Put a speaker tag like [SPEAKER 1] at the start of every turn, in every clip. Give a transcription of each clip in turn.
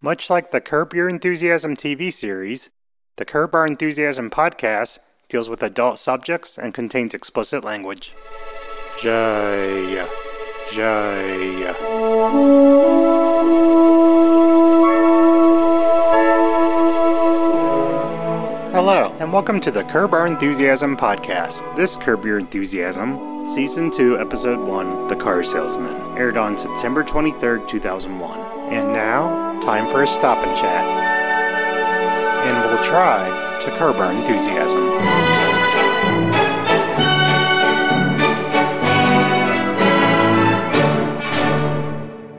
[SPEAKER 1] Much like the Curb Your Enthusiasm TV series, the Curb Our Enthusiasm podcast deals with adult subjects and contains explicit language. Jaya. Jaya. Hello, and welcome to the Curb Our Enthusiasm podcast. This Curb Your Enthusiasm, Season 2, Episode 1, The Car Salesman, aired on September 23rd, 2001. And now, time for a stop and chat. And we'll try to curb our enthusiasm.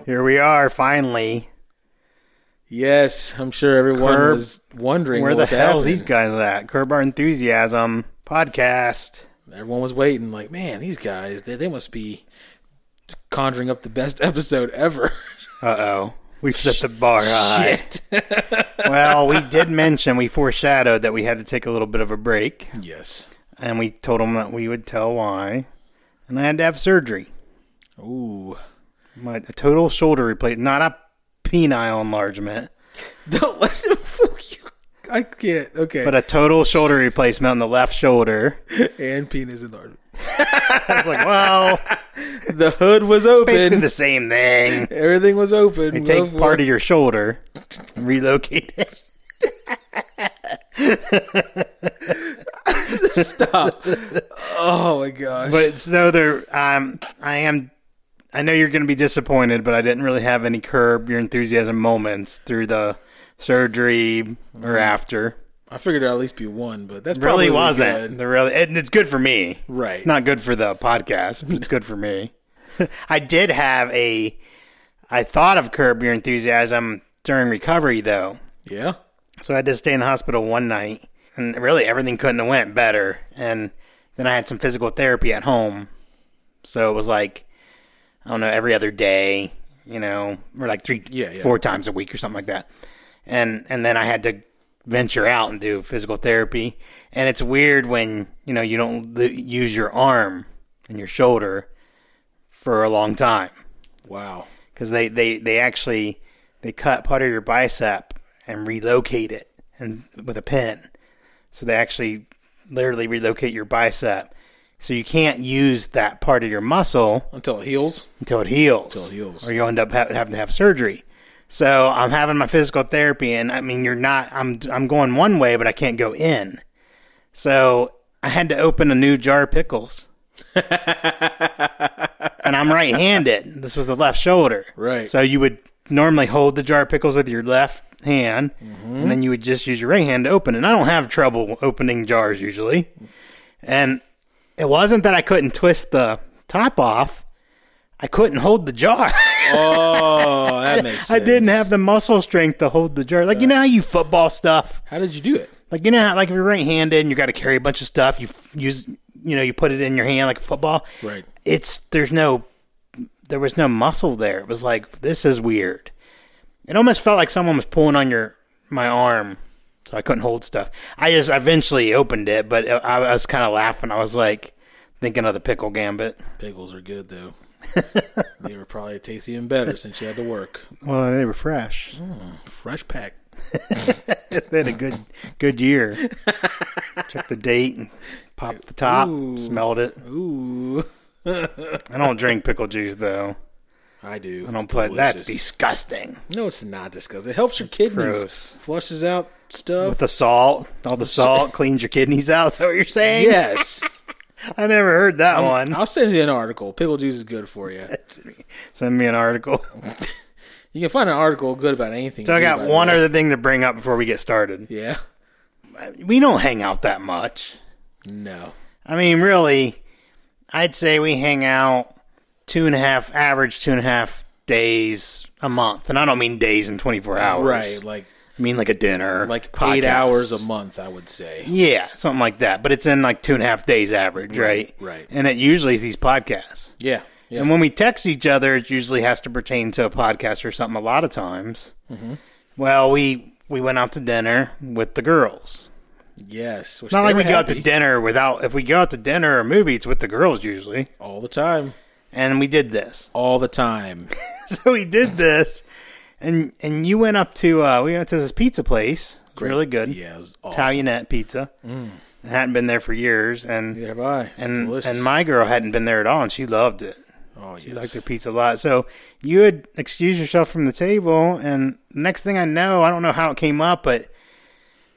[SPEAKER 1] Here we are, finally.
[SPEAKER 2] Yes, I'm sure everyone
[SPEAKER 1] Curb.
[SPEAKER 2] was wondering
[SPEAKER 1] Where
[SPEAKER 2] what
[SPEAKER 1] the
[SPEAKER 2] was
[SPEAKER 1] hell's these
[SPEAKER 2] happening.
[SPEAKER 1] guys at? Curb Our Enthusiasm podcast.
[SPEAKER 2] Everyone was waiting, like, man, these guys, they, they must be conjuring up the best episode ever.
[SPEAKER 1] Uh oh. We've set the bar high.
[SPEAKER 2] Shit.
[SPEAKER 1] well, we did mention, we foreshadowed that we had to take a little bit of a break,
[SPEAKER 2] yes.
[SPEAKER 1] and we told them that we would tell why. And I had to have surgery.
[SPEAKER 2] Ooh.
[SPEAKER 1] My, a total shoulder replacement, not a penile enlargement,
[SPEAKER 2] Don't let him fool you. I can't. Okay.
[SPEAKER 1] but a total shoulder replacement on the left shoulder.
[SPEAKER 2] and penis enlargement.
[SPEAKER 1] I was like, well,
[SPEAKER 2] The hood was
[SPEAKER 1] basically
[SPEAKER 2] open.
[SPEAKER 1] the same thing.
[SPEAKER 2] Everything was open.
[SPEAKER 1] They take part of your shoulder, and relocate it.
[SPEAKER 2] Stop. oh my gosh.
[SPEAKER 1] But it's no, there. Um, I am. I know you're going to be disappointed, but I didn't really have any curb your enthusiasm moments through the surgery or after.
[SPEAKER 2] I figured there'd at least be one, but that's Mm-hmm. probably
[SPEAKER 1] Really wasn't.
[SPEAKER 2] good.
[SPEAKER 1] There really, and it's good for me.
[SPEAKER 2] Right.
[SPEAKER 1] It's not good for the podcast. But it's good for me. I did have a. I thought of curb your enthusiasm during recovery though,
[SPEAKER 2] Yeah.
[SPEAKER 1] so I had to stay in the hospital one night, and really everything couldn't have went better. And then I had some physical therapy at home, so it was like I don't know every other day, you know, or like three,
[SPEAKER 2] Yeah, yeah.
[SPEAKER 1] four times a week or something like that. And and then I had to venture out and do physical therapy, and it's weird when you know you don't l- use your arm and your shoulder for a long time
[SPEAKER 2] Wow.
[SPEAKER 1] because they, they, they actually they cut part of your bicep and relocate it and with a pin so they actually literally relocate your bicep so you can't use that part of your muscle
[SPEAKER 2] Until it heals.
[SPEAKER 1] until it heals,
[SPEAKER 2] Until it heals.
[SPEAKER 1] or you end up ha- having to have surgery so i'm having my physical therapy and i mean you're not i'm i'm going one way but i can't go in so i had to open a new jar of pickles and i'm right-handed this was the left shoulder
[SPEAKER 2] Right.
[SPEAKER 1] so you would normally hold the jar of pickles with your left hand
[SPEAKER 2] Mm-hmm.
[SPEAKER 1] and then you would just use your right hand to open it. and i don't have trouble opening jars usually and it wasn't that i couldn't twist the top off i couldn't hold the jar
[SPEAKER 2] Oh, that makes
[SPEAKER 1] I
[SPEAKER 2] sense.
[SPEAKER 1] didn't have the muscle strength to hold the jar. Like you know how you football stuff.
[SPEAKER 2] How did you do it?
[SPEAKER 1] Like you know how like if you're right-handed and you got to carry a bunch of stuff, you f- use you know you put it in your hand like a football.
[SPEAKER 2] Right.
[SPEAKER 1] It's there's no there was no muscle there. It was like this is weird. It almost felt like someone was pulling on your my arm, so I couldn't hold stuff. I just eventually opened it, but I, I was kind of laughing. I was like thinking of the pickle gambit.
[SPEAKER 2] Pickles are good though. they were probably taste even better since you had to work.
[SPEAKER 1] Well, they were fresh.
[SPEAKER 2] Fresh pack.
[SPEAKER 1] they had a good good year. Check the date and pop the top.
[SPEAKER 2] Ooh.
[SPEAKER 1] Smelled it.
[SPEAKER 2] Ooh,
[SPEAKER 1] I don't drink pickle juice though.
[SPEAKER 2] I do.
[SPEAKER 1] I don't put that's disgusting.
[SPEAKER 2] no, it's not disgusting. It helps your kidneys,
[SPEAKER 1] Gross.
[SPEAKER 2] flushes out stuff.
[SPEAKER 1] With the salt, all the salt cleans your kidneys out. Is that what you're saying?
[SPEAKER 2] yes,
[SPEAKER 1] I never heard that one.
[SPEAKER 2] I'll send you an article. Pickle juice is good for you.
[SPEAKER 1] Send me an article.
[SPEAKER 2] You can find an article good about anything.
[SPEAKER 1] So I
[SPEAKER 2] you do,
[SPEAKER 1] got
[SPEAKER 2] by the
[SPEAKER 1] one
[SPEAKER 2] way.
[SPEAKER 1] other thing to bring up before we get started.
[SPEAKER 2] Yeah.
[SPEAKER 1] We don't hang out that much.
[SPEAKER 2] No.
[SPEAKER 1] I mean, really, I'd say we hang out two and a half, average two and a half days a month. And I don't mean days in 24 hours.
[SPEAKER 2] Right. Like
[SPEAKER 1] I mean, like a dinner,
[SPEAKER 2] like
[SPEAKER 1] podcast.
[SPEAKER 2] eight hours a month, I would say.
[SPEAKER 1] yeah, something like that. But it's in like two and a half days average, right?
[SPEAKER 2] right.
[SPEAKER 1] And it usually is these podcasts.
[SPEAKER 2] Yeah. Yeah.
[SPEAKER 1] And when we text each other, it usually has to pertain to a podcast or something. A lot of times.
[SPEAKER 2] Mm-hmm.
[SPEAKER 1] Well, we we went out to dinner with the girls.
[SPEAKER 2] yes. which
[SPEAKER 1] Not
[SPEAKER 2] they
[SPEAKER 1] like
[SPEAKER 2] were
[SPEAKER 1] we go out to
[SPEAKER 2] happy
[SPEAKER 1] dinner without. If we go out to dinner or movie, it's with the girls usually.
[SPEAKER 2] all the time.
[SPEAKER 1] And we did this.
[SPEAKER 2] All the time.
[SPEAKER 1] so we did this And and you went up to uh, we went to this pizza place. It's Really good.
[SPEAKER 2] Yeah, it was awesome.
[SPEAKER 1] Italianette pizza. I hadn't been there for years, and
[SPEAKER 2] Neither have I. It's
[SPEAKER 1] and
[SPEAKER 2] delicious.
[SPEAKER 1] and my girl hadn't been there at all, and she loved it.
[SPEAKER 2] oh, yes.
[SPEAKER 1] She liked their pizza a lot. So you had excused yourself from the table, and next thing I know, I don't know how it came up, but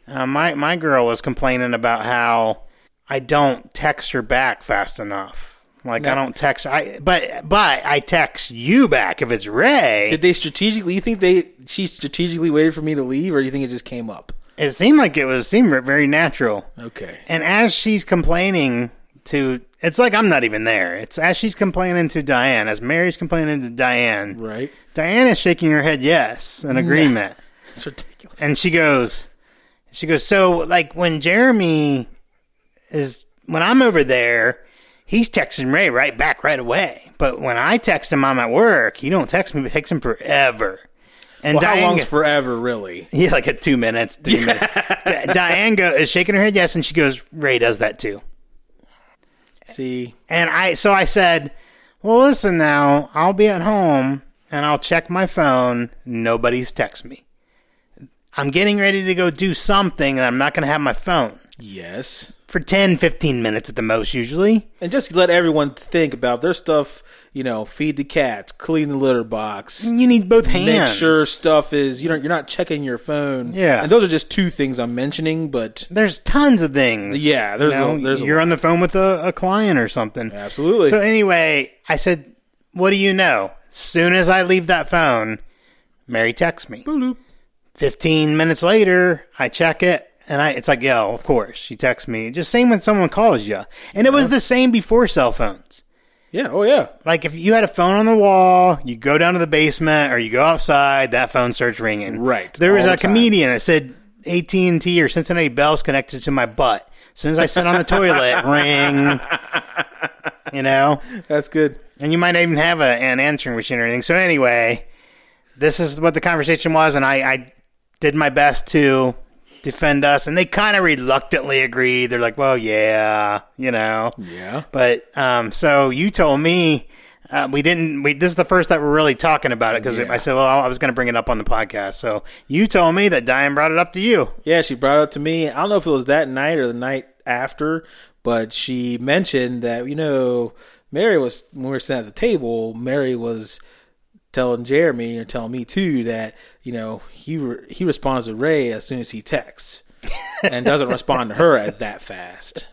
[SPEAKER 1] uh, my my girl was complaining about how I don't text her back fast enough. Like I don't text I, but but I text you back if it's Ray.
[SPEAKER 2] Did they strategically? You think they she strategically waited for me to leave, or you think it just came up?
[SPEAKER 1] it seemed like it was seemed very natural.
[SPEAKER 2] Okay.
[SPEAKER 1] And as she's complaining to, it's like I'm not even there. It's as she's complaining to Diane, as Mary's complaining to Diane.
[SPEAKER 2] Right.
[SPEAKER 1] Diane is shaking her head yes, in agreement.
[SPEAKER 2] It's ridiculous.
[SPEAKER 1] And she goes, she goes, so like when Jeremy is, when I'm over there, he's texting Ray right back right away. But when I text him, I'm at work. He don't text me, but it takes him forever. And
[SPEAKER 2] Well, how
[SPEAKER 1] Diane
[SPEAKER 2] long's
[SPEAKER 1] goes-
[SPEAKER 2] forever, really?
[SPEAKER 1] yeah, like at two minutes. Three minutes. Di- Diane go, is shaking her head yes, and she goes, Ray does that too.
[SPEAKER 2] See,
[SPEAKER 1] And I, so I said, well, listen now, I'll be at home and I'll check my phone. Nobody's text me. I'm getting ready to go do something and I'm not going to have my phone
[SPEAKER 2] yes.
[SPEAKER 1] for 10, 15 minutes at the most, usually.
[SPEAKER 2] And just let everyone think about their stuff. You know, feed the cats, clean the litter box,
[SPEAKER 1] You need both hands.
[SPEAKER 2] make sure stuff is. You know, you're not checking your phone.
[SPEAKER 1] Yeah.
[SPEAKER 2] And those are just two things I'm mentioning, but
[SPEAKER 1] There's tons of things.
[SPEAKER 2] yeah, there's
[SPEAKER 1] You know,
[SPEAKER 2] a, there's a,
[SPEAKER 1] you're on the phone with a, a client or something.
[SPEAKER 2] absolutely.
[SPEAKER 1] So anyway, I said, "What do you know?" Soon as I leave that phone, Mary texts me.
[SPEAKER 2] Boop.
[SPEAKER 1] Fifteen minutes later, I check it, and I it's like, "Yeah, of course." She texts me. Just same when someone calls you, and it was the same before cell phones.
[SPEAKER 2] yeah. Oh yeah.
[SPEAKER 1] Like if you had a phone on the wall, you go down to the basement or you go outside, that phone starts ringing.
[SPEAKER 2] Right,
[SPEAKER 1] There was
[SPEAKER 2] all
[SPEAKER 1] a
[SPEAKER 2] the time.
[SPEAKER 1] comedian that said AT and T or Cincinnati Bell's connected to my butt. As soon as I sit on the toilet, ring. You know.
[SPEAKER 2] That's good.
[SPEAKER 1] And you might not even have a, an answering machine or anything. So anyway, this is what the conversation was, and I, I did my best to defend us, and they kind of reluctantly agreed. They're like, "Well, yeah, you know."
[SPEAKER 2] Yeah.
[SPEAKER 1] But um, so you told me uh, we didn't. We, this is the first that we're really talking about it because
[SPEAKER 2] Yeah.
[SPEAKER 1] I said, "Well, I was going to bring it up on the podcast." So you told me that Diane brought it up to you.
[SPEAKER 2] Yeah, she brought it up to me. I don't know if it was that night or the night after, but she mentioned that, you know, Mary was, when we were sitting at the table, Mary was telling Jeremy or telling me too that, you know, he re- he responds to Ray as soon as he texts and doesn't respond to her at that fast.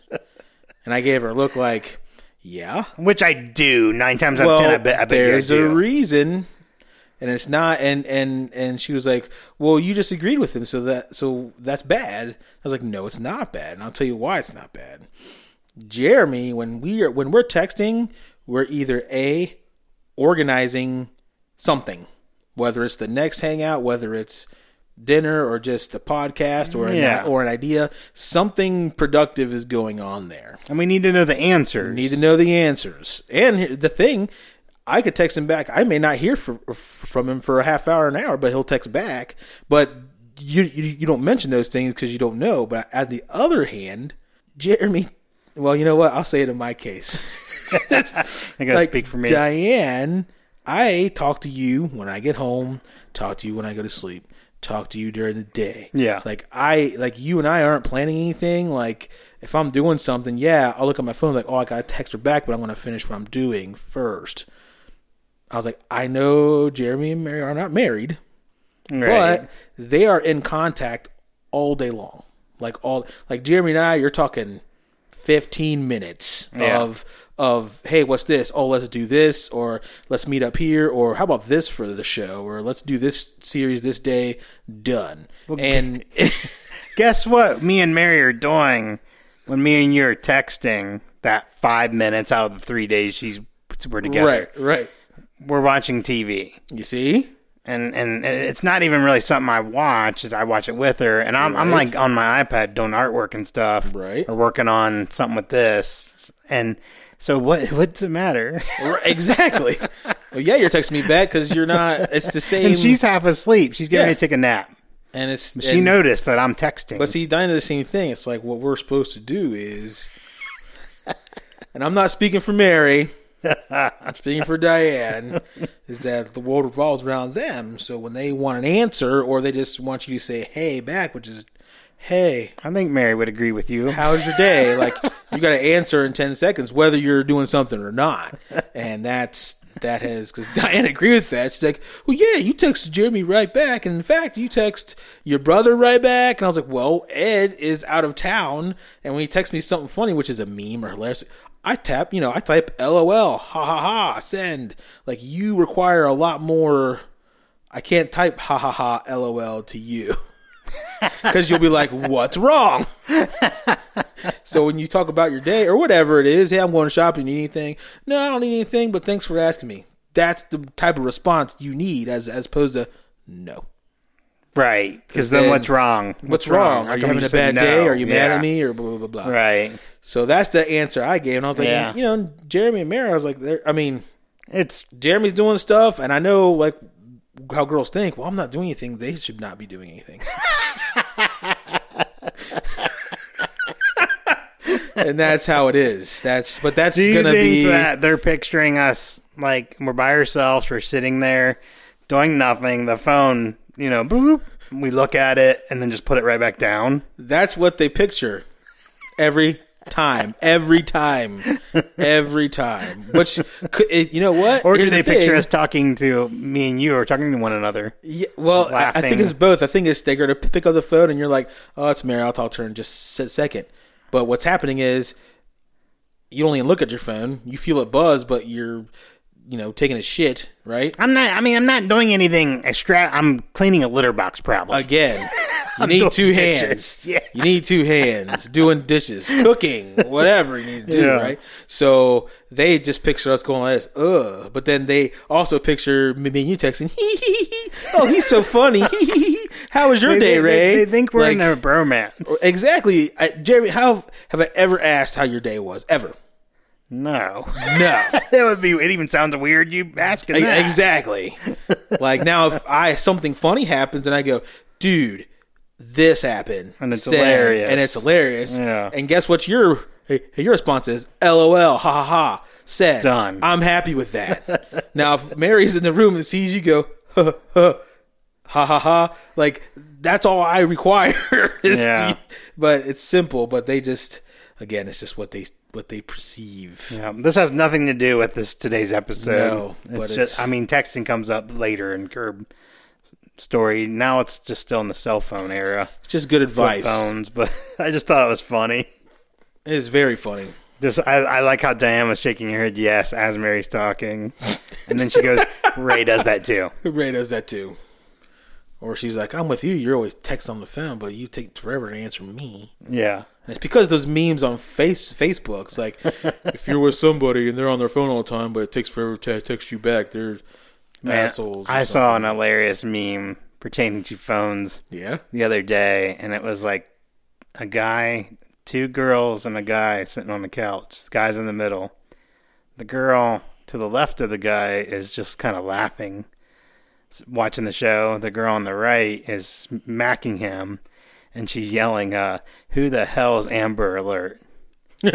[SPEAKER 2] And I gave her a look like, yeah.
[SPEAKER 1] Which I do nine times out of
[SPEAKER 2] Well,
[SPEAKER 1] ten. I bet, I bet you I
[SPEAKER 2] there's a
[SPEAKER 1] do.
[SPEAKER 2] reason, and it's not. And and and she was like, "Well, you just agreed with him, so that so that's bad." I was like, "No, it's not bad, and I'll tell you why it's not bad." Jeremy, when we are when we're texting, we're either a organizing something, whether it's the next hangout, whether it's dinner or just the podcast or
[SPEAKER 1] Yeah.
[SPEAKER 2] an, or an idea, something productive is going on there.
[SPEAKER 1] and we need to know the answers.
[SPEAKER 2] Need to know the answers. And he- the thing, I could text him back. I may not hear fr- fr- from him for a half hour, an hour, but he'll text back. But you you, you don't mention those things because you don't know. But at the other hand, Jeremy, well, you know what? I'll say it in my case.
[SPEAKER 1] I gotta speak for me.
[SPEAKER 2] Diane, I talk to you when I get home. Talk to you when I go to sleep. Talk to you during the day.
[SPEAKER 1] Yeah.
[SPEAKER 2] Like I like you and I aren't planning anything. Like if I'm doing something, yeah, I'll look at my phone like, oh, I gotta text her back, but I'm gonna finish what I'm doing first. I was like, I know Jeremy and Mary are not married,
[SPEAKER 1] Right.
[SPEAKER 2] but they are in contact all day long. Like all like Jeremy and I, you're talking fifteen minutes
[SPEAKER 1] Yeah.
[SPEAKER 2] of of hey, what's this? Oh, let's do this, or let's meet up here, or how about this for the show, or let's do this series this day. Done. and
[SPEAKER 1] Guess what me and Mary are doing when me and you are texting that five minutes out of the three days she's we're together.
[SPEAKER 2] right, right.
[SPEAKER 1] We're watching TV.
[SPEAKER 2] You see,
[SPEAKER 1] And and it's not even really something I watch, it's I watch it with her and I'm I'm like on my iPad doing artwork and stuff.
[SPEAKER 2] Right.
[SPEAKER 1] Or working on something with this. And so what what's it matter?
[SPEAKER 2] Right, exactly. well, yeah, you're texting me back because you're not. It's the same.
[SPEAKER 1] And she's half asleep. She's getting
[SPEAKER 2] Yeah.
[SPEAKER 1] ready to take a nap.
[SPEAKER 2] and it's
[SPEAKER 1] She noticed that I'm texting.
[SPEAKER 2] But see, Dinah, the same thing. It's like what we're supposed to do is, and I'm not speaking for Mary, Speaking for Diane, is that the world revolves around them. So when they want an answer, or they just want you to say "Hey" back, which is "Hey,
[SPEAKER 1] I think Mary would agree with you.
[SPEAKER 2] how's your day?" like you got to answer in ten seconds, whether you're doing something or not. And that's that has because Diane agreed with that. She's like, "Well, yeah, you text Jeremy right back, and in fact, you text your brother right back." And I was like, "Well, Ed is out of town, and when he texts me something funny, which is a meme or hilarious." I tap, you know, I type LOL, ha ha ha, send. Like you require a lot more. I can't type ha ha ha LOL to you because you'll be like, what's wrong? so when you talk about your day or whatever it is, hey, I'm going shopping. You need anything? No, I don't need anything. But thanks for asking me. That's the type of response you need, as as opposed to no.
[SPEAKER 1] Right. Because then,
[SPEAKER 2] then-
[SPEAKER 1] what's wrong?
[SPEAKER 2] What's wrong?
[SPEAKER 1] How
[SPEAKER 2] Are you
[SPEAKER 1] come
[SPEAKER 2] having a
[SPEAKER 1] just said
[SPEAKER 2] bad day?
[SPEAKER 1] no?
[SPEAKER 2] Are you mad
[SPEAKER 1] Yeah.
[SPEAKER 2] at me? Or blah blah blah blah.
[SPEAKER 1] Right.
[SPEAKER 2] So that's the answer I gave, and I was like,
[SPEAKER 1] Yeah.
[SPEAKER 2] you know, Jeremy and Mary, I was like, they're- I mean,
[SPEAKER 1] It's
[SPEAKER 2] Jeremy's doing stuff, and I know like how girls think. Well, I'm not doing anything. They should not be doing anything. and that's how it is. That's but that's
[SPEAKER 1] Do you
[SPEAKER 2] gonna
[SPEAKER 1] think
[SPEAKER 2] be
[SPEAKER 1] that they're picturing us like we're by ourselves, we're sitting there doing nothing, the phone, you know, bloop, we look at it and then just put it right back down?
[SPEAKER 2] that's what they picture every time, every time, every time. Which could- it- you know what?
[SPEAKER 1] Or
[SPEAKER 2] Here's
[SPEAKER 1] do they
[SPEAKER 2] the
[SPEAKER 1] picture
[SPEAKER 2] thing.
[SPEAKER 1] us talking to me and you or talking to one another?
[SPEAKER 2] Yeah, well, I, I think
[SPEAKER 1] laughing.
[SPEAKER 2] it's both. I think it's they're going to pick up the phone and you're like, oh, it's Mary. I'll talk to her in just a second. But what's happening is you don't even look at your phone. You feel it buzz, but you're, you know, taking a shit, right?
[SPEAKER 1] I'm not I mean, I'm not doing anything extra I'm cleaning a litter box problem.
[SPEAKER 2] Again, you need
[SPEAKER 1] doing
[SPEAKER 2] two
[SPEAKER 1] dishes.
[SPEAKER 2] hands.
[SPEAKER 1] Yeah.
[SPEAKER 2] You need two hands doing dishes, cooking, whatever you need to do,
[SPEAKER 1] Yeah.
[SPEAKER 2] right? So they just picture us going like this, ugh. But then they also picture me me and you texting, hee hee hee hee. Oh, he's so funny. Hee hee hee. How was your
[SPEAKER 1] They-
[SPEAKER 2] day,
[SPEAKER 1] they,
[SPEAKER 2] Ray?
[SPEAKER 1] They, think we're in
[SPEAKER 2] Like,
[SPEAKER 1] a bromance.
[SPEAKER 2] Exactly, I, Jeremy. How have I ever asked how your day was? Ever?
[SPEAKER 1] No.
[SPEAKER 2] No.
[SPEAKER 1] that would be it even sounds weird you asking that.
[SPEAKER 2] exactly. like now, if I something funny happens and I go, dude, this happened, and
[SPEAKER 1] it's hilarious.
[SPEAKER 2] and it's hilarious,
[SPEAKER 1] Yeah.
[SPEAKER 2] And guess what? Your hey, hey, your response is, "LOL, ha ha ha." Said
[SPEAKER 1] Done.
[SPEAKER 2] I'm happy with that. now, if Mary's in the room and sees you go, huh, huh, ha ha ha, like that's all I require. is to-
[SPEAKER 1] Yeah.
[SPEAKER 2] but it's simple. But they just, again, it's just what they what they perceive.
[SPEAKER 1] Yeah, this has nothing to do with this today's episode.
[SPEAKER 2] No,
[SPEAKER 1] it's
[SPEAKER 2] but
[SPEAKER 1] just,
[SPEAKER 2] it's-
[SPEAKER 1] I mean, texting comes up later in Curb story. Now it's just still in the cell phone era,
[SPEAKER 2] It's just good advice.
[SPEAKER 1] phones. But I just thought it was funny.
[SPEAKER 2] It is very funny.
[SPEAKER 1] Just I, I like how Diane was shaking her head yes as Mary's talking, and then she goes, "Ray does that too."
[SPEAKER 2] Ray does that too. Or she's like, I'm with you. You're always text on the phone, but you take forever to answer me.
[SPEAKER 1] Yeah,
[SPEAKER 2] And it's because those memes on face Facebook's like, if you're with somebody and they're on their phone all the time, but it takes forever to text you back, they're
[SPEAKER 1] Man,
[SPEAKER 2] assholes. or
[SPEAKER 1] I
[SPEAKER 2] something.
[SPEAKER 1] saw an hilarious meme pertaining to phones.
[SPEAKER 2] Yeah.
[SPEAKER 1] the other day, and it was like a guy, two girls, and a guy sitting on the couch. The guy's in the middle. The girl to the left of the guy is just kind of laughing, s- watching the show. The girl on the right is macking him, and she's yelling, uh, "Who the hell's Amber Alert?" I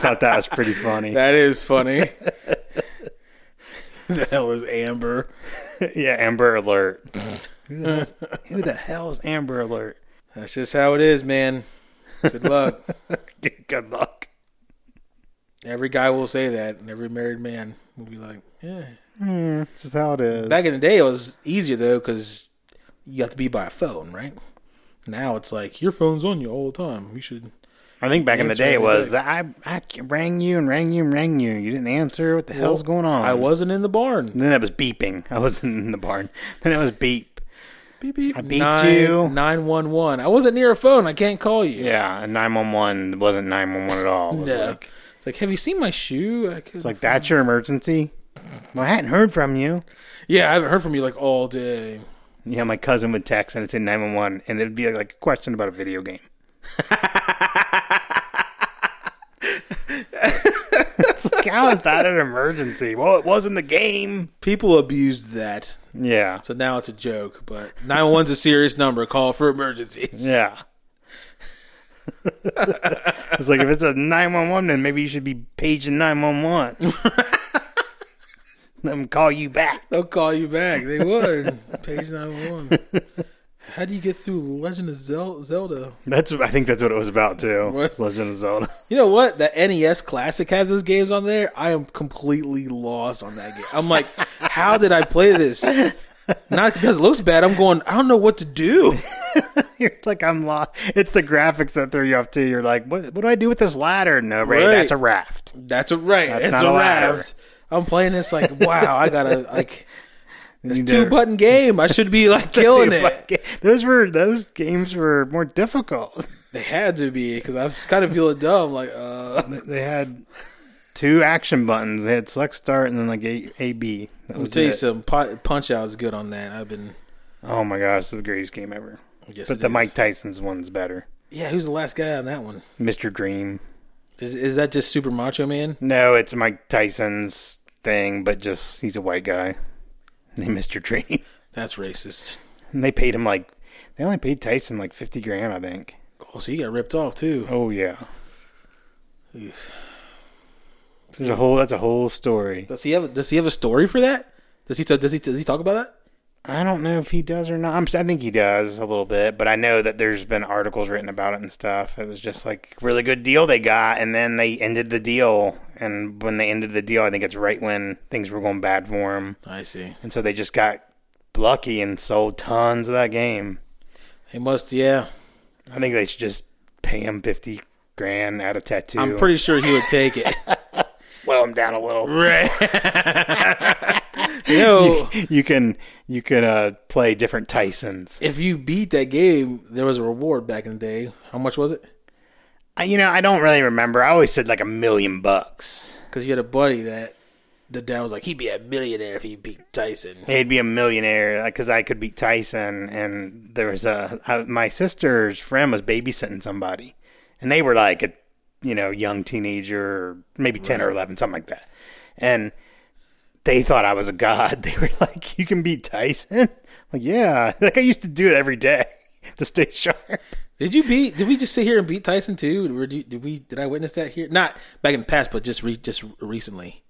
[SPEAKER 1] thought that was pretty funny.
[SPEAKER 2] That is funny. the hell is Amber?
[SPEAKER 1] yeah, Amber Alert. who, the hell's, who the hell's Amber Alert?
[SPEAKER 2] That's just how it is, man. Good luck.
[SPEAKER 1] Good luck.
[SPEAKER 2] every guy will say that, and every married man will be like, yeah.
[SPEAKER 1] Just how it is.
[SPEAKER 2] Back in the day, it was easier though because you have to be by a phone, right? Now it's like your phone's on you all the time. We should.
[SPEAKER 1] I think back in the
[SPEAKER 2] Answer
[SPEAKER 1] day it
[SPEAKER 2] every
[SPEAKER 1] was
[SPEAKER 2] day.
[SPEAKER 1] that I, I rang you and rang you and rang you. You didn't answer. What the hell's going on?
[SPEAKER 2] I wasn't in the barn.
[SPEAKER 1] And then it was beeping. I wasn't in the barn. Then it was beep.
[SPEAKER 2] Beep beep. I
[SPEAKER 1] beeped you.
[SPEAKER 2] Nine one one. I wasn't near a phone. I can't call you.
[SPEAKER 1] Yeah, and nine one one wasn't nine one one at all. It was
[SPEAKER 2] Yeah.
[SPEAKER 1] like,
[SPEAKER 2] it's like, have you seen my shoe? I could,
[SPEAKER 1] it's like that's your emergency. Well, I hadn't heard from you.
[SPEAKER 2] yeah, I haven't heard from you like all day.
[SPEAKER 1] Yeah, my cousin would text and it's in nine one one, and it'd be like a question about a video game. it's like, how is that an emergency? Well, it was in the game.
[SPEAKER 2] People abused that,
[SPEAKER 1] Yeah,
[SPEAKER 2] so now it's a joke. But nine one's a serious number. Call for emergencies.
[SPEAKER 1] yeah. It's like if it's a nine one one, then maybe you should be paging nine one one. Let them call you back.
[SPEAKER 2] They'll call you back. They would. Page nine one. How do you get through Legend of Zel- Zelda?
[SPEAKER 1] That's I think that's what it was about too.
[SPEAKER 2] What?
[SPEAKER 1] Legend of Zelda.
[SPEAKER 2] You know what? The NES Classic has those games on there. I am completely lost on that game. I'm like, how did I play this? Not because it looks bad. I'm going. I don't know what to do.
[SPEAKER 1] You're like I'm lost. It's the graphics that threw you off too. You're like, what? What do I do with this ladder? No, Ray,
[SPEAKER 2] Right.
[SPEAKER 1] that's a raft.
[SPEAKER 2] That's a right.
[SPEAKER 1] That's
[SPEAKER 2] it's
[SPEAKER 1] not
[SPEAKER 2] a
[SPEAKER 1] a ladder.
[SPEAKER 2] raft. I'm playing this like, wow. I gotta like. It's
[SPEAKER 1] You
[SPEAKER 2] two
[SPEAKER 1] never-
[SPEAKER 2] button game. I should be like killing
[SPEAKER 1] Dude,
[SPEAKER 2] it.
[SPEAKER 1] like, Those were those games were more difficult.
[SPEAKER 2] They had to be because I was kind of feeling dumb. Like, uh,
[SPEAKER 1] They had two action buttons. They had select start and then like A A B. That
[SPEAKER 2] I'll
[SPEAKER 1] was
[SPEAKER 2] tell you
[SPEAKER 1] it.
[SPEAKER 2] something. Pu- Punch Out is good on that. I've been.
[SPEAKER 1] Oh my gosh, it's the greatest game ever.
[SPEAKER 2] Yes,
[SPEAKER 1] But
[SPEAKER 2] it
[SPEAKER 1] the
[SPEAKER 2] is.
[SPEAKER 1] Mike Tyson's one's better.
[SPEAKER 2] Yeah, who's the last guy on that one?
[SPEAKER 1] Mr. Dream.
[SPEAKER 2] Is is that just Super Macho Man?
[SPEAKER 1] No, it's Mike Tyson's thing, but just he's a white guy named Mr. Dream.
[SPEAKER 2] That's racist.
[SPEAKER 1] And they paid him like they only paid Tyson like fifty grand, I think.
[SPEAKER 2] Oh, so he got ripped off too.
[SPEAKER 1] Oh yeah. Oh.
[SPEAKER 2] Oof.
[SPEAKER 1] There's a whole that's a whole story.
[SPEAKER 2] Does he have Does he have a story for that? Does he t- Does he Does he talk about that?
[SPEAKER 1] I don't know if he does or not. I'm, I think he does a little bit, but I know that there's been articles written about it and stuff. It was just like really good deal they got, and then they ended the deal. And when they ended the deal, I think it's right when things were going bad for him,
[SPEAKER 2] I see.
[SPEAKER 1] and so they just got lucky and sold tons of that game.
[SPEAKER 2] He must. Yeah,
[SPEAKER 1] I think they should just pay him fifty grand at a tattoo.
[SPEAKER 2] I'm pretty sure he would take it.
[SPEAKER 1] slow him down a little.
[SPEAKER 2] right. you know,
[SPEAKER 1] You can you can uh, play different Tysons.
[SPEAKER 2] if you beat that game, there was a reward back in the day. How much was it?
[SPEAKER 1] I, you know, I don't really remember. I always said like a million bucks.
[SPEAKER 2] Because you had a buddy that the dad was like, he'd be a millionaire if he beat Tyson.
[SPEAKER 1] He'd be a millionaire because I could beat Tyson. And there was a I, my sister's friend was babysitting somebody, and they were like a you know young teenager, maybe ten or eleven, something like that. And they thought I was a god. They were like, "You can beat Tyson?" Like, yeah. Like I used to do it every day to stay sharp.
[SPEAKER 2] Did you beat? Did we just sit here and beat Tyson too? Or did, did we? Did I witness that here? Not back in the past, but just re, just recently.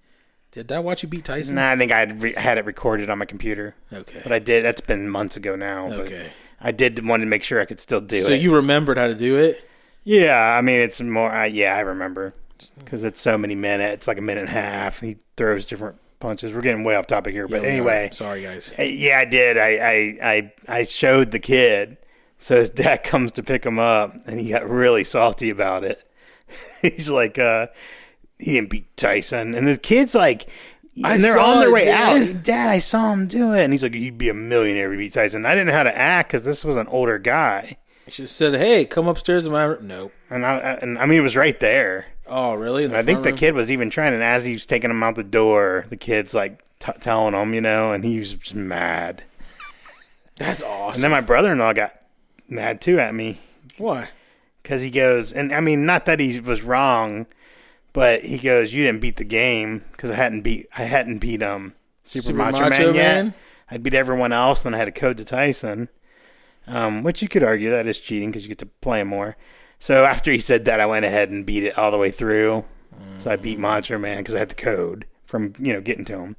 [SPEAKER 2] Did I watch you beat Tyson?
[SPEAKER 1] Nah, I think I re- had it recorded on my computer.
[SPEAKER 2] Okay.
[SPEAKER 1] But I did. That's been months ago now. but
[SPEAKER 2] Okay.
[SPEAKER 1] I did want to make sure I could still do
[SPEAKER 2] so
[SPEAKER 1] it.
[SPEAKER 2] you remembered how to do it?
[SPEAKER 1] Yeah, I mean it's more. I yeah, I remember because it's so many minutes, like a minute and a half. He throws different punches. We're getting way off topic here, but
[SPEAKER 2] Yeah, we are.
[SPEAKER 1] anyway,
[SPEAKER 2] sorry guys.
[SPEAKER 1] Uh, yeah, I did. I, I I I showed the kid, so his dad comes to pick him up, and he got really salty about it. He's like, uh, he didn't beat Tyson, and the kid's like.
[SPEAKER 2] I
[SPEAKER 1] And they're
[SPEAKER 2] saw
[SPEAKER 1] on their
[SPEAKER 2] it,
[SPEAKER 1] way
[SPEAKER 2] Dad.
[SPEAKER 1] out. Dad, I saw him do it. And he's like, You'd be a millionaire if you beat Tyson. I didn't know how to act because this was an older guy.
[SPEAKER 2] You should have said, "Hey, come upstairs in my room." Nope.
[SPEAKER 1] And I, I- and I mean, it was right there.
[SPEAKER 2] Oh, really? In
[SPEAKER 1] I think
[SPEAKER 2] front
[SPEAKER 1] the
[SPEAKER 2] room?
[SPEAKER 1] kid was even trying, and as he was taking him out the door, the kid's like t- telling him, you know, and he was just mad.
[SPEAKER 2] That's
[SPEAKER 1] And
[SPEAKER 2] awesome.
[SPEAKER 1] then my brother in law got mad too at me
[SPEAKER 2] Why?
[SPEAKER 1] because he goes, and I mean, not that he was wrong, but he goes, "You didn't beat the game because I hadn't beat I hadn't beat um Super,
[SPEAKER 2] Super
[SPEAKER 1] Macho,
[SPEAKER 2] Macho
[SPEAKER 1] Man,
[SPEAKER 2] Man?
[SPEAKER 1] yet. I beat everyone else, and I had a code to Tyson, um, which you could argue that is cheating because you get to play him more. So after he said that, I went ahead and beat it all the way through. So I beat Macho Man because I had the code from you know getting to him.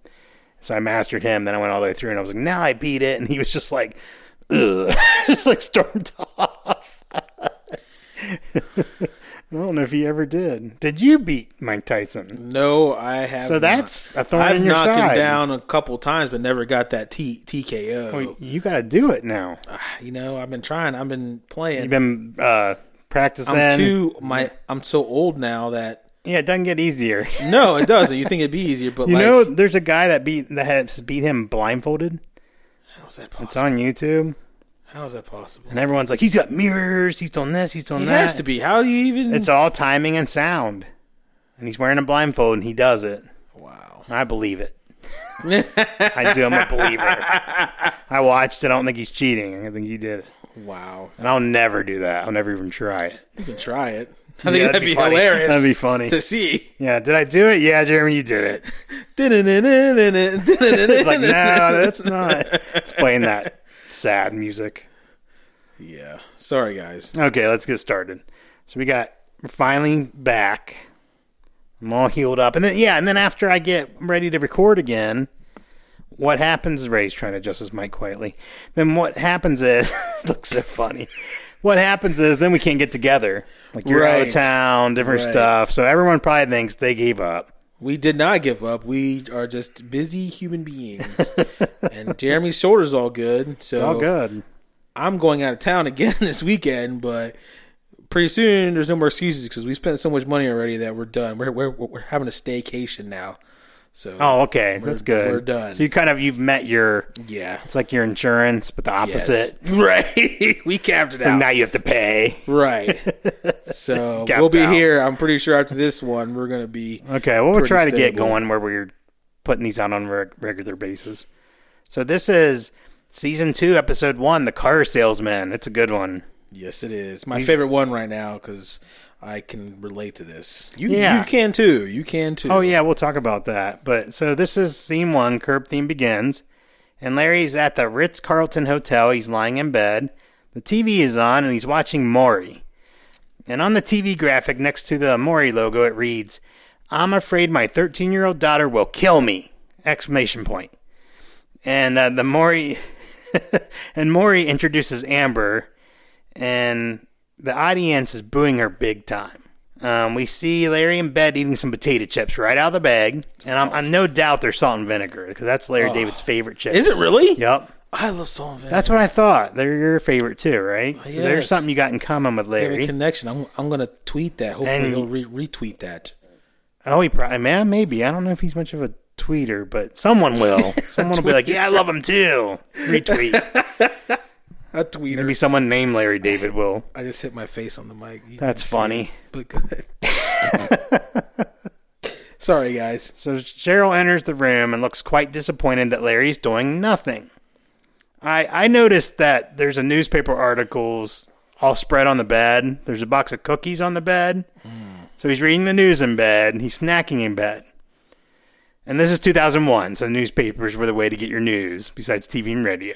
[SPEAKER 1] So I mastered him. Then I went all the way through, and I was like, "Now I beat it," and he was just like, "Ugh," just like stormed off. I don't know if he ever did. Did you beat Mike Tyson?
[SPEAKER 2] No, I have.
[SPEAKER 1] So
[SPEAKER 2] not.
[SPEAKER 1] that's a thorn
[SPEAKER 2] I've
[SPEAKER 1] in your
[SPEAKER 2] knocked
[SPEAKER 1] side.
[SPEAKER 2] him down a couple times, but never got that T TKO.
[SPEAKER 1] Well, Oh, You got to do it now.
[SPEAKER 2] You know, I've been trying. I've been
[SPEAKER 1] You've
[SPEAKER 2] playing.
[SPEAKER 1] been uh, practicing.
[SPEAKER 2] I'm too my. I'm so old now that
[SPEAKER 1] yeah, it doesn't get easier.
[SPEAKER 2] No, it doesn't. You think it'd be easier, but
[SPEAKER 1] You
[SPEAKER 2] like,
[SPEAKER 1] know, there's a guy that beat that has beat him blindfolded.
[SPEAKER 2] how's that
[SPEAKER 1] It's
[SPEAKER 2] possible?
[SPEAKER 1] on YouTube,
[SPEAKER 2] How's that possible?
[SPEAKER 1] and everyone's like, "He's got mirrors. He's on this. He's on
[SPEAKER 2] It
[SPEAKER 1] that."
[SPEAKER 2] has to be. How do you even?
[SPEAKER 1] It's all timing and sound. And he's wearing a blindfold and he does it.
[SPEAKER 2] wow.
[SPEAKER 1] I believe it. I do. I'm a believer. I watched it. I don't think he's cheating. I think he did it.
[SPEAKER 2] Wow.
[SPEAKER 1] And I'll never do that. I'll never even try it.
[SPEAKER 2] You can try it. I think
[SPEAKER 1] Yeah,
[SPEAKER 2] that'd, be,
[SPEAKER 1] funny.
[SPEAKER 2] hilarious.
[SPEAKER 1] That'd be funny.
[SPEAKER 2] to see.
[SPEAKER 1] Yeah. Did I do it? Yeah, Jeremy, you did it. Like, no, that's not. It's playing that sad music.
[SPEAKER 2] yeah. Sorry, guys.
[SPEAKER 1] Okay, let's get started. So we got we're finally back. I'm all healed up, and then yeah, and then after I get ready to record again, what happens? Ray's trying to adjust his mic quietly. Then what happens is looks so funny. What happens is then we can't get together. Like you're out
[SPEAKER 2] Right.
[SPEAKER 1] of town, different
[SPEAKER 2] Right.
[SPEAKER 1] stuff. So everyone probably thinks they gave up.
[SPEAKER 2] We did not give up. We are just busy human beings. and Jeremy's shoulder's all good. So
[SPEAKER 1] All good.
[SPEAKER 2] I'm going out of town again this weekend, but pretty soon there's no more excuses because we spent so much money already that we're done. We're we're, we're having a staycation now. So
[SPEAKER 1] Oh, okay, that's good.
[SPEAKER 2] we're done.
[SPEAKER 1] So you kind of you've met your.
[SPEAKER 2] yeah,
[SPEAKER 1] It's like your insurance, but the
[SPEAKER 2] Yes.
[SPEAKER 1] opposite.
[SPEAKER 2] Right, we capped it
[SPEAKER 1] So
[SPEAKER 2] out.
[SPEAKER 1] now you have to pay.
[SPEAKER 2] right. So
[SPEAKER 1] Capped
[SPEAKER 2] we'll be
[SPEAKER 1] out.
[SPEAKER 2] here. I'm pretty sure after this one we're gonna be
[SPEAKER 1] Okay, well, we'll
[SPEAKER 2] Pretty
[SPEAKER 1] try to get
[SPEAKER 2] stable.
[SPEAKER 1] going where we're putting these out on a reg- regular basis. So this is season two, episode one, the car salesman. It's a good one.
[SPEAKER 2] Yes, it is my favorite one right now because I can relate to this. You
[SPEAKER 1] Yeah.
[SPEAKER 2] you can too. You can too.
[SPEAKER 1] Oh yeah, we'll talk about that. But so this is scene one. Curb theme begins, and Larry's at the Ritz Carlton Hotel. He's lying in bed. The TV is on, and he's watching Maury. And on the TV graphic next to the Maury logo, it reads, "I'm afraid my 13-year-old daughter will kill me!" Exclamation point. And uh, the Maury and Maury introduces Amber, and the audience is booing her big time. Um, we see Larry in bed eating some potato chips right out of the bag, and I'm, I'm no doubt they're salt and vinegar because that's Larry David's favorite chips.
[SPEAKER 2] Is it really?
[SPEAKER 1] Yep.
[SPEAKER 2] I love salt and vinegar.
[SPEAKER 1] That's what I thought. They're your favorite too, right? So
[SPEAKER 2] Yes.
[SPEAKER 1] There's something you got in common with
[SPEAKER 2] I have a
[SPEAKER 1] Larry.
[SPEAKER 2] connection. I'm I'm gonna tweet that. Hopefully,
[SPEAKER 1] And-
[SPEAKER 2] he'll re- retweet that.
[SPEAKER 1] Oh, he probably man, maybe. I don't know if he's much of a tweeter, but someone will. Someone will be like, "Yeah, I love him too." Retweet.
[SPEAKER 2] A tweeter.
[SPEAKER 1] maybe someone named Larry David will.
[SPEAKER 2] I just hit my face on the mic. You
[SPEAKER 1] That's
[SPEAKER 2] didn't see
[SPEAKER 1] funny.
[SPEAKER 2] it, but good. Sorry, guys.
[SPEAKER 1] So Cheryl enters the room and looks quite disappointed that Larry's doing nothing. I I noticed that there's a newspaper articles all spread on the bed. There's a box of cookies on the bed. So he's reading the news in bed. and He's snacking in bed. And this is 2001, so newspapers were the way to get your news besides TV and radio.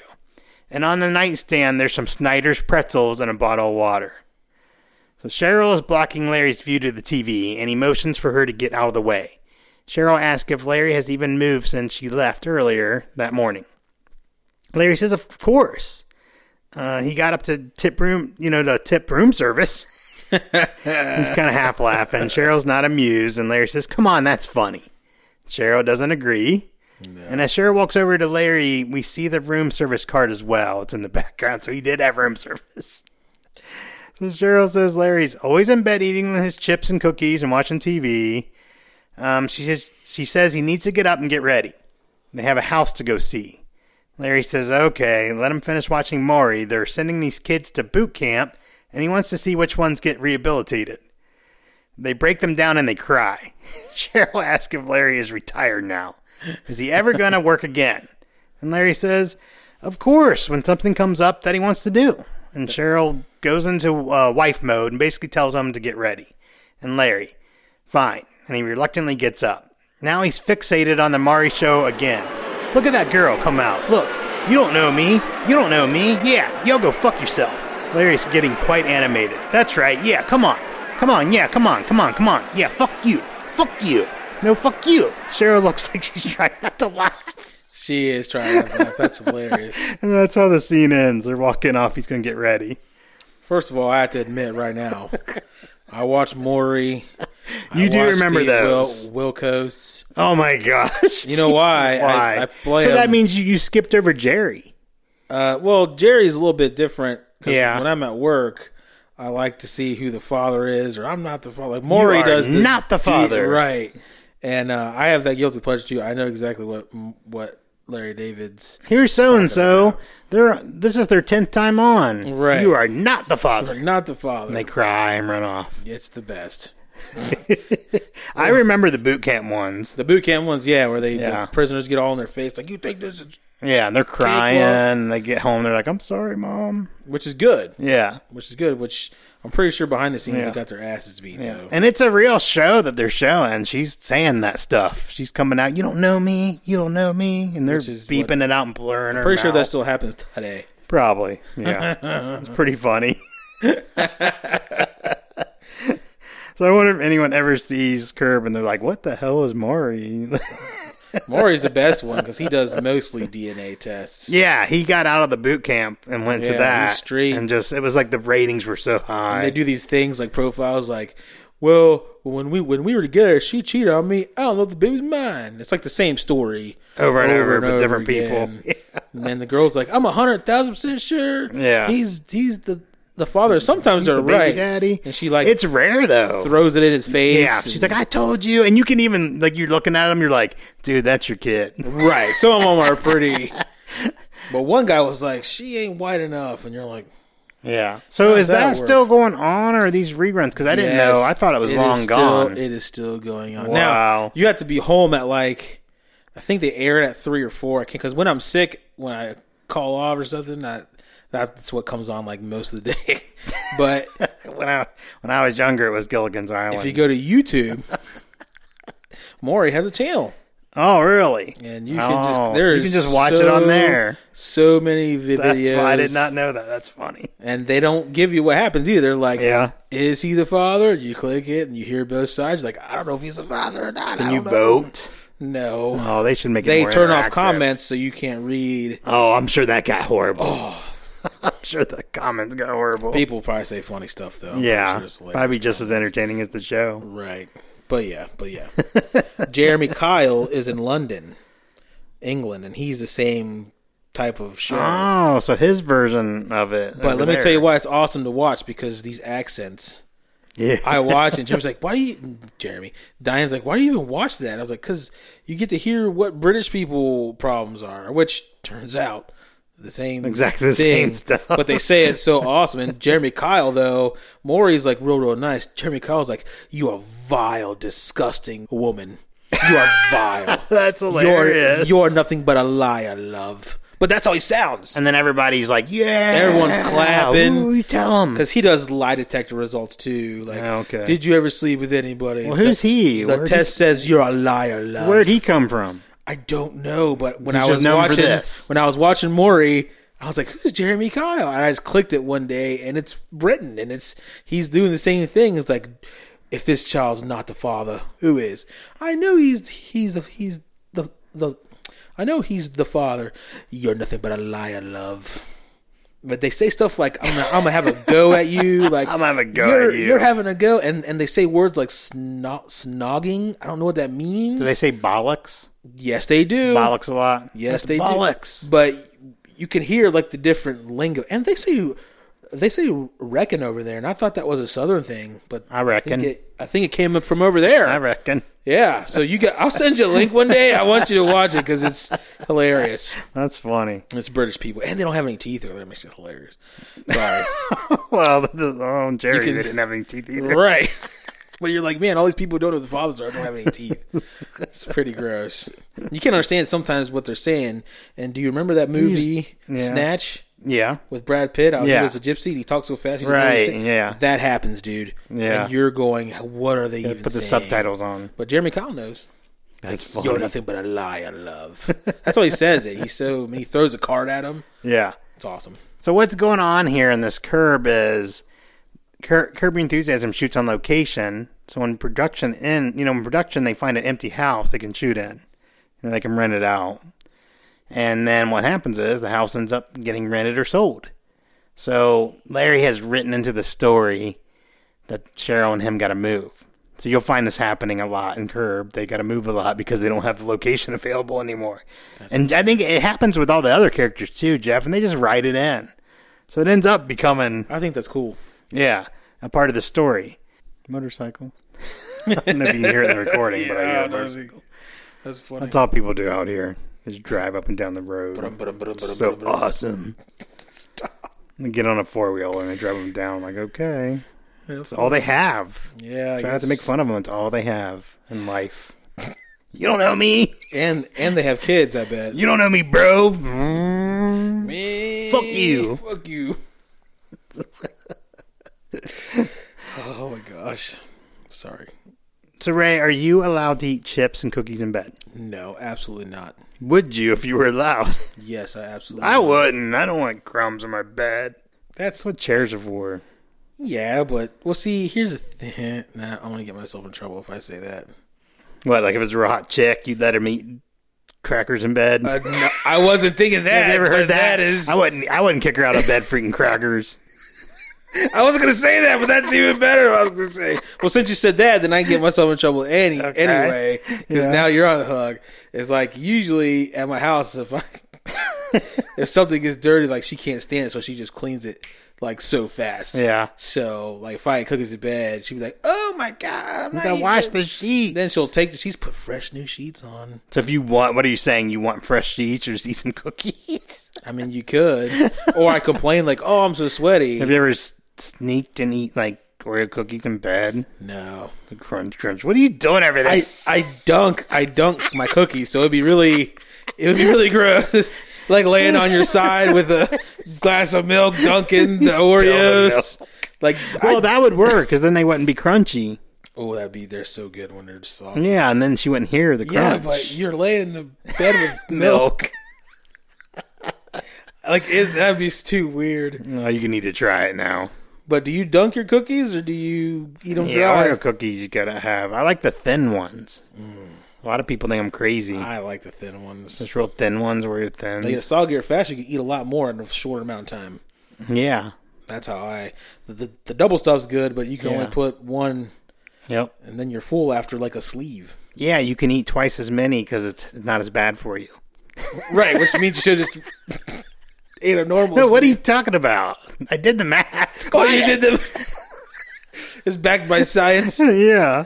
[SPEAKER 1] And on the nightstand, there's some Snyder's pretzels and a bottle of water. So Cheryl is blocking Larry's view to the TV, and he motions for her to get out of the way. Cheryl asks if Larry has even moved since she left earlier that morning. Larry says, "Of course." Uh, he got up to tip room, you know, to tip room service. He's kind of half laughing. Cheryl's not amused, and Larry says, "Come on, that's funny." Cheryl doesn't agree. And as Cheryl walks over to Larry, we see the room service card as well. It's in the background, so he did have room service. So Cheryl says Larry's always in bed eating his chips and cookies and watching TV. Um, she says she says he needs to get up and get ready. They have a house to go see. Larry says, "Okay, let him finish watching Maury. They're sending these kids to boot camp, and he wants to see which ones get rehabilitated." They break them down and they cry. Cheryl asks if Larry is retired now. Is he ever going to work again? And Larry says, Of course, when something comes up that he wants to do. And Cheryl goes into uh, wife mode and basically tells him to get ready. And Larry, fine. And he reluctantly gets up. Now he's fixated on the Mari show again. Look at that girl come out. Look, you don't know me. You don't know me. Yeah, yo, go fuck yourself. Larry's getting quite animated. That's right. Yeah, come on. Come on. Yeah, come on. Come on. Come on. Yeah, fuck you. Fuck you. No, fuck you. Cheryl looks like she's trying not to laugh.
[SPEAKER 2] She is trying to laugh. That's hilarious.
[SPEAKER 1] And that's how the scene ends. They're walking off. He's going to get ready.
[SPEAKER 2] First of all, I have to admit right now, I watched Maury. I
[SPEAKER 1] You do
[SPEAKER 2] watched
[SPEAKER 1] remember
[SPEAKER 2] Steve Wil-
[SPEAKER 1] those.
[SPEAKER 2] Wilkos.
[SPEAKER 1] Oh my gosh.
[SPEAKER 2] You know why?
[SPEAKER 1] Why?
[SPEAKER 2] I, I play
[SPEAKER 1] so that
[SPEAKER 2] them.
[SPEAKER 1] means you, you skipped over Jerry.
[SPEAKER 2] Uh, well, Jerry's a little bit different. 'cause
[SPEAKER 1] Yeah.
[SPEAKER 2] When I'm at work, I like to see who the father is, or I'm not the father. Like Maury
[SPEAKER 1] are
[SPEAKER 2] does, the
[SPEAKER 1] not the
[SPEAKER 2] deep-
[SPEAKER 1] father.
[SPEAKER 2] right? And uh, I have that guilty pleasure too. I know exactly what what Larry David's
[SPEAKER 1] Here's so and so. They're this is their tenth time on.
[SPEAKER 2] Right.
[SPEAKER 1] You are not the father.
[SPEAKER 2] not the father.
[SPEAKER 1] They cry and run off.
[SPEAKER 2] it's the best.
[SPEAKER 1] I remember the boot camp ones.
[SPEAKER 2] The boot camp ones, yeah, where they
[SPEAKER 1] Yeah.
[SPEAKER 2] the prisoners get all in their face, like you think this is,
[SPEAKER 1] Yeah, and they're crying. and They get home. They're like, "I'm sorry, mom."
[SPEAKER 2] which is good,
[SPEAKER 1] Yeah,
[SPEAKER 2] which is good. Which I'm pretty sure behind the scenes
[SPEAKER 1] Yeah.
[SPEAKER 2] they got their asses beat though.
[SPEAKER 1] and it's a real show that they're showing. She's saying that stuff. She's coming out. You don't know me. You don't know me. And they're
[SPEAKER 2] is
[SPEAKER 1] beeping it out and blurring her.
[SPEAKER 2] Pretty sure that
[SPEAKER 1] mouth.
[SPEAKER 2] still happens today.
[SPEAKER 1] probably yeah. it's pretty funny. So I wonder if anyone ever sees Curb and they're like, "What the hell is Maury?"
[SPEAKER 2] Maury's the best one because he does mostly DNA tests.
[SPEAKER 1] yeah, he got out of the boot camp and went
[SPEAKER 2] Yeah,
[SPEAKER 1] to that
[SPEAKER 2] he's straight.
[SPEAKER 1] and just it was like the ratings were so high.
[SPEAKER 2] They do these things like profiles, like, well, when we when we were together, she cheated on me. I don't know if the baby's mine. It's like the same story
[SPEAKER 1] Over and over, but different people.
[SPEAKER 2] again. and then the girl's like, I'm a hundred thousand percent sure.
[SPEAKER 1] Yeah.
[SPEAKER 2] he's he's the the father. Sometimes they're
[SPEAKER 1] The baby
[SPEAKER 2] right,
[SPEAKER 1] daddy.
[SPEAKER 2] And she like
[SPEAKER 1] it's rare though.
[SPEAKER 2] throws it in his face.
[SPEAKER 1] yeah, she's like, "I told you," and you can even like you're looking at him, you're like, "Dude, that's your kid."
[SPEAKER 2] right. Some of them are pretty. But one guy was like, "She ain't white enough," and you're like,
[SPEAKER 1] Yeah. So is
[SPEAKER 2] that
[SPEAKER 1] that,
[SPEAKER 2] work?
[SPEAKER 1] still going on, or are these reruns? Because I didn't know.
[SPEAKER 2] Yes,
[SPEAKER 1] I thought it was
[SPEAKER 2] is
[SPEAKER 1] long
[SPEAKER 2] still-
[SPEAKER 1] gone.
[SPEAKER 2] it is still going on. Now
[SPEAKER 1] Wow.
[SPEAKER 2] you have to be home at like I think they air it at three or four. I can't because when I'm sick, when I call off or something, I, that's what comes on like most of the day. but
[SPEAKER 1] when I when I was younger, it was Gilligan's Island.
[SPEAKER 2] if you go to YouTube, Maury has a channel,
[SPEAKER 1] oh, really?
[SPEAKER 2] and you can
[SPEAKER 1] Oh,
[SPEAKER 2] just
[SPEAKER 1] so
[SPEAKER 2] there's
[SPEAKER 1] you can just watch it on
[SPEAKER 2] so-
[SPEAKER 1] there.
[SPEAKER 2] So many vi-
[SPEAKER 1] That's
[SPEAKER 2] videos.
[SPEAKER 1] why I did not know that. That's funny.
[SPEAKER 2] and they don't give you what happens either. They're like,
[SPEAKER 1] Yeah.
[SPEAKER 2] is he the father? You click it and you hear both sides. You're like, I don't know if he's the father or not. I
[SPEAKER 1] Can you
[SPEAKER 2] don't know.
[SPEAKER 1] vote?
[SPEAKER 2] No.
[SPEAKER 1] Oh, they should make it.
[SPEAKER 2] they
[SPEAKER 1] more
[SPEAKER 2] turn off
[SPEAKER 1] interactive.
[SPEAKER 2] comments so you can't read.
[SPEAKER 1] Oh, I'm sure that got horrible. I'm sure the comments got horrible.
[SPEAKER 2] Oh. People probably say funny stuff though. I'm
[SPEAKER 1] yeah,
[SPEAKER 2] pretty sure it's hilarious.
[SPEAKER 1] probably just as entertaining as the show.
[SPEAKER 2] right. But yeah, but yeah. Jeremy Kyle is in London, England, and he's the same type of show.
[SPEAKER 1] Oh, so his version of it.
[SPEAKER 2] but let me tell you why it's awesome to watch because these accents.
[SPEAKER 1] Yeah.
[SPEAKER 2] I watch and Jeremy's like, "Why do you?" Jeremy Diane's like, "Why do you even watch that?" I was like, "Cause you get to hear what British people problems are," which turns out the same
[SPEAKER 1] Exactly the same stuff.
[SPEAKER 2] But they say it's so awesome. And Jeremy Kyle though, Maury's like real, real nice. Jeremy Kyle's like, "You are vile, disgusting woman. You are vile.
[SPEAKER 1] That's
[SPEAKER 2] you're
[SPEAKER 1] hilarious.
[SPEAKER 2] you're nothing but a liar, love." But that's how he sounds.
[SPEAKER 1] and then everybody's like, yeah.
[SPEAKER 2] Everyone's clapping.
[SPEAKER 1] Ooh, you tell him.
[SPEAKER 2] Because he does lie detector results too. Like,
[SPEAKER 1] Oh, okay.
[SPEAKER 2] did you ever sleep with anybody?
[SPEAKER 1] Well, who's he?
[SPEAKER 2] The
[SPEAKER 1] Where'd
[SPEAKER 2] test says you're a liar, love.
[SPEAKER 1] he- Where'd he come from?
[SPEAKER 2] I don't know, but when I
[SPEAKER 1] just
[SPEAKER 2] was
[SPEAKER 1] known for
[SPEAKER 2] watching
[SPEAKER 1] this.
[SPEAKER 2] when I was watching Maury, I was like, "Who's Jeremy Kyle?" And I just clicked it one day, and it's written, and it's he's doing the same thing. It's like, if this child's not the father, who is? I know he's he's he's the the. I know he's the father. You're nothing but a liar, love. But they say stuff like "I'm gonna, I'm gonna have a go at you," like
[SPEAKER 1] I'm gonna have a go
[SPEAKER 2] you're,
[SPEAKER 1] at you."
[SPEAKER 2] You're having a go, and and they say words like snog, snogging. I don't know what that means.
[SPEAKER 1] Do they say bollocks?
[SPEAKER 2] yes, they do.
[SPEAKER 1] Bollocks a lot.
[SPEAKER 2] Yes,
[SPEAKER 1] That's
[SPEAKER 2] they
[SPEAKER 1] bollocks.
[SPEAKER 2] do. But you can hear like the different lingo, and they say they say reckon over there, and I thought that was a southern thing, but
[SPEAKER 1] I reckon.
[SPEAKER 2] I think it, I think it came up from over there.
[SPEAKER 1] I reckon.
[SPEAKER 2] yeah, so you got. I'll send you a link one day. I want you to watch it because it's hilarious.
[SPEAKER 1] That's funny.
[SPEAKER 2] It's British people, and they don't have any teeth, or that makes it hilarious. Sorry,
[SPEAKER 1] Well, the, the, oh, Jerry,
[SPEAKER 2] can-
[SPEAKER 1] they didn't have any teeth either.
[SPEAKER 2] right? But you're like, man, all these people don't know who the fathers are. Don't have any teeth. It's pretty gross. You can't understand sometimes what they're saying. And do you remember that movie
[SPEAKER 1] yeah.
[SPEAKER 2] Snatch?
[SPEAKER 1] Yeah.
[SPEAKER 2] with Brad Pitt. I
[SPEAKER 1] Yeah.
[SPEAKER 2] he was a gypsy. And he talks so fast. You didn't know what he
[SPEAKER 1] Right,
[SPEAKER 2] was saying.
[SPEAKER 1] yeah.
[SPEAKER 2] That happens, dude.
[SPEAKER 1] Yeah.
[SPEAKER 2] And you're going, what are they even
[SPEAKER 1] Put the
[SPEAKER 2] saying?
[SPEAKER 1] subtitles on.
[SPEAKER 2] But Jeremy Kyle knows.
[SPEAKER 1] That's
[SPEAKER 2] You're
[SPEAKER 1] funny.
[SPEAKER 2] nothing but a liar, love. That's why he says it. He's so he throws a card at him.
[SPEAKER 1] Yeah.
[SPEAKER 2] It's awesome.
[SPEAKER 1] So what's going on here in this curb is Cur- Curb Your Enthusiasm shoots on location. So when production in, you know, in production they find an empty house they can shoot in, and they can rent it out. And then what happens is the house ends up getting rented or sold. So Larry has written into the story that Cheryl and him got to move. So you'll find this happening a lot in Curb. They got to move a lot because they don't have the location available anymore. and I think it happens with all the other characters too, Jeff, and they just write it in. So it ends up becoming
[SPEAKER 2] I think that's cool.
[SPEAKER 1] yeah, a part of the story. Motorcycle. I don't know if you can hear it in the recording, but I hear a motorcycle.
[SPEAKER 2] That's funny.
[SPEAKER 1] That's all people do out here is drive up and down the road. So awesome. They get on a four wheel and they drive them down. like, okay, it's all they have.
[SPEAKER 2] Yeah, I
[SPEAKER 1] Try not to
[SPEAKER 2] guess.
[SPEAKER 1] make fun of them. It's all they have in life. You don't know me.
[SPEAKER 2] And and they have kids. I bet.
[SPEAKER 1] You don't know me, bro. Mm.
[SPEAKER 2] Man,
[SPEAKER 1] Fuck you.
[SPEAKER 2] Fuck you. oh my gosh. Sorry.
[SPEAKER 1] So Ray, are you allowed to eat chips and cookies in bed?
[SPEAKER 2] No, absolutely not.
[SPEAKER 1] Would you if you were allowed?
[SPEAKER 2] Yes, I absolutely.
[SPEAKER 1] I wouldn't. I don't want crumbs in my bed.
[SPEAKER 2] That's
[SPEAKER 1] That's what chairs are for.
[SPEAKER 2] Yeah, but well, see, here's the thing. Nah, I'm gonna get myself in trouble if I say that.
[SPEAKER 1] What, like if it's a hot chick, you'd let him eat crackers in bed?
[SPEAKER 2] Uh, no, I wasn't thinking that.
[SPEAKER 1] Have you ever
[SPEAKER 2] but
[SPEAKER 1] heard that?
[SPEAKER 2] That is,
[SPEAKER 1] I wouldn't. I wouldn't kick her out of bed for eating crackers.
[SPEAKER 2] I wasn't gonna say that, but that's even better. I was gonna say. Well, since you said that, then I get myself in trouble any
[SPEAKER 1] Okay.
[SPEAKER 2] anyway because
[SPEAKER 1] Yeah.
[SPEAKER 2] now you're on the hook. It's like usually at my house, if I if something gets dirty, like she can't stand it, so she just cleans it like so fast.
[SPEAKER 1] Yeah.
[SPEAKER 2] So like if I had cookies in bed, she'd be like, "Oh my god, I'm not
[SPEAKER 1] Gotta
[SPEAKER 2] eating
[SPEAKER 1] wash
[SPEAKER 2] it."
[SPEAKER 1] the sheet.
[SPEAKER 2] Then she'll take the sheets, put fresh new sheets on.
[SPEAKER 1] So if you want, what are you saying? You want fresh sheets or just eat some cookies?
[SPEAKER 2] I mean, you could, or I complain like, "Oh, I'm so sweaty."
[SPEAKER 1] Have you ever s- sneaked and eat like Oreo cookies in bed?
[SPEAKER 2] No,
[SPEAKER 1] Crunch, crunch. What are you doing over there?
[SPEAKER 2] I I dunk I dunk my cookies, so it'd be really it would be really gross. like laying on your side with a glass of milk, dunking the Oreos. Like,
[SPEAKER 1] well, that would work because then they wouldn't be crunchy.
[SPEAKER 2] oh, that'd be they're so good when they're soft.
[SPEAKER 1] Yeah, and then she wouldn't hear the
[SPEAKER 2] Yeah,
[SPEAKER 1] Mm, crunch.
[SPEAKER 2] but you're laying in the bed with milk. like it, that'd be too weird.
[SPEAKER 1] No, Oh, you need to try it now.
[SPEAKER 2] But do you dunk your cookies or do you eat them
[SPEAKER 1] Yeah,
[SPEAKER 2] dry?
[SPEAKER 1] Oreo cookies you gotta have. I like the thin ones. A lot of people think I'm crazy.
[SPEAKER 2] I like the thin ones.
[SPEAKER 1] Those real thin ones where you're thin.
[SPEAKER 2] Like a soggier fast, you can eat a lot more in a shorter amount of time.
[SPEAKER 1] Yeah.
[SPEAKER 2] That's how I. The, the, the double stuff's good, but you can only
[SPEAKER 1] Yeah.
[SPEAKER 2] put one
[SPEAKER 1] Yep.
[SPEAKER 2] and then you're full after like a sleeve.
[SPEAKER 1] Yeah, you can eat twice as many because it's not as bad for you.
[SPEAKER 2] Right, which means you should just ate a normal.
[SPEAKER 1] No, what are
[SPEAKER 2] sleeve.
[SPEAKER 1] you talking about? I did the math.
[SPEAKER 2] Oh, you did them. it's backed by science.
[SPEAKER 1] yeah.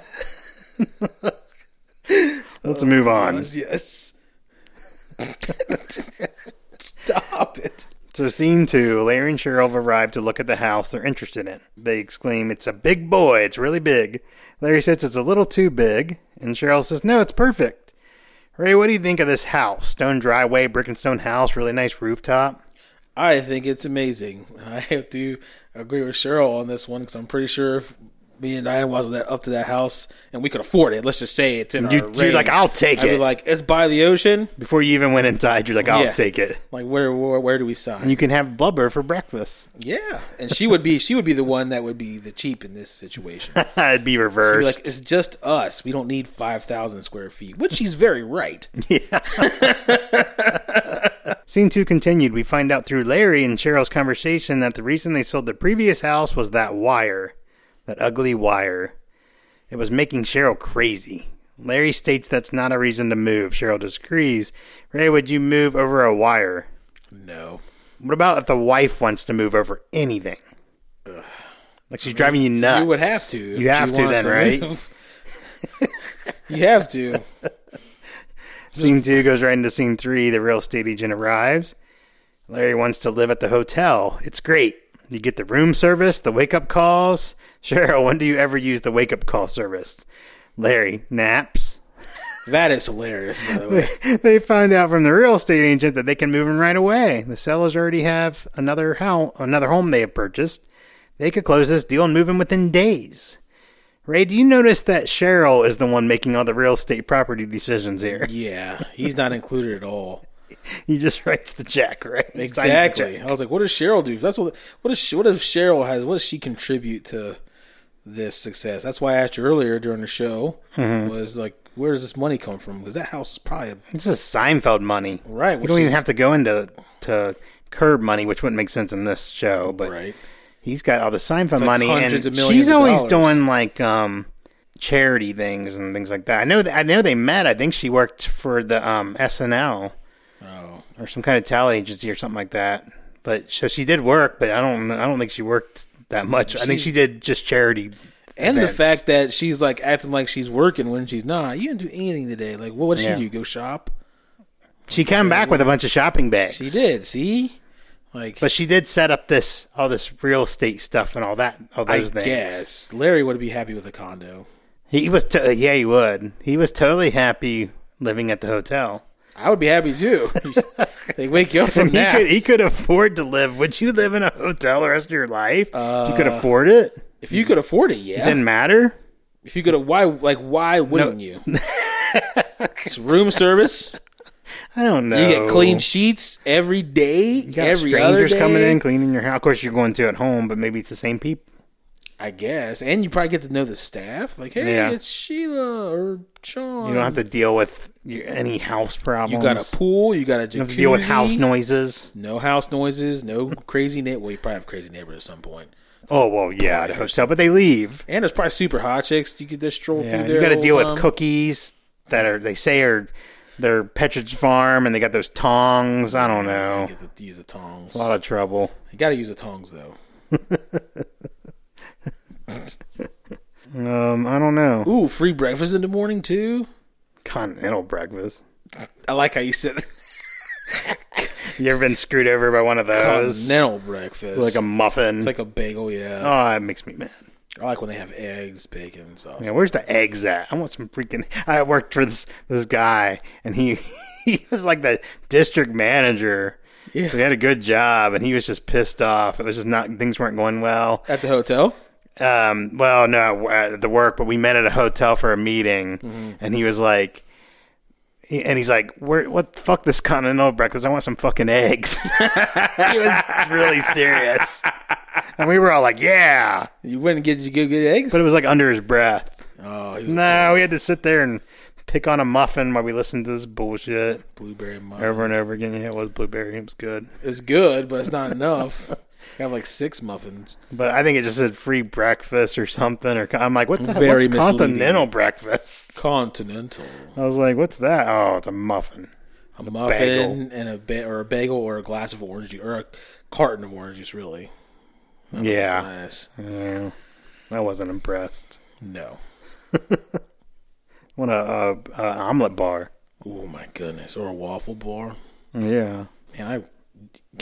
[SPEAKER 1] Let's move on.
[SPEAKER 2] yes. Stop it.
[SPEAKER 1] So, scene two Larry and Cheryl have arrived to look at the house they're interested in. They exclaim, It's a big boy. It's really big. Larry says it's a little too big. And Cheryl says, No, it's perfect. Ray, what do you think of this house? Stone driveway, brick and stone house, really nice rooftop.
[SPEAKER 2] I think it's amazing. I have to agree with Cheryl on this one because I'm pretty sure if me and Diane was that up to that house and we could afford it, let's just say it's in
[SPEAKER 1] You-
[SPEAKER 2] our
[SPEAKER 1] you're like,
[SPEAKER 2] range,
[SPEAKER 1] "I'll take
[SPEAKER 2] I'd be
[SPEAKER 1] it."
[SPEAKER 2] like it's by the ocean.
[SPEAKER 1] Before you even went inside, you're like, I'll
[SPEAKER 2] Yeah.
[SPEAKER 1] take it.
[SPEAKER 2] Like where where, where do we sign?
[SPEAKER 1] You can have blubber for breakfast.
[SPEAKER 2] yeah, and she would be she would be the one that would be the cheap in this situation.
[SPEAKER 1] It'd be
[SPEAKER 2] She'd be
[SPEAKER 1] reversed.
[SPEAKER 2] like it's just us. We don't need five thousand square feet, which she's very right.
[SPEAKER 1] Scene two continued. We find out through Larry and Cheryl's conversation that the reason they sold the previous house was that wire, that ugly wire. It was making Cheryl crazy. Larry states that's not a reason to move. Cheryl disagrees. Ray, would you move over a wire?
[SPEAKER 2] No,
[SPEAKER 1] What about if the wife wants to move over anything? Like she's driving you nuts.
[SPEAKER 2] you would have to. if
[SPEAKER 1] You have
[SPEAKER 2] she
[SPEAKER 1] to
[SPEAKER 2] wants
[SPEAKER 1] then, right?
[SPEAKER 2] move. you have to.
[SPEAKER 1] Scene two goes right into scene three. The real estate agent arrives. Larry wants to live at the hotel. It's great. You get the room service, the wake up calls. Cheryl, when do you ever use the wake up call service? Larry, naps.
[SPEAKER 2] That is hilarious, by the way.
[SPEAKER 1] they find out from the real estate agent that they can move in right away. The sellers already have another house, another home they have purchased. They could close this deal and move in within days. Ray, do you notice that Cheryl is the one making all the real estate property decisions here?
[SPEAKER 2] Yeah, he's not included at all.
[SPEAKER 1] He just writes the check, right? He signs the check.
[SPEAKER 2] Exactly. I was like, what does Cheryl do? That's what. What does she, what if Cheryl has? What does she contribute to this success? That's why I asked you earlier during the show
[SPEAKER 1] Mm-hmm.
[SPEAKER 2] was like, where does this money come from? Because that house is probably a,
[SPEAKER 1] This is Seinfeld money.
[SPEAKER 2] Right,
[SPEAKER 1] You
[SPEAKER 2] which
[SPEAKER 1] don't even
[SPEAKER 2] is-
[SPEAKER 1] have to go into to curb money, which wouldn't make sense in this show, but
[SPEAKER 2] right.
[SPEAKER 1] he's got all the Seinfeld
[SPEAKER 2] like
[SPEAKER 1] money
[SPEAKER 2] hundreds
[SPEAKER 1] and
[SPEAKER 2] of millions
[SPEAKER 1] she's
[SPEAKER 2] of
[SPEAKER 1] always
[SPEAKER 2] dollars.
[SPEAKER 1] doing like um charity things and things like that. I know th- I know they met. I think she worked for the um SNL
[SPEAKER 2] Oh,
[SPEAKER 1] or some kind of talent agency or something like that. But so she did work, but I don't I don't think she worked that much. I think
[SPEAKER 2] She's-
[SPEAKER 1] she did just charity.
[SPEAKER 2] and
[SPEAKER 1] events.
[SPEAKER 2] the fact that she's like acting like she's working when she's not. You didn't do anything today. Like, well, what did
[SPEAKER 1] Yeah.
[SPEAKER 2] she do? Go shop.
[SPEAKER 1] she came back with a bunch of shopping bags.
[SPEAKER 2] She did. See, like
[SPEAKER 1] But she did set up this all this real estate stuff and all that all
[SPEAKER 2] I
[SPEAKER 1] those things.
[SPEAKER 2] guess Larry would be happy with a condo.
[SPEAKER 1] He was to- yeah, he would. He was totally happy living at the hotel.
[SPEAKER 2] I would be happy too. they wake you up from
[SPEAKER 1] And he
[SPEAKER 2] that.
[SPEAKER 1] could he could afford to live. Would you live in a hotel the rest of your life? you
[SPEAKER 2] Uh,
[SPEAKER 1] could afford it.
[SPEAKER 2] If you could afford it, yeah.
[SPEAKER 1] Didn't matter.
[SPEAKER 2] If you could, why like why wouldn't you? it's room service.
[SPEAKER 1] I don't know.
[SPEAKER 2] You get clean sheets every day.
[SPEAKER 1] Oh. You got
[SPEAKER 2] every
[SPEAKER 1] strangers
[SPEAKER 2] other day.
[SPEAKER 1] coming in, cleaning your house. Of course, you're going to at home, but maybe it's the same people.
[SPEAKER 2] I guess. And you probably get to know the staff. Like, hey,
[SPEAKER 1] Yeah.
[SPEAKER 2] it's Sheila or Sean.
[SPEAKER 1] You don't have to deal with your, any house problems.
[SPEAKER 2] You got a pool. You got a jacuzzi.
[SPEAKER 1] You have to deal with house noises.
[SPEAKER 2] No house noises. No crazy neighbor. Well, you probably have crazy neighbors at some point.
[SPEAKER 1] Oh well, yeah, at a hotel, but they leave.
[SPEAKER 2] And there's probably super hot chicks. You could just stroll
[SPEAKER 1] Yeah,
[SPEAKER 2] through there.
[SPEAKER 1] you got to
[SPEAKER 2] all
[SPEAKER 1] deal
[SPEAKER 2] the
[SPEAKER 1] with
[SPEAKER 2] time.
[SPEAKER 1] cookies that are they say are they're Petridge Farm, and they got those tongs. I don't know,
[SPEAKER 2] You get to use the tongs.
[SPEAKER 1] a lot of trouble.
[SPEAKER 2] You got to use the tongs though.
[SPEAKER 1] Um, I don't know.
[SPEAKER 2] Ooh, free breakfast in the morning too.
[SPEAKER 1] Continental breakfast.
[SPEAKER 2] I like how you said
[SPEAKER 1] You ever been screwed over by one of those?
[SPEAKER 2] continental breakfast.
[SPEAKER 1] Like a muffin.
[SPEAKER 2] it's like a bagel. Yeah,
[SPEAKER 1] oh, it makes me mad.
[SPEAKER 2] I like when they have eggs, bacon, sauce.
[SPEAKER 1] Oh. Yeah, where's the eggs at? I want some freaking. I worked for this this guy, and he he was like the district manager.
[SPEAKER 2] Yeah.
[SPEAKER 1] So he had a good job, and he was just pissed off. It was just not things weren't going well.
[SPEAKER 2] At the hotel.
[SPEAKER 1] Um, well, no, at the work, but we met at a hotel for a meeting, and he was like, he- and he's like, Where, "What the fuck this continental breakfast? I want some fucking eggs." he was really serious, and we were all like, "Yeah,"
[SPEAKER 2] You went and get you go get eggs.
[SPEAKER 1] but it was like under his breath.
[SPEAKER 2] oh, he was
[SPEAKER 1] No, we had to sit there and pick on a muffin while we listened to this bullshit
[SPEAKER 2] blueberry muffin.
[SPEAKER 1] over and over again. Yeah, it was blueberry. It was good.
[SPEAKER 2] It's good, but it's not enough. I have like six muffins.
[SPEAKER 1] But I think it just said free breakfast or something. Or I'm like, what the hell?
[SPEAKER 2] Very
[SPEAKER 1] What's continental
[SPEAKER 2] misleading.
[SPEAKER 1] breakfast?
[SPEAKER 2] Continental.
[SPEAKER 1] I was like, what's that? Oh, it's a muffin.
[SPEAKER 2] A muffin and a ba- or a bagel or a glass of orange juice or a carton of orange juice, really.
[SPEAKER 1] Yeah.
[SPEAKER 2] Nice.
[SPEAKER 1] yeah. I wasn't impressed.
[SPEAKER 2] No.
[SPEAKER 1] What a, a, a omelet bar.
[SPEAKER 2] Oh my goodness. Or a waffle bar.
[SPEAKER 1] Yeah.
[SPEAKER 2] Man,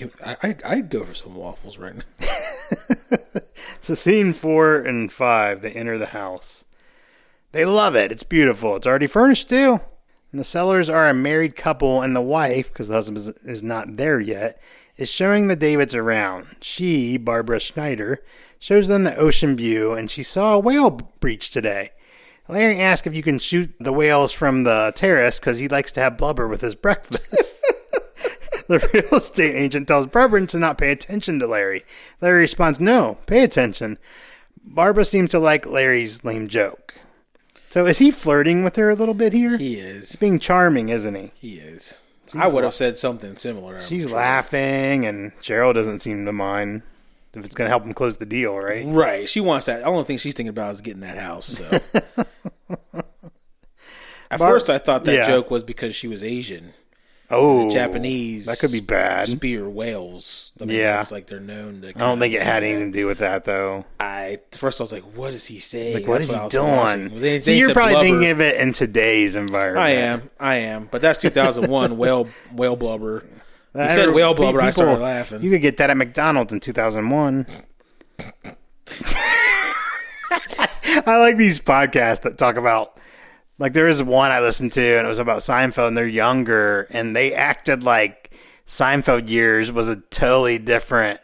[SPEAKER 2] I I I I'd go for some waffles right now.
[SPEAKER 1] So scene four and five, they enter the house. They love it. It's beautiful. It's already furnished too. And the sellers are a married couple, and the wife, because the husband is, is not there yet, is showing the Davids around. She, Barbara Schneider, shows them the ocean view, and she saw a whale breach today. Larry asks if you can shoot the whales from the terrace because he likes to have blubber with his breakfast. The real estate agent tells Barbara to not pay attention to Larry. Larry responds, No, pay attention. Barbara seems to like Larry's lame joke. So is he flirting with her a little bit here? He's
[SPEAKER 2] He is.
[SPEAKER 1] being charming, isn't he?
[SPEAKER 2] He is. I would have said something similar. I'm
[SPEAKER 1] She's
[SPEAKER 2] sure.
[SPEAKER 1] laughing, and Cheryl doesn't seem to mind if it's going to help him close the deal, right?
[SPEAKER 2] Right. She wants that. The only thing she's thinking about is getting that house. So. At first, I thought that
[SPEAKER 1] yeah.
[SPEAKER 2] joke was because she was Asian,
[SPEAKER 1] Oh,
[SPEAKER 2] Japanese.
[SPEAKER 1] That could be bad.
[SPEAKER 2] Spear whales. I mean,
[SPEAKER 1] Yeah.
[SPEAKER 2] It's like they're known. To
[SPEAKER 1] I don't think it had anything to do with that, though.
[SPEAKER 2] I first I was like, "What is he saying?
[SPEAKER 1] Like, what
[SPEAKER 2] That's
[SPEAKER 1] is he
[SPEAKER 2] I was watching. Well,
[SPEAKER 1] doing?
[SPEAKER 2] they-
[SPEAKER 1] So
[SPEAKER 2] they
[SPEAKER 1] you're
[SPEAKER 2] said
[SPEAKER 1] probably
[SPEAKER 2] blubber.
[SPEAKER 1] thinking of it in today's environment.
[SPEAKER 2] I am. I am. But that's 2001 whale whale blubber. You
[SPEAKER 1] I
[SPEAKER 2] said
[SPEAKER 1] don't-
[SPEAKER 2] whale blubber. I
[SPEAKER 1] people-
[SPEAKER 2] started laughing.
[SPEAKER 1] You could get that at McDonald's in 2001. I like these podcasts that talk about. Like there is one I listened to, and it was about Seinfeld, and they're younger, and they acted like Seinfeld years was a totally different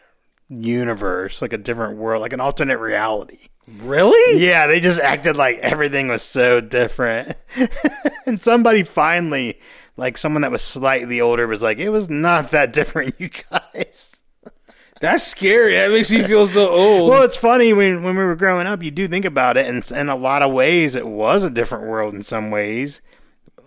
[SPEAKER 1] universe, like a different world, like an alternate reality.
[SPEAKER 2] really?
[SPEAKER 1] Yeah, they just acted like everything was so different. and somebody finally, like someone that was slightly older, was like, it was not that different, you guys.
[SPEAKER 2] That's scary. That makes me feel so old.
[SPEAKER 1] Well, it's funny when, when we were growing up, you do think about it. And s- in a lot of ways, it was a different world in some ways.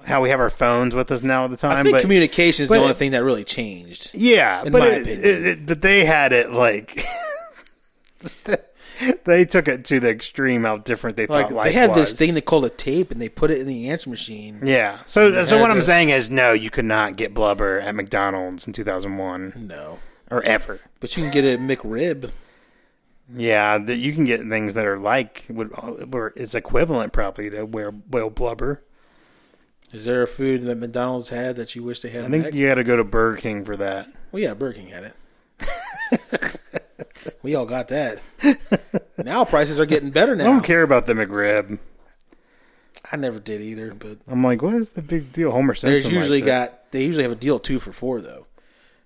[SPEAKER 1] How we have our phones with us now all the time.
[SPEAKER 2] I think
[SPEAKER 1] but,
[SPEAKER 2] communication is the
[SPEAKER 1] but-
[SPEAKER 2] only thing that really changed.
[SPEAKER 1] Yeah, but
[SPEAKER 2] my
[SPEAKER 1] it,
[SPEAKER 2] opinion.
[SPEAKER 1] It, it- but they had it like they took it to the extreme. How different they
[SPEAKER 2] Like
[SPEAKER 1] thought life
[SPEAKER 2] they had
[SPEAKER 1] was.
[SPEAKER 2] this thing they called a tape, and they put it in the answer machine.
[SPEAKER 1] Yeah. So so
[SPEAKER 2] had
[SPEAKER 1] what I'm
[SPEAKER 2] to-
[SPEAKER 1] saying is no, you could not get blubber at McDonald's in 2001
[SPEAKER 2] No,
[SPEAKER 1] or ever.
[SPEAKER 2] but you can get a McRib.
[SPEAKER 1] Yeah, that you can get things that are like would were it's equivalent probably to whale whale blubber.
[SPEAKER 2] Is there a food that McDonald's had that you wish they had?
[SPEAKER 1] I think
[SPEAKER 2] back?
[SPEAKER 1] you got to go to Burger King for that.
[SPEAKER 2] Well, yeah, Burger King had it. we all got that. Now prices are getting better
[SPEAKER 1] I
[SPEAKER 2] now.
[SPEAKER 1] don't care about the McRib.
[SPEAKER 2] I never did either, but
[SPEAKER 1] I'm like, what is the big deal? Homer Simpson.
[SPEAKER 2] there's usually
[SPEAKER 1] likes it.
[SPEAKER 2] got they usually have a deal two for four though.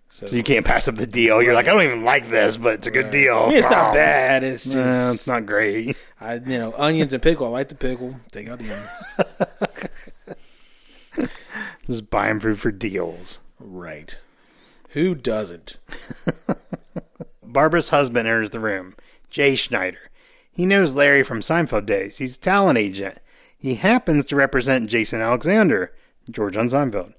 [SPEAKER 1] so you can't pass up the deal. You're like, I don't even like this, but it's a good deal.
[SPEAKER 2] I mean, it's not
[SPEAKER 1] Oh.
[SPEAKER 2] bad. It's just
[SPEAKER 1] Nah, it's not great.
[SPEAKER 2] I you know onions and pickle. I like the pickle. Take out the onion.
[SPEAKER 1] Just buying food for deals.
[SPEAKER 2] Right. Who doesn't?
[SPEAKER 1] Barbara's husband enters the room, Jay Schneider. He knows Larry from Seinfeld days. He's a talent agent. He happens to represent Jason Alexander, George on Seinfeld.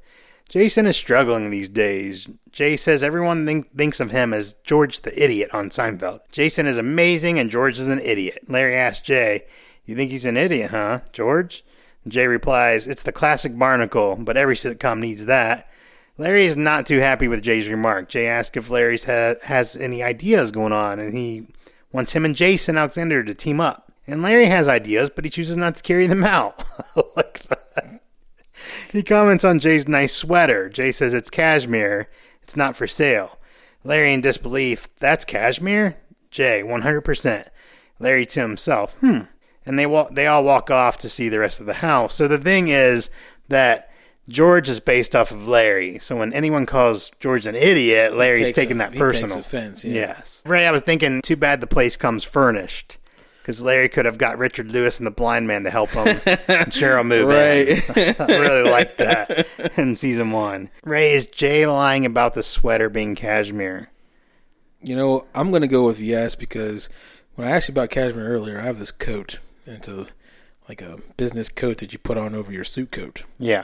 [SPEAKER 1] Jason is struggling these days. Jay says everyone think, thinks of him as George the idiot on Seinfeld. Jason is amazing and George is an idiot. Larry asks Jay, You think he's an idiot, huh, George? Jay replies, It's the classic barnacle, but every sitcom needs that. Larry is not too happy with Jay's remark. Jay asks if Larry ha- has any ideas going on, and he wants him and Jason Alexander to team up. And Larry has ideas, but he chooses not to carry them out. like that. He comments on Jay's nice sweater. Jay says it's cashmere. It's not for sale. Larry in disbelief. That's cashmere? Jay, 100%. Larry to himself. Hmm. And they walk, they all walk off to see the rest of the house. So the thing is that George is based off of Larry. So when anyone calls George an idiot, Larry's
[SPEAKER 2] takes
[SPEAKER 1] taking
[SPEAKER 2] off-
[SPEAKER 1] that
[SPEAKER 2] he takes
[SPEAKER 1] personal.
[SPEAKER 2] offense, yeah.
[SPEAKER 1] Yes. Ray, I was thinking, too bad the place comes furnished. Because Larry could have got Richard Lewis and the blind man to help him. and Cheryl move in. I really liked that in season one. Ray, is Jay lying about the sweater being cashmere?
[SPEAKER 2] You know, I'm going to go with yes because when I asked you about cashmere earlier, I have this coat. And It's a like a business coat that you put on over your suit coat.
[SPEAKER 1] Yeah.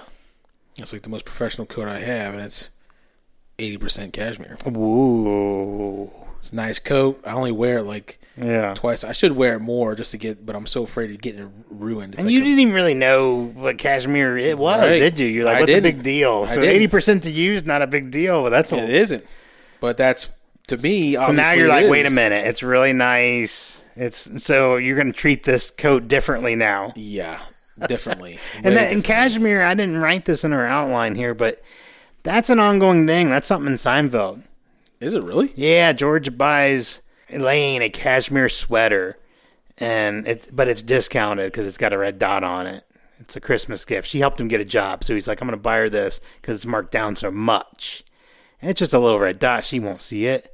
[SPEAKER 2] It's like the most professional coat I have, and it's 80% cashmere.
[SPEAKER 1] Ooh.
[SPEAKER 2] It's a nice coat. I only wear it like
[SPEAKER 1] Yeah.
[SPEAKER 2] twice. I should wear it more just to get, but I'm so afraid of getting it ruined. It's
[SPEAKER 1] And
[SPEAKER 2] like
[SPEAKER 1] you
[SPEAKER 2] a-
[SPEAKER 1] didn't even really know what cashmere it was,
[SPEAKER 2] Right.
[SPEAKER 1] did you? You're like,
[SPEAKER 2] I
[SPEAKER 1] what's a
[SPEAKER 2] didn't.
[SPEAKER 1] big deal? So
[SPEAKER 2] didn't.
[SPEAKER 1] eighty percent to use, not a big deal. But that's a.
[SPEAKER 2] it isn't. But that's to me.
[SPEAKER 1] so now you're like, wait a minute, it's really nice. It's so you're going to treat this coat differently now.
[SPEAKER 2] Yeah, definitely.
[SPEAKER 1] And that, in cashmere, I didn't write this in our outline here, but that's an ongoing thing. That's something in Seinfeld.
[SPEAKER 2] is it really?
[SPEAKER 1] Yeah, George buys Elaine a cashmere sweater, and it's but it's discounted because it's got a red dot on it. It's a Christmas gift. She helped him get a job, so he's like, "I'm gonna buy her this because it's marked down so much." And it's just a little red dot. She won't see it,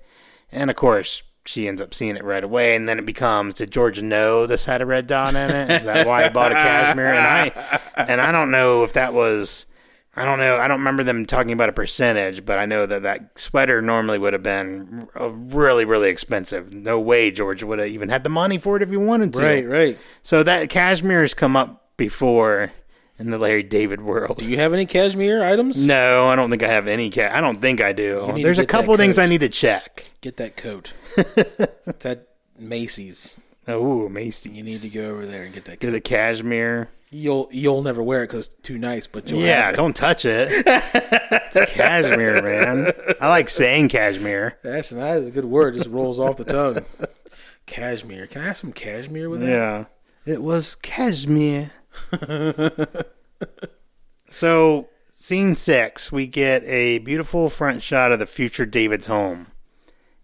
[SPEAKER 1] and of course, she ends up seeing it right away. And then it becomes, "Did George know this had a red dot in it? Is that why he bought a cashmere?" And I and I don't know if that was. I don't know. I don't remember them talking about a percentage, but I know that that sweater normally would have been r- really, really expensive. No way George would have even had the money for it if he wanted to.
[SPEAKER 2] Right, right.
[SPEAKER 1] So that cashmere has come up before in the Larry David world.
[SPEAKER 2] Do you have any cashmere items?
[SPEAKER 1] No, I don't think I have any. Ca- I don't think I do.
[SPEAKER 2] need to
[SPEAKER 1] There's a
[SPEAKER 2] get that
[SPEAKER 1] couple things
[SPEAKER 2] coat.
[SPEAKER 1] I need to check.
[SPEAKER 2] Get that coat. it's at Macy's.
[SPEAKER 1] Oh, Macy's.
[SPEAKER 2] You need to go over there and get that
[SPEAKER 1] do
[SPEAKER 2] coat.
[SPEAKER 1] the cashmere.
[SPEAKER 2] You'll you'll never wear it because it's too nice, but you'll
[SPEAKER 1] Yeah,
[SPEAKER 2] have it.
[SPEAKER 1] don't touch it. it's cashmere, man. I like saying cashmere.
[SPEAKER 2] That's that is a good word. Just rolls off the tongue. Cashmere. Can I have some cashmere with that?
[SPEAKER 1] Yeah. It was cashmere. so, scene six, we get a beautiful front shot of the future David's home.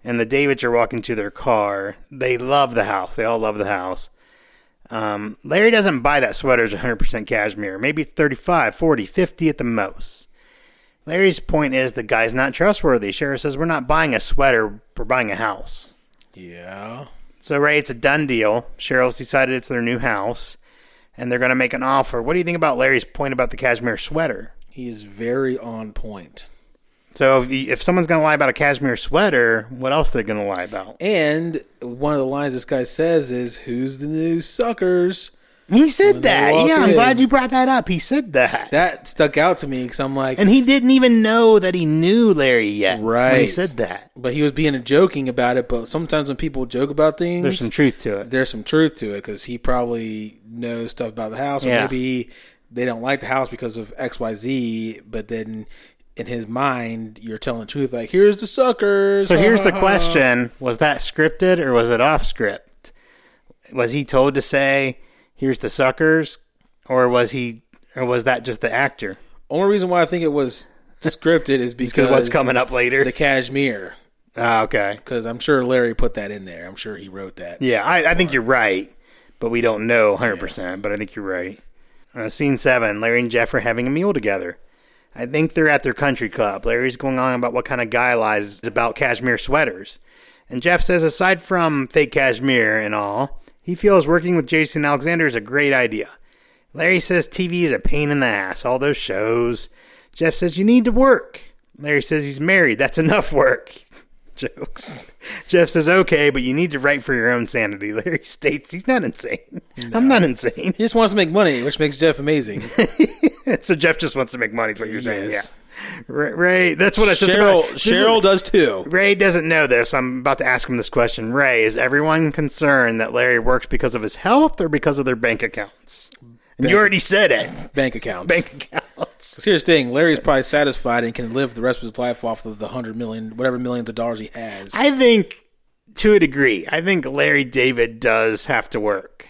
[SPEAKER 1] And the Davids are walking to their car. They love the house. They all love the house. Um, Larry doesn't buy that sweater as 100% cashmere. Maybe it's 35, 40, 50 at the most. Larry's point is the guy's not trustworthy. Sheriff says, We're not buying a sweater, we're buying a house.
[SPEAKER 2] Yeah.
[SPEAKER 1] So Ray, it's a done deal. Cheryl's decided it's their new house, and they're going to make an offer. What do you think about Larry's point about the cashmere sweater?
[SPEAKER 2] He is very on point.
[SPEAKER 1] So if, if someone's going to lie about a cashmere sweater, what else are they going to lie about?
[SPEAKER 2] And one of the lines this guy says is, "Who's the new suckers?"
[SPEAKER 1] He said
[SPEAKER 2] When they
[SPEAKER 1] that.
[SPEAKER 2] walk
[SPEAKER 1] Yeah, I'm
[SPEAKER 2] in.
[SPEAKER 1] glad you brought that up. He said that.
[SPEAKER 2] That stuck out to me because I'm like,
[SPEAKER 1] and he didn't even know that he knew Larry yet. When he
[SPEAKER 2] Right.
[SPEAKER 1] said that.
[SPEAKER 2] but he was being joking about it. But sometimes when people joke about things,
[SPEAKER 1] There's some truth to it.
[SPEAKER 2] there's some truth to it because he probably knows stuff about the house, or
[SPEAKER 1] Yeah.
[SPEAKER 2] maybe they don't like the house because of X, Y, Z. But then in his mind, you're telling the truth. Like, here's the suckers.
[SPEAKER 1] So here's the question Was that scripted or was it off script? Was he told to say, here's the suckers? Or was he. Or was that just the actor?
[SPEAKER 2] Only reason why I think it was scripted is because
[SPEAKER 1] Because what's coming up later?
[SPEAKER 2] the cashmere.
[SPEAKER 1] Ah, okay.
[SPEAKER 2] Because I'm sure Larry put that in there. I'm sure he wrote that.
[SPEAKER 1] Yeah, I, I think you're right, but we don't know 100%, but I think you're right. Uh, scene seven Larry and Jeff are having a meal together. I think they're at their country club. Larry's going on about what kind of guy lies about cashmere sweaters. And Jeff says, aside from fake cashmere and all, he feels working with Jason Alexander is a great idea. Larry says TV is a pain in the ass, all those shows. Jeff says, you need to work. Larry says he's married. That's enough work. jokes. Jeff says, okay, but you need to write for your own sanity. Larry states he's not insane. I'm not insane.
[SPEAKER 2] He just wants to make money, which makes Jeff amazing.
[SPEAKER 1] so Jeff just wants to make money, is what you're saying.
[SPEAKER 2] Yes.
[SPEAKER 1] Yeah. Ray, Ray, that's what I said.
[SPEAKER 2] Cheryl
[SPEAKER 1] about- this is-
[SPEAKER 2] Cheryl does too.
[SPEAKER 1] Ray doesn't know this. I'm about to ask him this question. Ray, is everyone concerned that Larry works because of his health or because of their bank accounts? And you already said it.
[SPEAKER 2] Bank accounts.
[SPEAKER 1] Bank accounts.
[SPEAKER 2] Serious thing. Larry's probably satisfied and can live the rest of his life off of the hundred million, whatever millions of dollars he has.
[SPEAKER 1] I think to a degree, I think Larry David does have to work.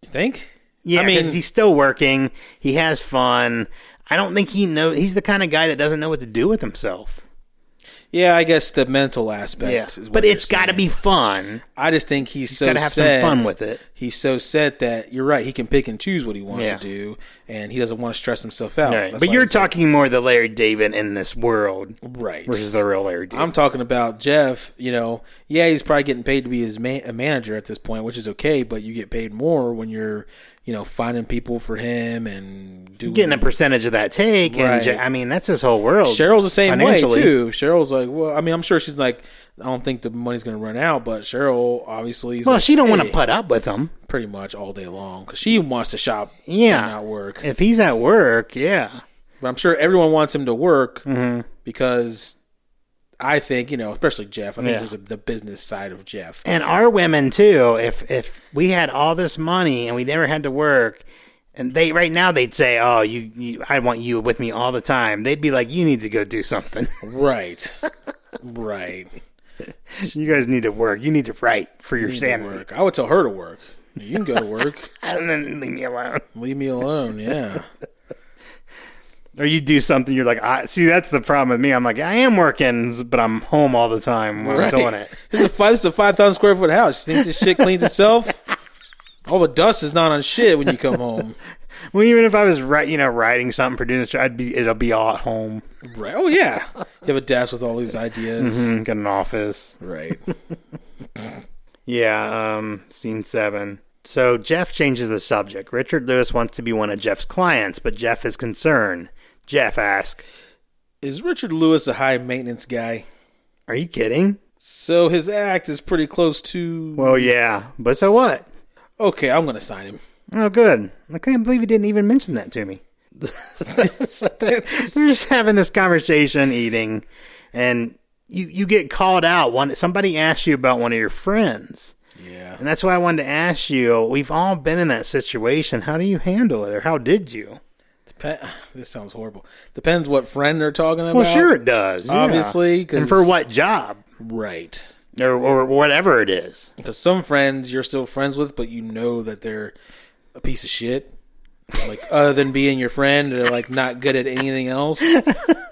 [SPEAKER 2] You think?
[SPEAKER 1] Yeah,
[SPEAKER 2] I
[SPEAKER 1] I
[SPEAKER 2] mean-
[SPEAKER 1] he's still working. He has fun. I don't think he know. He's the kind of guy that doesn't know what to do with himself.
[SPEAKER 2] Yeah, I guess the mental aspect. Is what
[SPEAKER 1] but
[SPEAKER 2] you're
[SPEAKER 1] it's got to
[SPEAKER 2] saying.
[SPEAKER 1] be fun.
[SPEAKER 2] I just think he's, so
[SPEAKER 1] Got to have
[SPEAKER 2] set.
[SPEAKER 1] some fun with it.
[SPEAKER 2] He's so set that you're right. He can pick and choose what he wants
[SPEAKER 1] Yeah.
[SPEAKER 2] to do, and he doesn't want to stress himself out.
[SPEAKER 1] Right.
[SPEAKER 2] That's
[SPEAKER 1] But
[SPEAKER 2] why
[SPEAKER 1] you're
[SPEAKER 2] he's-
[SPEAKER 1] talking more the Larry David in this world
[SPEAKER 2] right.
[SPEAKER 1] versus the real Larry David.
[SPEAKER 2] I'm talking about Jeff. You know, yeah, he's probably getting paid to be his man- a manager at this point, which is okay. But you get paid more when you're, you know, finding people for him and doing.
[SPEAKER 1] getting a percentage of that take,
[SPEAKER 2] Right.
[SPEAKER 1] and J- I mean that's his whole world.
[SPEAKER 2] Cheryl's the same way
[SPEAKER 1] financially.
[SPEAKER 2] too. Cheryl's like, well, I mean, I'm sure she's like, I don't think the money's going to run out, but Cheryl obviously. Is
[SPEAKER 1] Well,
[SPEAKER 2] like,
[SPEAKER 1] she don't want
[SPEAKER 2] hey,
[SPEAKER 1] to put up with him.
[SPEAKER 2] pretty much all day long because she wants to shop
[SPEAKER 1] Yeah.
[SPEAKER 2] and not work.
[SPEAKER 1] If he's at work, yeah,
[SPEAKER 2] But I'm sure everyone wants him to work
[SPEAKER 1] Mm-hmm.
[SPEAKER 2] because I think, you know, especially Jeff, I think
[SPEAKER 1] Yeah.
[SPEAKER 2] there's a, the business side of Jeff.
[SPEAKER 1] and our women too. If if we had all this money and we never had to work, and they right now they'd say, "Oh, you, you I want you with me all the time." They'd be like, "You need to go do something.
[SPEAKER 2] Right. right.
[SPEAKER 1] you guys need to work. You need to write for your sanity."
[SPEAKER 2] Work. I would tell her to work. You can go to work.
[SPEAKER 1] And then leave me alone.
[SPEAKER 2] Leave me alone. Yeah.
[SPEAKER 1] Or you do something, you're like, I see. That's the problem with me. I'm like, I am working, but I'm home all the time when
[SPEAKER 2] Right.
[SPEAKER 1] I'm doing it.
[SPEAKER 2] This is a five, this is a 5,000 square foot house. You think this shit cleans itself? All the dust is not on shit when you come home.
[SPEAKER 1] Well, even if I was write, you know, writing something, producing, I'd be it'll be all at home.
[SPEAKER 2] Right. Oh, yeah. You have a desk with all these ideas.
[SPEAKER 1] Mm, Got an office.
[SPEAKER 2] Right.
[SPEAKER 1] Yeah. Um. Scene seven. So Jeff changes the subject. Richard Lewis wants to be one of Jeff's clients, but Jeff is concerned. Jeff asks,
[SPEAKER 2] Is Richard Lewis a high maintenance guy?
[SPEAKER 1] "Are you kidding?"
[SPEAKER 2] So his act is pretty close to.
[SPEAKER 1] Well, yeah, but so what?
[SPEAKER 2] okay, I'm gonna sign him.
[SPEAKER 1] Oh, good. I can't believe he didn't even mention that to me. So they're they're just having this conversation, eating, and you you get called out. One somebody asks you about one of your friends.
[SPEAKER 2] Yeah.
[SPEAKER 1] And that's why I wanted to ask you. We've all been in that situation. How do you handle it, or how did you?
[SPEAKER 2] Depe- this sounds horrible. Depends what friend they're talking about.
[SPEAKER 1] Well, sure, it does. yeah.
[SPEAKER 2] obviously, 'cause-
[SPEAKER 1] and for what job
[SPEAKER 2] Right.
[SPEAKER 1] or, or whatever it is.
[SPEAKER 2] Because some friends you're still friends with, but you know that they're a piece of shit. Like other than being your friend, they're like not good at anything else,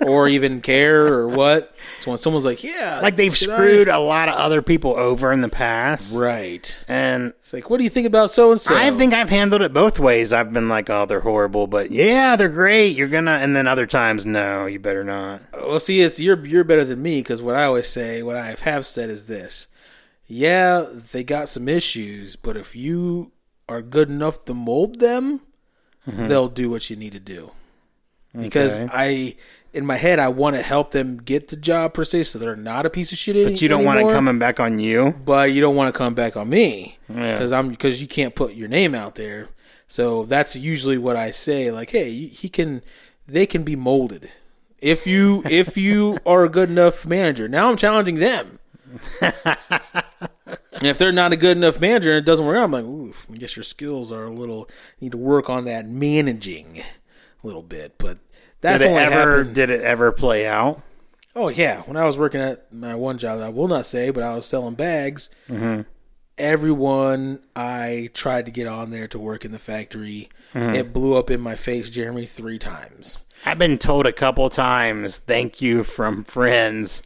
[SPEAKER 2] or even care or what. So when someone's like, "Yeah,"
[SPEAKER 1] Like they've
[SPEAKER 2] did I-"
[SPEAKER 1] screwed a lot of other people over in the past,
[SPEAKER 2] right?
[SPEAKER 1] and
[SPEAKER 2] It's like, what do you think about so and so?
[SPEAKER 1] I think I've handled it both ways. I've been like, "Oh, they're horrible," but yeah, they're great. You're gonna, and then other times, no, you better not.
[SPEAKER 2] Well, see, it's you're you're better than me because what I always say, what I have said is this: Yeah, they got some issues, but if you are good enough to mold them, they'll do what you need to do. Because
[SPEAKER 1] Mm-hmm. Okay.
[SPEAKER 2] I, in my head, I want to help them get the job per se, so they're not a piece of shit.
[SPEAKER 1] But you don't want it coming back on you.
[SPEAKER 2] but you don't want to come back on me
[SPEAKER 1] Yeah.
[SPEAKER 2] because I'm because you can't put your name out there. So that's usually what I say. Like, hey, he can, they can be molded if you if you are a good enough manager. Now I'm challenging them. and if they're not a good enough manager and it doesn't work out, I'm like, oof, I guess your skills are a little need to work on that managing a little bit. But that's
[SPEAKER 1] Did it
[SPEAKER 2] only
[SPEAKER 1] ever?
[SPEAKER 2] happened-
[SPEAKER 1] Did it ever play out?
[SPEAKER 2] Oh yeah, when I was working at my one job, that I will not say, but I was selling bags.
[SPEAKER 1] Mm-hmm.
[SPEAKER 2] Everyone I tried to get on there to work in the factory,
[SPEAKER 1] Mm-hmm.
[SPEAKER 2] it blew up in my face, Jeremy, three times.
[SPEAKER 1] I've been told a couple times, thank you from friends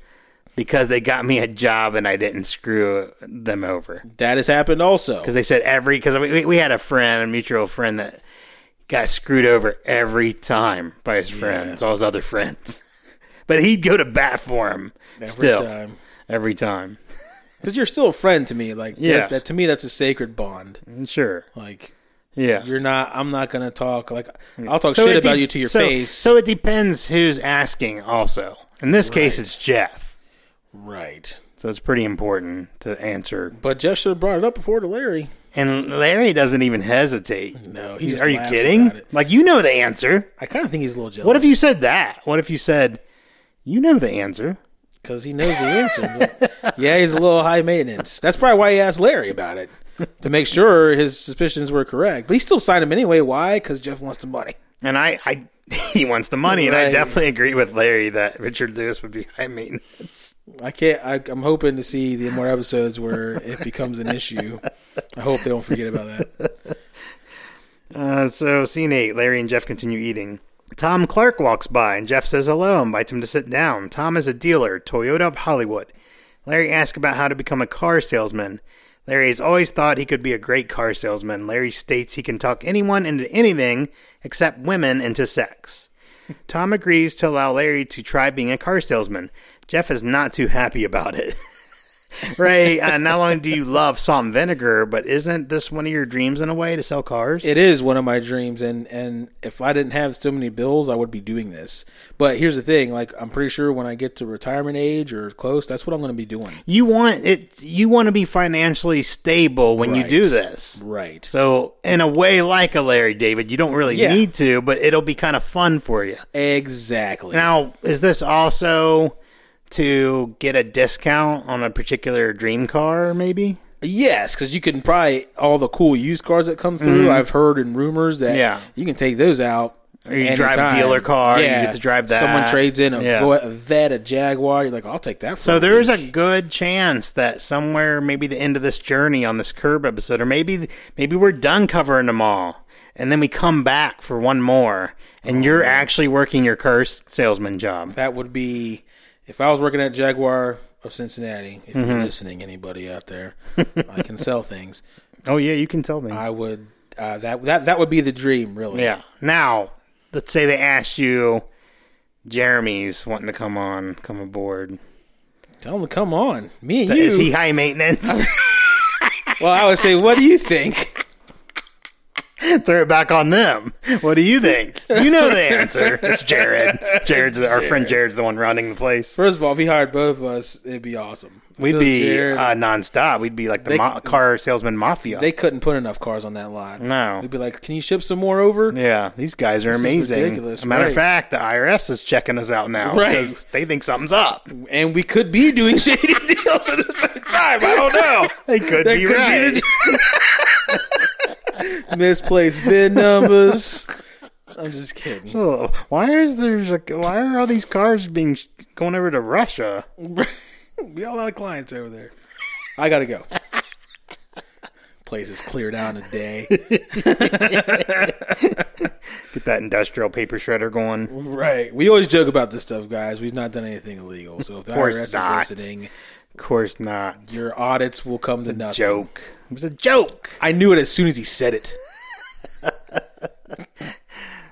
[SPEAKER 1] because they got me a job and I didn't screw them over.
[SPEAKER 2] That has happened also.
[SPEAKER 1] Because they said every, because we, we had a friend, a mutual friend that got screwed over every time by his friends, all his other friends. but he'd go to bat for him still. Every time.
[SPEAKER 2] because you're still a friend to me. Like
[SPEAKER 1] Yeah.
[SPEAKER 2] that, that to me, that's a sacred bond.
[SPEAKER 1] Sure.
[SPEAKER 2] Like
[SPEAKER 1] Yeah.
[SPEAKER 2] you're not, I'm not gonna talk. Like I'll talk
[SPEAKER 1] So
[SPEAKER 2] shit
[SPEAKER 1] it de-
[SPEAKER 2] about you to your
[SPEAKER 1] so-
[SPEAKER 2] face.
[SPEAKER 1] So it depends who's asking also. In this case, it's Jeff.
[SPEAKER 2] right.
[SPEAKER 1] So it's pretty important to answer.
[SPEAKER 2] But Jeff should have brought it up before to Larry.
[SPEAKER 1] And Larry doesn't even hesitate.
[SPEAKER 2] No, he just
[SPEAKER 1] Are you
[SPEAKER 2] laughs
[SPEAKER 1] kidding?
[SPEAKER 2] about it.
[SPEAKER 1] Like you know the answer.
[SPEAKER 2] I kind of think he's a little jealous.
[SPEAKER 1] What if you said that? What if you said, "You know the answer"?
[SPEAKER 2] Because he knows the answer. but- yeah, he's a little high maintenance. That's probably why he asked Larry about it to make sure his suspicions were correct. But he still signed him anyway. Why? Because Jeff wants the money.
[SPEAKER 1] And I, I he wants the money, and I
[SPEAKER 2] Right.
[SPEAKER 1] definitely agree with Larry that Richard Lewis would be high maintenance.
[SPEAKER 2] I can't. I, I'm hoping to see the more episodes where it becomes an issue. I hope they don't forget about that.
[SPEAKER 1] Uh, so scene eight, Larry and Jeff continue eating. Tom Clark walks by, and Jeff says hello and invites him to sit down. Tom is a dealer, Toyota of Hollywood. Larry asks about how to become a car salesman. Larry has always thought he could be a great car salesman. Larry states he can talk anyone into anything except women into sex. Tom agrees to allow Larry to try being a car salesman. Jeff is not too happy about it. Ray, uh, not only do you love salt and vinegar, but isn't this one of your dreams in a way to sell cars?
[SPEAKER 2] It is one of my dreams, and and if I didn't have so many bills, I would be doing this. But here's the thing: like, I'm pretty sure when I get to retirement age or close, that's what I'm going to be doing.
[SPEAKER 1] you want it you want to be financially stable when
[SPEAKER 2] Right.
[SPEAKER 1] you do this
[SPEAKER 2] Right.
[SPEAKER 1] so in a way like a larry david you don't really
[SPEAKER 2] Yeah.
[SPEAKER 1] need to but it'll be kind of fun for you
[SPEAKER 2] Exactly.
[SPEAKER 1] now is this also to get a discount on a particular dream car maybe
[SPEAKER 2] Yes, because you can probably all the cool used cars that come through. I've heard in rumors that
[SPEAKER 1] Mm-hmm. Yeah.
[SPEAKER 2] you can take those out.
[SPEAKER 1] Or you drive a dealer car, you get to drive that.
[SPEAKER 2] Someone trades in a,
[SPEAKER 1] Yeah.
[SPEAKER 2] Vo- a Vet, a Jaguar. You're like, I'll take that. For
[SPEAKER 1] so
[SPEAKER 2] a
[SPEAKER 1] there is
[SPEAKER 2] week."
[SPEAKER 1] a good chance that somewhere maybe the end of this journey on this curb episode or maybe maybe we're done covering them all and then we come back for one more and you're actually working your curse salesman job
[SPEAKER 2] that would be if I was working at Jaguar of Cincinnati. If
[SPEAKER 1] Mm-hmm.
[SPEAKER 2] you're listening, anybody out there, I can sell things.
[SPEAKER 1] Oh yeah, you can tell me.
[SPEAKER 2] I would. Uh, that that that would be the dream, really.
[SPEAKER 1] yeah. Now, let's say they asked you, Jeremy's wanting to come on, come aboard.
[SPEAKER 2] Tell him to come on. Me and
[SPEAKER 1] Is
[SPEAKER 2] you.
[SPEAKER 1] he high maintenance?
[SPEAKER 2] well, I would say, what do you think?
[SPEAKER 1] Throw it back on them. What do you think? You know the answer. It's Jared. Jared's our friend. Jared's the one running the place.
[SPEAKER 2] First of all, if he hired both of us, it'd be awesome.
[SPEAKER 1] We'd
[SPEAKER 2] Because
[SPEAKER 1] be
[SPEAKER 2] Jared-
[SPEAKER 1] uh, nonstop. We'd be like the mo- car salesman mafia.
[SPEAKER 2] They couldn't put enough cars on that lot.
[SPEAKER 1] No.
[SPEAKER 2] We'd be like, can you ship some more over?
[SPEAKER 1] yeah, these guys are amazing.
[SPEAKER 2] ridiculous,
[SPEAKER 1] As a matter of
[SPEAKER 2] right.
[SPEAKER 1] fact, the IRS is checking us out now
[SPEAKER 2] Right.
[SPEAKER 1] because they think something's up.
[SPEAKER 2] And we could be doing shady deals at the same time. I don't know.
[SPEAKER 1] They could
[SPEAKER 2] That
[SPEAKER 1] be
[SPEAKER 2] could be
[SPEAKER 1] right.
[SPEAKER 2] the- Misplaced VIN numbers. I'm just kidding.
[SPEAKER 1] Oh, why is there's a why are all these cars being sh- going over to Russia?
[SPEAKER 2] we all have clients over there. I gotta go. Place is cleared out in a day.
[SPEAKER 1] Get that industrial paper shredder going.
[SPEAKER 2] right. We always joke about this stuff, guys. We've not done anything illegal. So if the
[SPEAKER 1] course
[SPEAKER 2] IRS
[SPEAKER 1] not.
[SPEAKER 2] is listening,
[SPEAKER 1] Of course not.
[SPEAKER 2] your audits will come to nothing.
[SPEAKER 1] Joke. It was a joke.
[SPEAKER 2] I knew it as soon as he said it.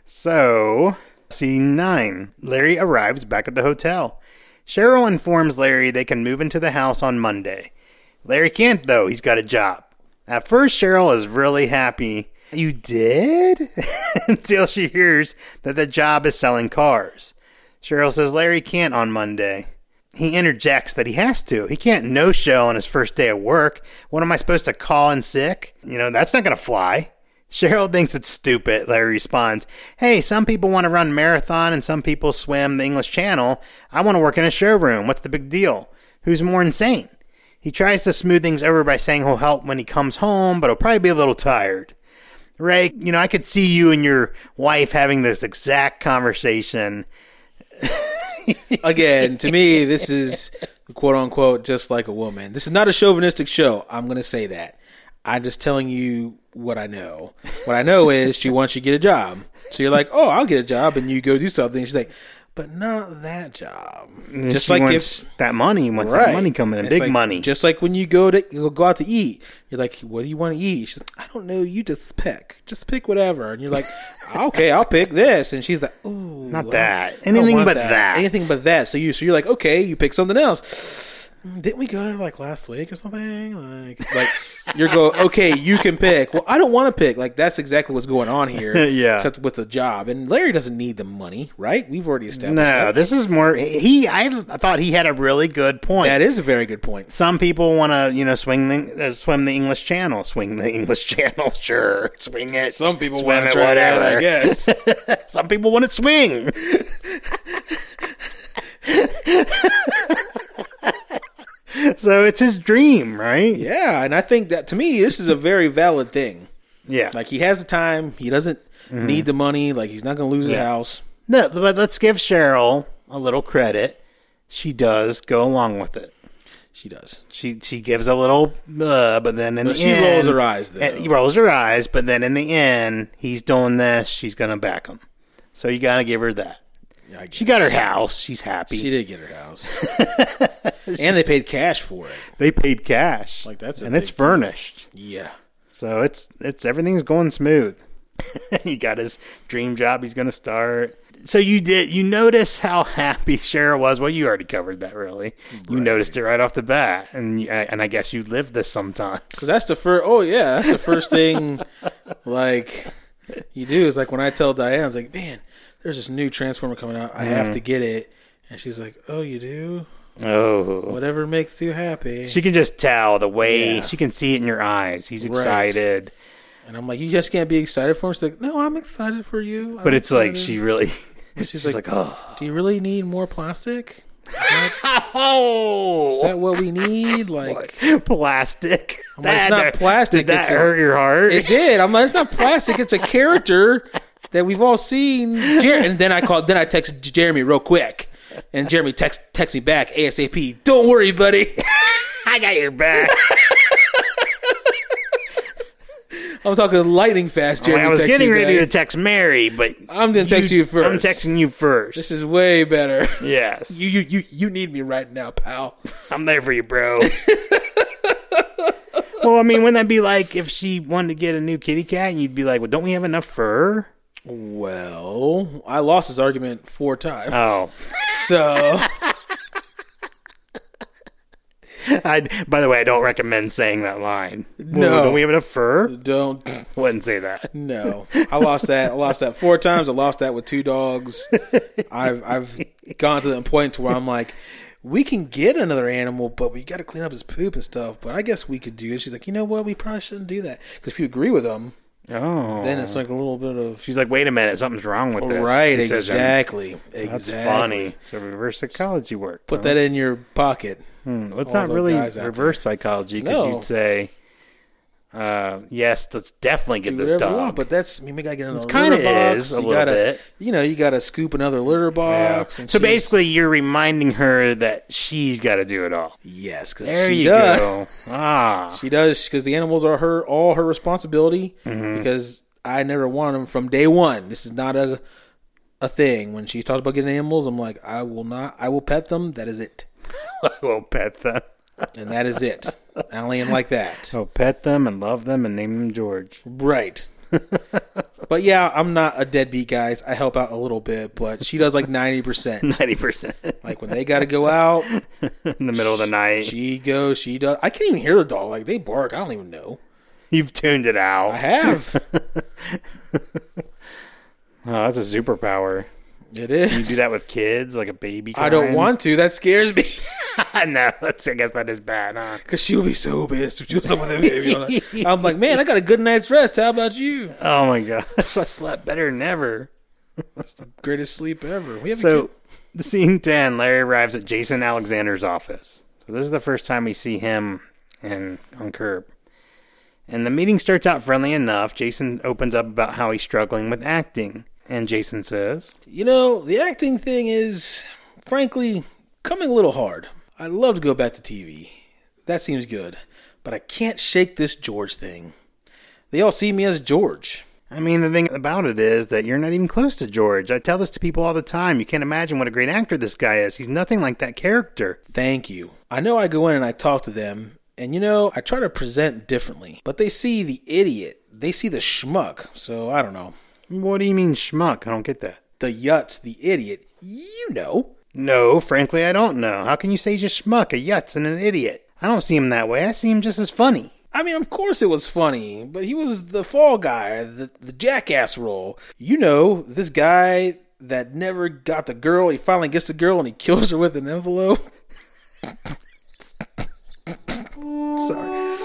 [SPEAKER 1] So, scene nine. Larry arrives back at the hotel. Cheryl informs Larry they can move into the house on Monday. Larry can't though; he's got a job. At first, Cheryl is really happy. You did? Until she hears that the job is selling cars. Cheryl says Larry can't on Monday. He interjects that he has to. He can't no show on his first day of work. What am I supposed to call in sick? You know, that's not going to fly. Cheryl thinks it's stupid. Larry responds, Hey, some people want to run marathon and some people swim the English Channel. I want to work in a showroom. What's the big deal? Who's more insane? He tries to smooth things over by saying he'll help when he comes home, but he'll probably be a little tired. Ray, you know, I could see you and your wife having this exact conversation.
[SPEAKER 2] again, to me, this is quote unquote just like a woman. This is not a chauvinistic show. I'm going to say that. I'm just telling you what I know. What I know is she wants you to get a job. So you're like, oh, I'll get a job, and you go do something. She's like, but not that job. Just
[SPEAKER 1] She
[SPEAKER 2] like
[SPEAKER 1] wants
[SPEAKER 2] if
[SPEAKER 1] that money, wants that
[SPEAKER 2] Right.
[SPEAKER 1] money coming in,
[SPEAKER 2] It's
[SPEAKER 1] big
[SPEAKER 2] like-
[SPEAKER 1] money.
[SPEAKER 2] Just like when you go to you go out to eat, you're like, "What do you want to eat?" She's like, "I don't know. You just pick. Just pick whatever." And you're like, "Okay, I'll pick this." And she's like, "Ooh,
[SPEAKER 1] Not
[SPEAKER 2] I-
[SPEAKER 1] that.
[SPEAKER 2] I don't
[SPEAKER 1] Anything
[SPEAKER 2] want
[SPEAKER 1] but that."
[SPEAKER 2] Anything but that." So you so you're like, "Okay, you pick something else." "Mm, didn't we go there like last week or something? Like, like you're go, okay, you can pick. Well, I don't want to pick. Like, that's exactly what's going on here.
[SPEAKER 1] Yeah.
[SPEAKER 2] Except with the job. And Larry doesn't need the money, right? We've already established
[SPEAKER 1] No,
[SPEAKER 2] that.
[SPEAKER 1] this is more. He, I thought he had a really good point.
[SPEAKER 2] That is a very good point.
[SPEAKER 1] Some people want to, you know, swing the uh, swim the English Channel, swing the English Channel. Sure, swing it.
[SPEAKER 2] Some people
[SPEAKER 1] Swim
[SPEAKER 2] want to
[SPEAKER 1] it,
[SPEAKER 2] try it out, I
[SPEAKER 1] whatever.
[SPEAKER 2] guess.
[SPEAKER 1] Some people want to swing. so it's his dream, right?
[SPEAKER 2] yeah, and I think that to me, this is a very valid thing.
[SPEAKER 1] Yeah.
[SPEAKER 2] Like, he has the time. He doesn't need the money. Like, he's not going to lose his
[SPEAKER 1] Mm-hmm. Yeah.
[SPEAKER 2] house.
[SPEAKER 1] no, but let's give Cheryl a little credit. She does go along with it.
[SPEAKER 2] She does.
[SPEAKER 1] She she gives a little, uh, but then in the
[SPEAKER 2] she
[SPEAKER 1] end,
[SPEAKER 2] rolls her eyes, though.
[SPEAKER 1] and he rolls her eyes. But then in the end, he's doing this. She's gonna back him. So you gotta give her that.
[SPEAKER 2] Yeah, I
[SPEAKER 1] She got her house. She's happy.
[SPEAKER 2] She did get her house, and they paid cash for it.
[SPEAKER 1] they paid cash.
[SPEAKER 2] Like, that's a
[SPEAKER 1] and it's
[SPEAKER 2] big
[SPEAKER 1] furnished.
[SPEAKER 2] Yeah,
[SPEAKER 1] So it's it's everything's going smooth. he got his dream job. He's gonna start. So you did you notice how happy Cheryl was? Well, you already covered that. Really, you noticed it right off the bat, and you- and I guess you lived this sometimes.
[SPEAKER 2] because that's the first. Oh yeah, that's the first thing. like you do is like when I tell Diane, I was like, "Man, there's this new Transformer coming out. I
[SPEAKER 1] Mm-hmm.
[SPEAKER 2] have to get it." And she's like, "Oh, you do?
[SPEAKER 1] Oh,
[SPEAKER 2] Whatever makes you happy."
[SPEAKER 1] She can just tell the way
[SPEAKER 2] Yeah.
[SPEAKER 1] she can see it in your eyes. He's excited,
[SPEAKER 2] and I'm like, "You just can't be excited for him." She's like, "No, I'm excited for you." I'm
[SPEAKER 1] but it's like
[SPEAKER 2] excited."
[SPEAKER 1] she really.
[SPEAKER 2] Mm-hmm. She's,
[SPEAKER 1] She's
[SPEAKER 2] like,
[SPEAKER 1] like, oh,
[SPEAKER 2] "Do you really need more plastic?
[SPEAKER 1] oh,
[SPEAKER 2] Is that what we need?" Like.
[SPEAKER 1] plastic.
[SPEAKER 2] like, it's not
[SPEAKER 1] hurt-
[SPEAKER 2] plastic,
[SPEAKER 1] Did that
[SPEAKER 2] it's a-
[SPEAKER 1] hurt your heart?
[SPEAKER 2] It did. I'm like, it's not plastic. It's a character that we've all seen. Jer- and then I called. Then I text Jeremy real quick, and Jeremy text text me back ASAP. Don't worry, buddy.
[SPEAKER 1] I got your back.
[SPEAKER 2] I'm talking lightning fast, Jeremy.
[SPEAKER 1] Oh, I was
[SPEAKER 2] text
[SPEAKER 1] getting
[SPEAKER 2] me
[SPEAKER 1] ready to
[SPEAKER 2] back.
[SPEAKER 1] text Mary, but
[SPEAKER 2] I'm gonna text you
[SPEAKER 1] I'm
[SPEAKER 2] first.
[SPEAKER 1] texting you first.
[SPEAKER 2] This is way better.
[SPEAKER 1] yes,
[SPEAKER 2] You you you you need me right now, pal.
[SPEAKER 1] I'm there for you, bro. well, I mean, wouldn't that be like if she wanted to get a new kitty cat, and you'd be like, well, don't we have enough fur?
[SPEAKER 2] Well, I lost this argument four times.
[SPEAKER 1] Oh.
[SPEAKER 2] So
[SPEAKER 1] I, by the way, I don't recommend saying that line.
[SPEAKER 2] No.
[SPEAKER 1] Well, don't we have enough fur?
[SPEAKER 2] don't
[SPEAKER 1] Wouldn't say that.
[SPEAKER 2] No, I lost that. I lost that four times. I lost that with two dogs. I've I've gone to the point to where I'm like, we can get another animal, but we got to clean up his poop and stuff. But I guess we could do it. She's like, you know what? We probably shouldn't do that because if you agree with them,
[SPEAKER 1] Oh.
[SPEAKER 2] then it's like a little bit of
[SPEAKER 1] She's like, wait a minute, something's wrong with this.
[SPEAKER 2] right,
[SPEAKER 1] He says, um,
[SPEAKER 2] exactly,
[SPEAKER 1] That's
[SPEAKER 2] exactly.
[SPEAKER 1] funny. So reverse psychology work.
[SPEAKER 2] Put that in your pocket.
[SPEAKER 1] Hmm, well, it's
[SPEAKER 2] all
[SPEAKER 1] not
[SPEAKER 2] the
[SPEAKER 1] really
[SPEAKER 2] guys out
[SPEAKER 1] reverse psychology because
[SPEAKER 2] No.
[SPEAKER 1] you'd say, uh, yes, let's definitely get
[SPEAKER 2] Do
[SPEAKER 1] this
[SPEAKER 2] whatever you want,
[SPEAKER 1] dog.
[SPEAKER 2] but that's I mean, we gotta get another
[SPEAKER 1] kinda
[SPEAKER 2] litter box.
[SPEAKER 1] is a
[SPEAKER 2] you
[SPEAKER 1] little
[SPEAKER 2] gotta,
[SPEAKER 1] bit.
[SPEAKER 2] you know, you gotta scoop another litter
[SPEAKER 1] Yeah.
[SPEAKER 2] box. and
[SPEAKER 1] So
[SPEAKER 2] she's-
[SPEAKER 1] basically, you're reminding her that she's got to do it all.
[SPEAKER 2] yes, because
[SPEAKER 1] There
[SPEAKER 2] she
[SPEAKER 1] you
[SPEAKER 2] does.
[SPEAKER 1] go. Ah.
[SPEAKER 2] She does because the animals are her all her responsibility.
[SPEAKER 1] Mm-hmm.
[SPEAKER 2] Because I never wanted them from day one. This is not a a thing. When she talks about getting animals, I'm like, I will not. I will pet them. That is it,
[SPEAKER 1] I will pet them.
[SPEAKER 2] and that is it. I only am like that,
[SPEAKER 1] I'll pet them and love them and name them George.
[SPEAKER 2] right? but yeah, I'm not a deadbeat, guys. I help out a little bit, but she does like ninety percent.
[SPEAKER 1] 90% in
[SPEAKER 2] Like when they got to go out,
[SPEAKER 1] the middle of the night.
[SPEAKER 2] she goes. She does. I can't even hear the dog. Like they bark. I don't even know.
[SPEAKER 1] You've tuned it out.
[SPEAKER 2] I have.
[SPEAKER 1] Oh, that's a superpower.
[SPEAKER 2] It is.
[SPEAKER 1] You do that with kids, like a baby.
[SPEAKER 2] I don't want to. That scares me.
[SPEAKER 1] no, that's, I guess that is bad, huh?
[SPEAKER 2] Cause she'll be so pissed if she was with that baby. all night. I'm like, man, I got a good night's rest. How about you?
[SPEAKER 1] Oh my gosh, I slept better than ever.
[SPEAKER 2] Greatest sleep ever. We have
[SPEAKER 1] So, scene ten, Larry arrives at Jason Alexander's office. So this is the first time we see him in on Curb. And the meeting starts out friendly enough. Jason opens up about how he's struggling with acting, and Jason says,
[SPEAKER 2] you know, the acting thing is, frankly, coming a little hard. I'd love to go back to TV. That seems good, but I can't shake this George thing. They all see me as George.
[SPEAKER 1] I mean, the thing about it is that you're not even close to George. I tell this to people all the time. You can't imagine what a great actor this guy is. He's nothing like that character.
[SPEAKER 2] Thank you. I know I go in and I talk to them, and you know, I try to present differently, but they see the idiot. They see the schmuck. So I don't know.
[SPEAKER 1] What do you mean, schmuck? I don't get that.
[SPEAKER 2] The yutz, the idiot. You know.
[SPEAKER 1] No, frankly, I don't know. How can you say he's a schmuck, a yutz, and an idiot? I don't see him that way. I see him just as funny.
[SPEAKER 2] I mean, of course it was funny, but he was the fall guy, the, the jackass role. You know, this guy that never got the girl, he finally gets the girl and he kills her with an envelope. Sorry.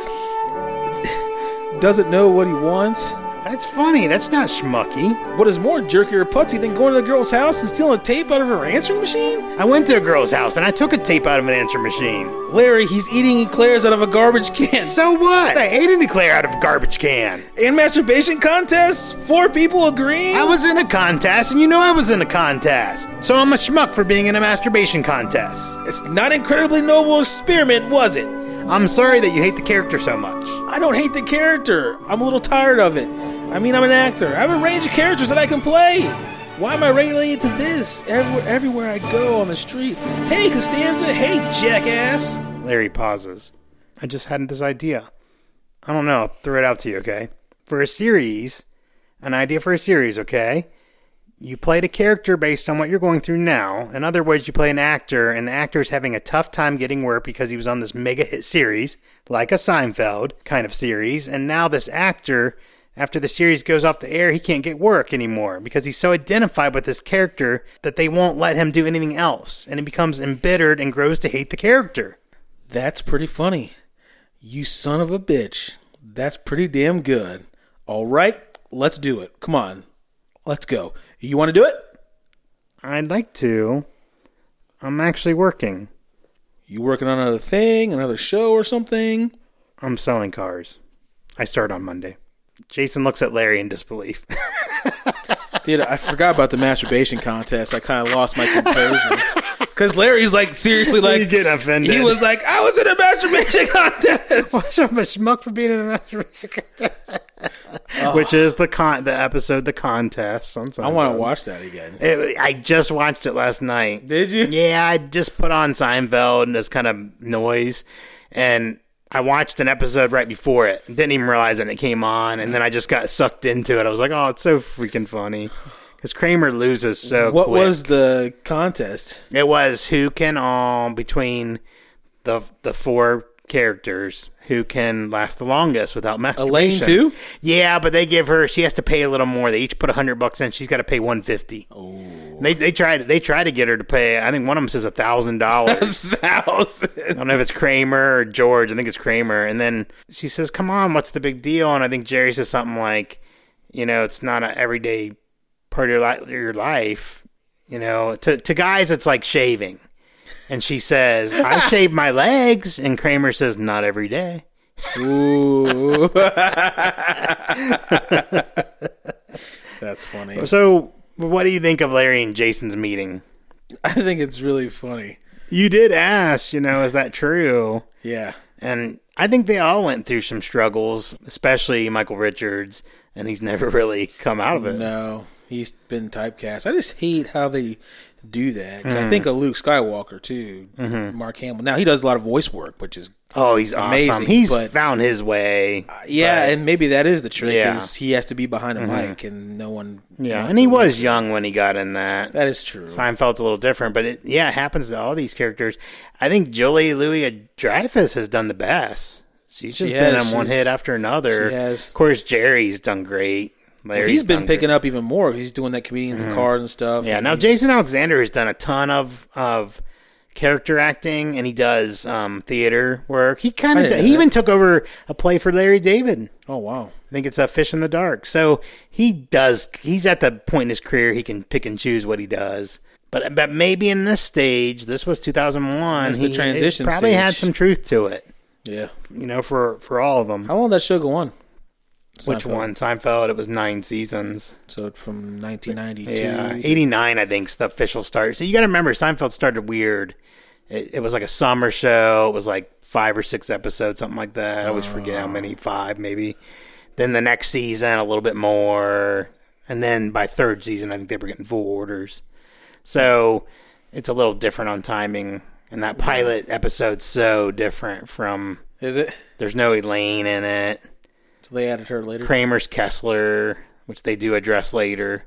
[SPEAKER 2] Doesn't know what he wants.
[SPEAKER 1] That's funny. That's not schmucky.
[SPEAKER 2] What is more jerky or putsy than going to the girl's house and stealing a tape out of her answering machine?
[SPEAKER 1] I went to a girl's house and I took a tape out of an answer machine.
[SPEAKER 2] Larry, he's eating eclairs out of a garbage can.
[SPEAKER 1] So what? I ate an eclair out of a garbage can.
[SPEAKER 2] And masturbation contests? Four people agreeing?
[SPEAKER 1] I was in a contest, and you know I was in a contest. So I'm a schmuck for being in a masturbation contest.
[SPEAKER 2] It's not incredibly noble experiment, was it?
[SPEAKER 1] I'm sorry that you hate the character so much.
[SPEAKER 2] I don't hate the character. I'm a little tired of it. I mean, I'm an actor. I have a range of characters that I can play. Why am I regulated to this? Everywhere, everywhere I go on the street. Hey, Costanza. Hey, jackass.
[SPEAKER 1] Larry pauses. I just had this idea. I don't know. I'll throw it out to you, okay? For a series, an idea for a series, okay? You played a character based on what you're going through now. In other words, you play an actor, and the actor is having a tough time getting work because he was on this mega hit series, like a Seinfeld kind of series, and now this actor, after the series goes off the air, he can't get work anymore because he's so identified with this character that they won't let him do anything else, and he becomes embittered and grows to hate the character.
[SPEAKER 2] That's pretty funny. You son of a bitch. That's pretty damn good. All right, let's do it. Come on. Let's go. You want to do it?
[SPEAKER 1] I'd like to. I'm actually working.
[SPEAKER 2] You working on another thing, another show or something?
[SPEAKER 1] I'm selling cars. I start on Monday. Jason looks at Larry in disbelief.
[SPEAKER 2] Dude, I forgot about the masturbation contest. I kind of lost my composure. Because Larry's like, seriously, like,
[SPEAKER 1] You get offended.
[SPEAKER 2] He was like, I was in a masturbation contest.
[SPEAKER 1] What's up, a schmuck for being in a masturbation contest? Which is the con the episode, the contest. On
[SPEAKER 2] I want to watch that again.
[SPEAKER 1] It, I just watched it last night.
[SPEAKER 2] Did you?
[SPEAKER 1] Yeah, I just put on Seinfeld and this kind of noise, and I watched an episode right before it. Didn't even realize it. and It came on, and then I just got sucked into it. I was like, "Oh, it's so freaking funny," because Kramer loses so.
[SPEAKER 2] What
[SPEAKER 1] quick.
[SPEAKER 2] was the contest?
[SPEAKER 1] It was who can um between the the four characters who can last the longest without masturbation.
[SPEAKER 2] too?
[SPEAKER 1] Yeah, but they give her she has to pay a little more. They each put a hundred bucks in. She's got to pay one fifty.
[SPEAKER 2] Oh.
[SPEAKER 1] They they try to they try to get her to pay. I think one of them says a thousand dollars. I
[SPEAKER 2] Thousand.
[SPEAKER 1] don't know if it's Kramer or George. I think it's Kramer. And then she says, "Come on, what's the big deal?" And I think Jerry says something like, "You know, it's not an everyday part of your, li- your life. You know, to to guys, it's like shaving." And she says, "I shave my legs," and Kramer says, "Not every day."
[SPEAKER 2] Ooh. That's funny.
[SPEAKER 1] So, what do you think of Larry and Jason's meeting?
[SPEAKER 2] I think it's really funny.
[SPEAKER 1] You did ask, you know, is that true?
[SPEAKER 2] Yeah.
[SPEAKER 1] And I think they all went through some struggles, especially Michael Richards, and he's never really come out of it.
[SPEAKER 2] No, he's been typecast. I just hate how they do that. 'Cause I think of Luke Skywalker too, Mark Hamill. Now he does a lot of voice work, which is
[SPEAKER 1] Oh, he's awesome.
[SPEAKER 2] Amazing,
[SPEAKER 1] he's
[SPEAKER 2] but-
[SPEAKER 1] found his way.
[SPEAKER 2] yeah, and maybe that is the trick.
[SPEAKER 1] Yeah. Mm-hmm.
[SPEAKER 2] Is he has to be behind a mic and no one.
[SPEAKER 1] Yeah,
[SPEAKER 2] wants
[SPEAKER 1] and he
[SPEAKER 2] to-
[SPEAKER 1] was young when he got in that.
[SPEAKER 2] That is true.
[SPEAKER 1] Seinfeld's a little different, but it, yeah, it happens to all these characters. I think Julie Louis Dreyfus has done the best. She's just been
[SPEAKER 2] has.
[SPEAKER 1] on one
[SPEAKER 2] She's-
[SPEAKER 1] hit after another.
[SPEAKER 2] she has.
[SPEAKER 1] Of course, Jerry's done great. Larry's
[SPEAKER 2] he's been
[SPEAKER 1] done great.
[SPEAKER 2] picking up even more. He's doing that comedians and cars and stuff.
[SPEAKER 1] Mm-hmm. Yeah.
[SPEAKER 2] and
[SPEAKER 1] Now
[SPEAKER 2] he's-
[SPEAKER 1] Jason Alexander has done a ton of of character acting, and he does um, theater work. He kind
[SPEAKER 2] I
[SPEAKER 1] of
[SPEAKER 2] didn't know
[SPEAKER 1] he
[SPEAKER 2] that.
[SPEAKER 1] even took over a play for Larry David.
[SPEAKER 2] Oh wow.
[SPEAKER 1] I think it's a Fish in the Dark. So he does. He's at the point in his career he can pick and choose what he does. But but maybe in this stage, this was 2001.
[SPEAKER 2] That's the
[SPEAKER 1] he- it
[SPEAKER 2] transition
[SPEAKER 1] probably had
[SPEAKER 2] stage.
[SPEAKER 1] some truth to it.
[SPEAKER 2] Yeah.
[SPEAKER 1] You know, for for all of them.
[SPEAKER 2] How long did that show go on?
[SPEAKER 1] Which
[SPEAKER 2] Seinfeld.
[SPEAKER 1] one? Seinfeld. It was nine seasons.
[SPEAKER 2] So from 1992.
[SPEAKER 1] Yeah, eighty nine, I think, is the official start. So you got to remember, Seinfeld started weird. It, it was like a summer show. It was like five or six episodes, something like that. I always forget how many, five maybe. Then the next season, a little bit more, and then by third season, I think they were getting full orders. So it's a little different on timing, and that pilot episode's so different from.
[SPEAKER 2] Is it?
[SPEAKER 1] There's no Elaine in it.
[SPEAKER 2] So they added her later.
[SPEAKER 1] Kramer's Kessler, which they do address later,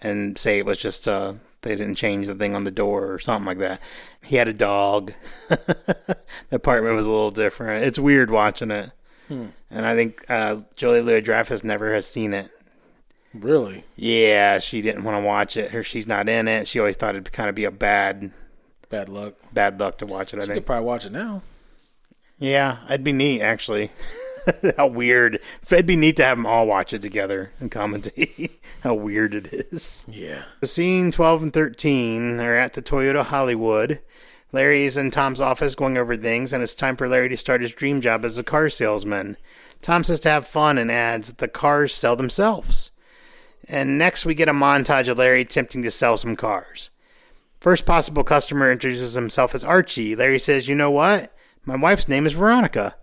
[SPEAKER 1] and say it was just a they didn't change the thing on the door or something like that. He had a dog. the apartment was a little different. It's weird watching it. And I think uh, Julie Louis Dreyfus never has seen it.
[SPEAKER 2] Really?
[SPEAKER 1] Yeah, she didn't want to watch it. Or she's not in it. She always thought it'd kind of be a bad
[SPEAKER 2] Bad luck.
[SPEAKER 1] bad luck to watch it. I
[SPEAKER 2] You could
[SPEAKER 1] think.
[SPEAKER 2] probably watch it now.
[SPEAKER 1] Yeah, it'd be neat actually. How weird! It'd be neat to have them all watch it together and commentate. How weird it is.
[SPEAKER 2] Yeah.
[SPEAKER 1] Scene 12 and 13 are at the Toyota Hollywood. Larry is in Tom's office going over things, and it's time for Larry to start his dream job as a car salesman. Tom says to have fun and adds, The cars sell themselves. And next, we get a montage of Larry attempting to sell some cars. First possible customer introduces himself as Archie. Larry says, You know what? My wife's name is Veronica.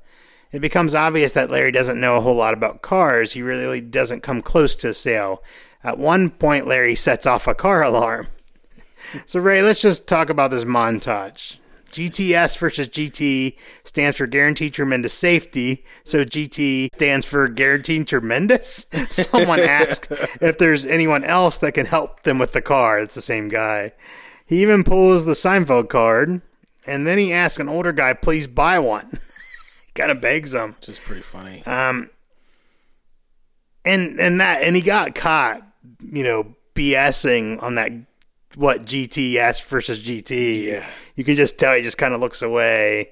[SPEAKER 1] It becomes obvious that Larry doesn't know a whole lot about cars. He really doesn't come close to a sale. At one point, Larry sets off a car alarm. So, Ray, let's just talk about this montage. GTS versus GT stands for Guaranteed Tremendous Safety. So, GT stands for Guaranteed Tremendous. Someone asked if there's anyone else that can help them with the car. It's the same guy. He even pulls the Seinfeld card, and then he asks an older guy, please buy one. kind of begs him.
[SPEAKER 2] Which is pretty funny.
[SPEAKER 1] Um, and and that and he got caught, you know, BSing on that what GTS versus GT.
[SPEAKER 2] Yeah.
[SPEAKER 1] you can just tell he just kind of looks away.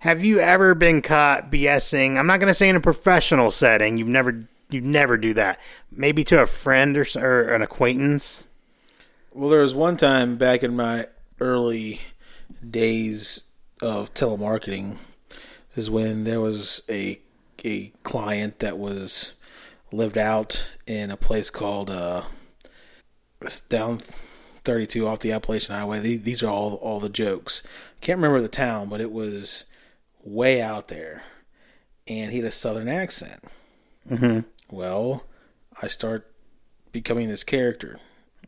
[SPEAKER 1] Have you ever been caught BSing? I'm not going to say in a professional setting. You've never you never do that. Maybe to a friend or s- or an acquaintance.
[SPEAKER 2] Well, there was one time back in my early days of telemarketing is when there was a a client that was lived out in a place called uh it's down 32 off the Appalachian Highway. The- These are all all the jokes. Can't remember the town, but it was way out there, and he had a southern accent. Mm-hmm. Well, I start becoming this character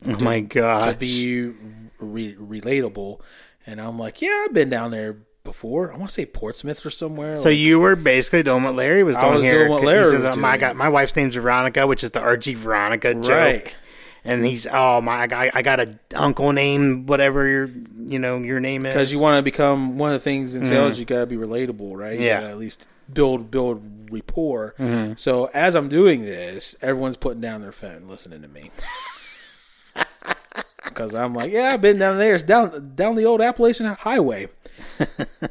[SPEAKER 1] Oh my god!
[SPEAKER 2] to be re- relatable. And I'm like, yeah, I've been down there before. I want to say Portsmouth or somewhere.
[SPEAKER 1] So you were basically doing what Larry was doing
[SPEAKER 2] was
[SPEAKER 1] here.
[SPEAKER 2] doing what
[SPEAKER 1] He
[SPEAKER 2] Larry
[SPEAKER 1] says,
[SPEAKER 2] was
[SPEAKER 1] "Oh, my
[SPEAKER 2] doing."
[SPEAKER 1] God, my wife's name's Veronica, which is the RG Veronica joke.
[SPEAKER 2] Right.
[SPEAKER 1] And he's oh my, I got, I got a uncle name, whatever your you know your name is.
[SPEAKER 2] because you want to become one of the things in sales, you got to be relatable, right? You
[SPEAKER 1] Mm. Yeah. Mm-hmm.
[SPEAKER 2] gotta at least build build rapport. So as I'm doing this, everyone's putting down their phone, listening to me. Because I'm like, yeah, I've been down there. It's down down the old Appalachian Highway,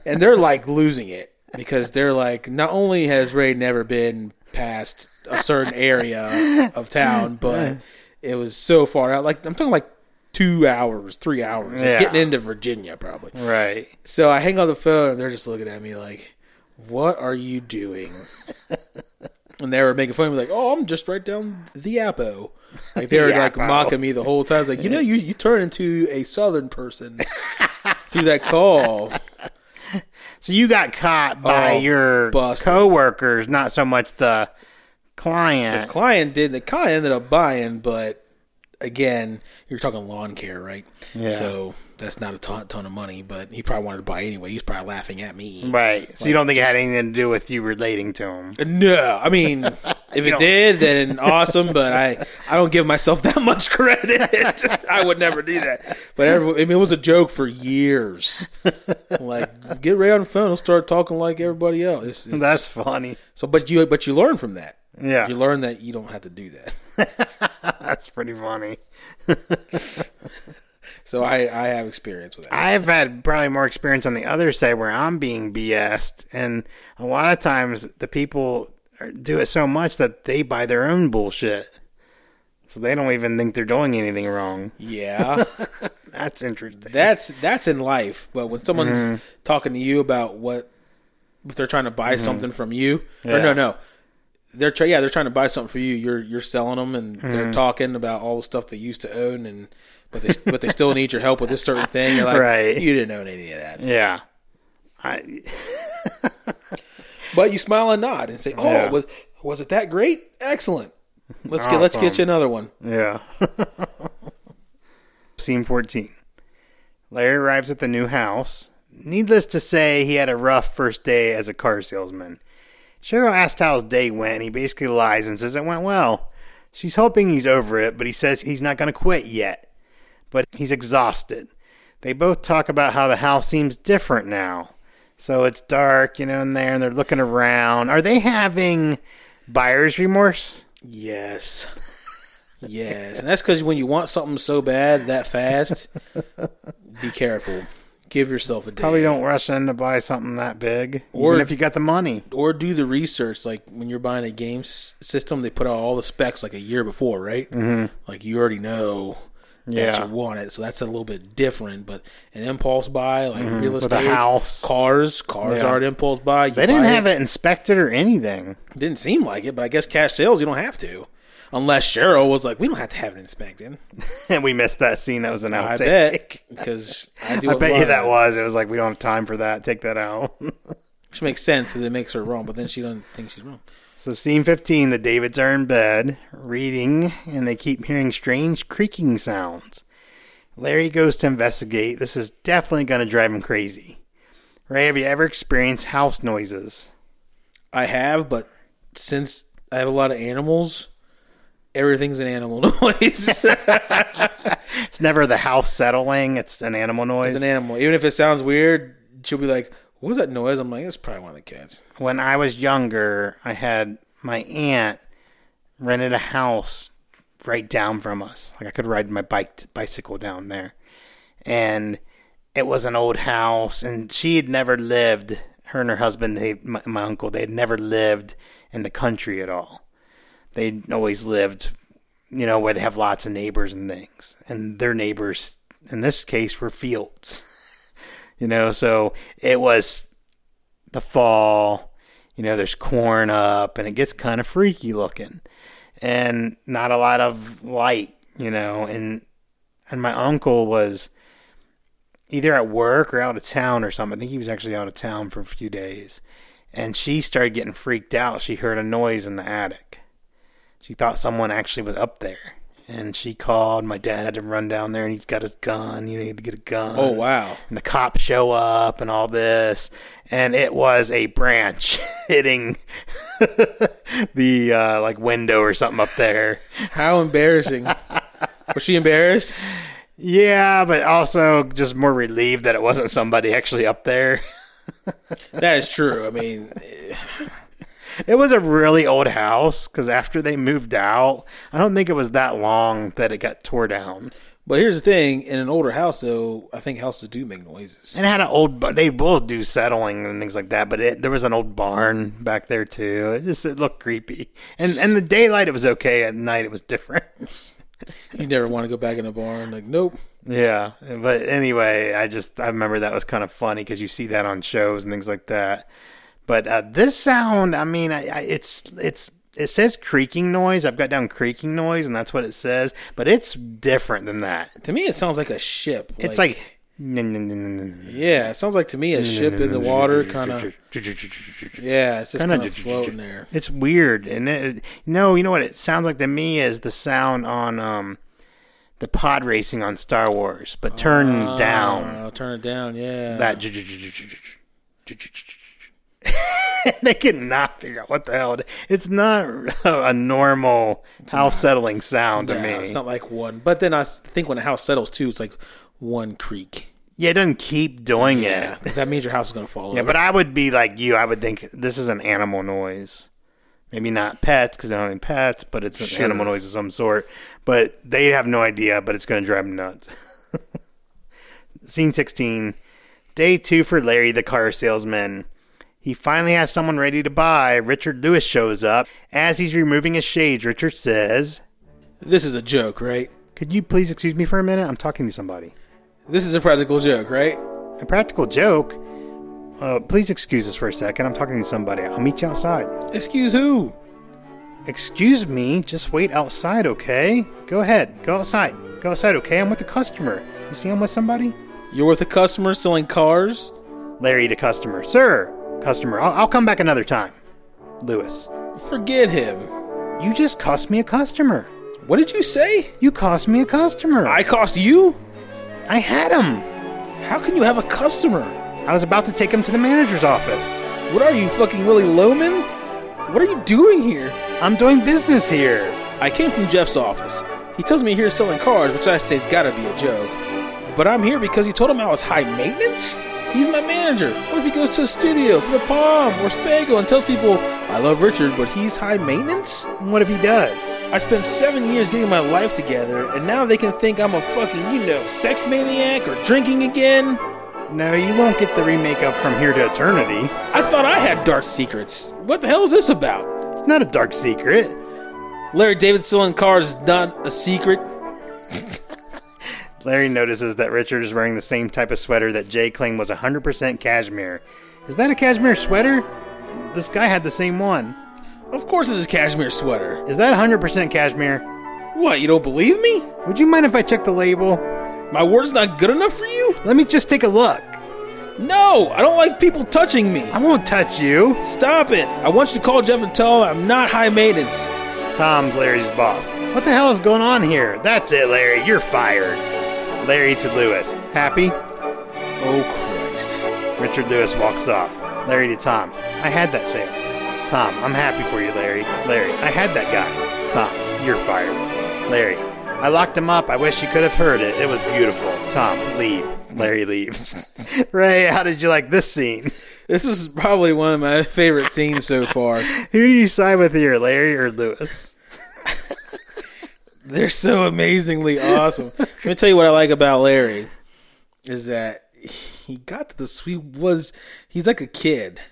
[SPEAKER 2] and they're like losing it because they're like, not only has Ray never been past a certain area of town, but it was so far out. Like I'm talking like two hours, three hours, like,
[SPEAKER 1] Yeah.
[SPEAKER 2] getting into Virginia probably.
[SPEAKER 1] right.
[SPEAKER 2] So I hang up the phone and they're just looking at me like, "What are you doing?" and they were making fun of me like, "Oh, I'm just right down the Apo." Like they were
[SPEAKER 1] The
[SPEAKER 2] like
[SPEAKER 1] Apo.
[SPEAKER 2] mocking me the whole time. It's like, "You know, you you turn into a southern person through that call."
[SPEAKER 1] So you got caught by
[SPEAKER 2] Oh,
[SPEAKER 1] your
[SPEAKER 2] busted.
[SPEAKER 1] coworkers, not so much the client.
[SPEAKER 2] Client did the client ended up buying, but again, you're talking lawn care, right?
[SPEAKER 1] Yeah.
[SPEAKER 2] So that's not a ton, ton of money, but he probably wanted to buy anyway. He's probably laughing at me.
[SPEAKER 1] right. So you don't think it had anything to do with you relating to him?
[SPEAKER 2] No, I mean, if it
[SPEAKER 1] don't-
[SPEAKER 2] did, then awesome. But I, I don't give myself that much credit. I would never do that. But every, I mean, it was a joke for years. Like, get right on the phone and start talking like everybody else. It's- it's-
[SPEAKER 1] That's funny.
[SPEAKER 2] so. But you, but you learn from that.
[SPEAKER 1] Yeah.
[SPEAKER 2] You learn that you don't have to do that.
[SPEAKER 1] That's pretty funny.
[SPEAKER 2] So I, I have experience with that.
[SPEAKER 1] I've had probably more experience on the other side where I'm being BS'd, and a lot of times the people are- do it so much that they buy their own bullshit, so they don't even think they're doing anything wrong.
[SPEAKER 2] Yeah,
[SPEAKER 1] That's interesting.
[SPEAKER 2] that's that's in life. But when someone's
[SPEAKER 1] Mm-hmm.
[SPEAKER 2] talking to you about what if they're trying to buy something from you, or
[SPEAKER 1] Mm-hmm. Yeah.
[SPEAKER 2] no, no, they're try yeah they're trying to buy something for you. You're you're selling them, and
[SPEAKER 1] Mm-hmm.
[SPEAKER 2] they're talking about all the stuff they used to own, and but they but they still need your help with this certain thing. You're like,
[SPEAKER 1] Right.
[SPEAKER 2] you didn't own any of that,
[SPEAKER 1] yeah, I
[SPEAKER 2] but you smile and nod and say, oh,
[SPEAKER 1] Yeah.
[SPEAKER 2] was was it that great? Excellent. Let's get let's get
[SPEAKER 1] Awesome.
[SPEAKER 2] you another one.
[SPEAKER 1] yeah. Scene fourteen. Larry arrives at the new house. Needless to say, he had a rough first day as a car salesman. Cheryl asked how his day went, and he basically lies and says it went well. She's hoping he's over it, but he says he's not going to quit yet. but he's exhausted. They both talk about how the house seems different now. So it's dark, you know, in there, and they're looking around. Are they having buyer's remorse?
[SPEAKER 2] Yes. Yes. And that's because when you want something so bad that fast, be careful. Give yourself a day.
[SPEAKER 1] Probably don't rush in to buy something that big,
[SPEAKER 2] Or-
[SPEAKER 1] even if you got the money.
[SPEAKER 2] Or do the research. Like when you're buying a game s- system, they put out all the specs like a year before, right? Mm-hmm. Like you already know that
[SPEAKER 1] Yeah.
[SPEAKER 2] you want it. So that's a little bit different. But an impulse buy, like real
[SPEAKER 1] Mm-hmm. With a
[SPEAKER 2] estate,
[SPEAKER 1] house.
[SPEAKER 2] cars, cars
[SPEAKER 1] Yeah.
[SPEAKER 2] are an impulse buy.
[SPEAKER 1] They didn't have it inspected or anything.
[SPEAKER 2] Didn't seem like it, but I guess cash sales, you don't have to. Unless Cheryl was like, we don't have to have it inspected.
[SPEAKER 1] And we missed that scene. That was an
[SPEAKER 2] I
[SPEAKER 1] outtake.
[SPEAKER 2] bet because I do.
[SPEAKER 1] I bet you that
[SPEAKER 2] one.
[SPEAKER 1] was. It was like, we don't have time for that. Take that out.
[SPEAKER 2] Which makes sense that it makes her wrong, but then she doesn't think she's wrong.
[SPEAKER 1] So, scene 15, the Davids are in bed reading, and they keep hearing strange creaking sounds. Larry goes to investigate. This is definitely going to drive him crazy. Ray, have you ever experienced house noises?
[SPEAKER 2] I have, but since I have a lot of animals, everything's an animal noise.
[SPEAKER 1] It's never the house settling, it's an animal noise.
[SPEAKER 2] it's an animal. Even if it sounds weird, she'll be like, "What was that noise?" I'm like, "It's probably one of the cats."
[SPEAKER 1] when I was younger, I had my aunt rented a house right down from us. Like I could ride my bike bicycle down there. And it was an old house and she had never lived her and her husband, they, my, my uncle, they had never lived in the country at all. They always lived, you know, where they have lots of neighbors and things. And their neighbors in this case were fields. you know, so it was the fall. You know, there's corn up, and it gets kind of freaky looking, and not a lot of light. You know, and and my uncle was either at work or out of town or something. I think he was actually out of town for a few days, and she started getting freaked out. She heard a noise in the attic. She thought someone actually was up there. And she called. My dad had to run down there, and he's got his gun. You know, he had to get a gun
[SPEAKER 2] Oh wow!
[SPEAKER 1] and the cops show up and all this and it was a branch hitting the uh, like window or something up there
[SPEAKER 2] How embarrassing. Was she embarrassed?
[SPEAKER 1] yeah but also just more relieved that it wasn't somebody actually up there
[SPEAKER 2] That is true. I mean,
[SPEAKER 1] it was a really old house because after they moved out i don't think it was that long that it got tore down
[SPEAKER 2] but here's the thing: in an older house, though, I think houses do make noises.
[SPEAKER 1] and it had an old bar- they both do settling and things like that but it, there was an old barn back there too it just it looked creepy and and the daylight it was okay at night it was different
[SPEAKER 2] You never want to go back in a barn. Like, nope.
[SPEAKER 1] Yeah, but anyway, I just I remember that was kind of funny because you see that on shows and things like that. But uh, this sound, I mean, I, I, it's it's it says creaking noise. I've got down creaking noise, and that's what it says. But it's different than that.
[SPEAKER 2] To me, it sounds like a ship.
[SPEAKER 1] It's like, kind
[SPEAKER 2] Yeah, it sounds like to me a ship in the water, kind of. Yeah, it's just kind of floating there.
[SPEAKER 1] It's weird, and it, no, you know what it sounds like to me is the sound on um the pod racing on Star Wars, but turned down.
[SPEAKER 2] Uh, I'll turn it down. Yeah,
[SPEAKER 1] that they cannot figure out what the hell it- it's not a normal house settling sound to
[SPEAKER 2] Yeah,
[SPEAKER 1] me
[SPEAKER 2] it's not like one. But then I s- think when the house settles too, it's like one creak.
[SPEAKER 1] yeah it doesn't keep doing
[SPEAKER 2] Yeah,
[SPEAKER 1] it
[SPEAKER 2] that means your house is gonna fall over.
[SPEAKER 1] yeah but i would be like you i would think this is an animal noise maybe not pets because they don't have any pets but it's an
[SPEAKER 2] Sure.
[SPEAKER 1] animal noise of some sort but they have no idea but it's going to drive them nuts scene 16 day two for larry the car salesman He finally has someone ready to buy. Richard Lewis shows up. As he's removing his shades, Richard says,
[SPEAKER 2] this is a joke, right?
[SPEAKER 1] Could you please excuse me for a minute? I'm talking to somebody.
[SPEAKER 2] This is a practical joke, right?
[SPEAKER 1] A practical joke. Uh, please excuse us for a second. I'm talking to somebody. I'll meet you outside.
[SPEAKER 2] Excuse who?
[SPEAKER 1] Excuse me, just wait outside, okay? Go ahead. Go outside. Go outside, okay? I'm with a customer. You see, I'm with somebody?
[SPEAKER 2] You're with a customer selling cars.
[SPEAKER 1] Larry to customer. Sir, customer, I'll, I'll come back another time. Lewis,
[SPEAKER 2] Forget him.
[SPEAKER 1] you just cost me a customer.
[SPEAKER 2] What did you say?
[SPEAKER 1] You cost me a customer.
[SPEAKER 2] I cost you.
[SPEAKER 1] I had him.
[SPEAKER 2] How can you have a customer?
[SPEAKER 1] I was about to take him to the manager's office.
[SPEAKER 2] What are you fucking Willie Loman? What are you doing here?
[SPEAKER 1] I'm doing business here.
[SPEAKER 2] I came from Jeff's office. He tells me he's selling cars, which I say has got to be a joke. But I'm here because he told him I was high maintenance? He's my manager. What if he goes to a studio, to the Palm, or Spago and tells people, I love Richard, but he's high maintenance?
[SPEAKER 1] What if he does?
[SPEAKER 2] I spent seven years getting my life together, and now they can think I'm a fucking, you know, sex maniac or drinking again?
[SPEAKER 1] No, you won't get the remake of From Here to Eternity.
[SPEAKER 2] I thought I had dark secrets. What the hell is this about?
[SPEAKER 1] It's not a dark secret.
[SPEAKER 2] Larry David selling cars is not a secret.
[SPEAKER 1] Larry notices that Richard is wearing the same type of sweater that Jay claimed was 100% cashmere. Is that a cashmere sweater? This guy had the same one.
[SPEAKER 2] Of course, it's a cashmere sweater.
[SPEAKER 1] Is that 100% cashmere?
[SPEAKER 2] What, you don't believe me?
[SPEAKER 1] Would you mind if I check the label?
[SPEAKER 2] My word's not good enough for you?
[SPEAKER 1] Let me just take a look.
[SPEAKER 2] No, I don't like people touching me.
[SPEAKER 1] I won't touch you.
[SPEAKER 2] Stop it. I want you to call Jeff and tell him I'm not high maintenance.
[SPEAKER 1] Tom's Larry's boss. What the hell is going on here? That's it, Larry. You're fired. Larry to Lewis. Happy?
[SPEAKER 2] Oh, Christ.
[SPEAKER 1] Richard Lewis walks off. Larry to Tom. I had that sale. Tom, I'm happy for you, Larry. Larry, I had that guy. Tom, you're fired. Larry, I locked him up. I wish you could have heard it. It was beautiful. Tom, leave. Larry leaves. Ray, how did you like this scene?
[SPEAKER 2] This is probably one of my favorite scenes so far.
[SPEAKER 1] Who do you side with here, Larry or Lewis?
[SPEAKER 2] They're so amazingly awesome. Let me tell you what I like about Larry is that he got to the sweet was he's like a kid. Like,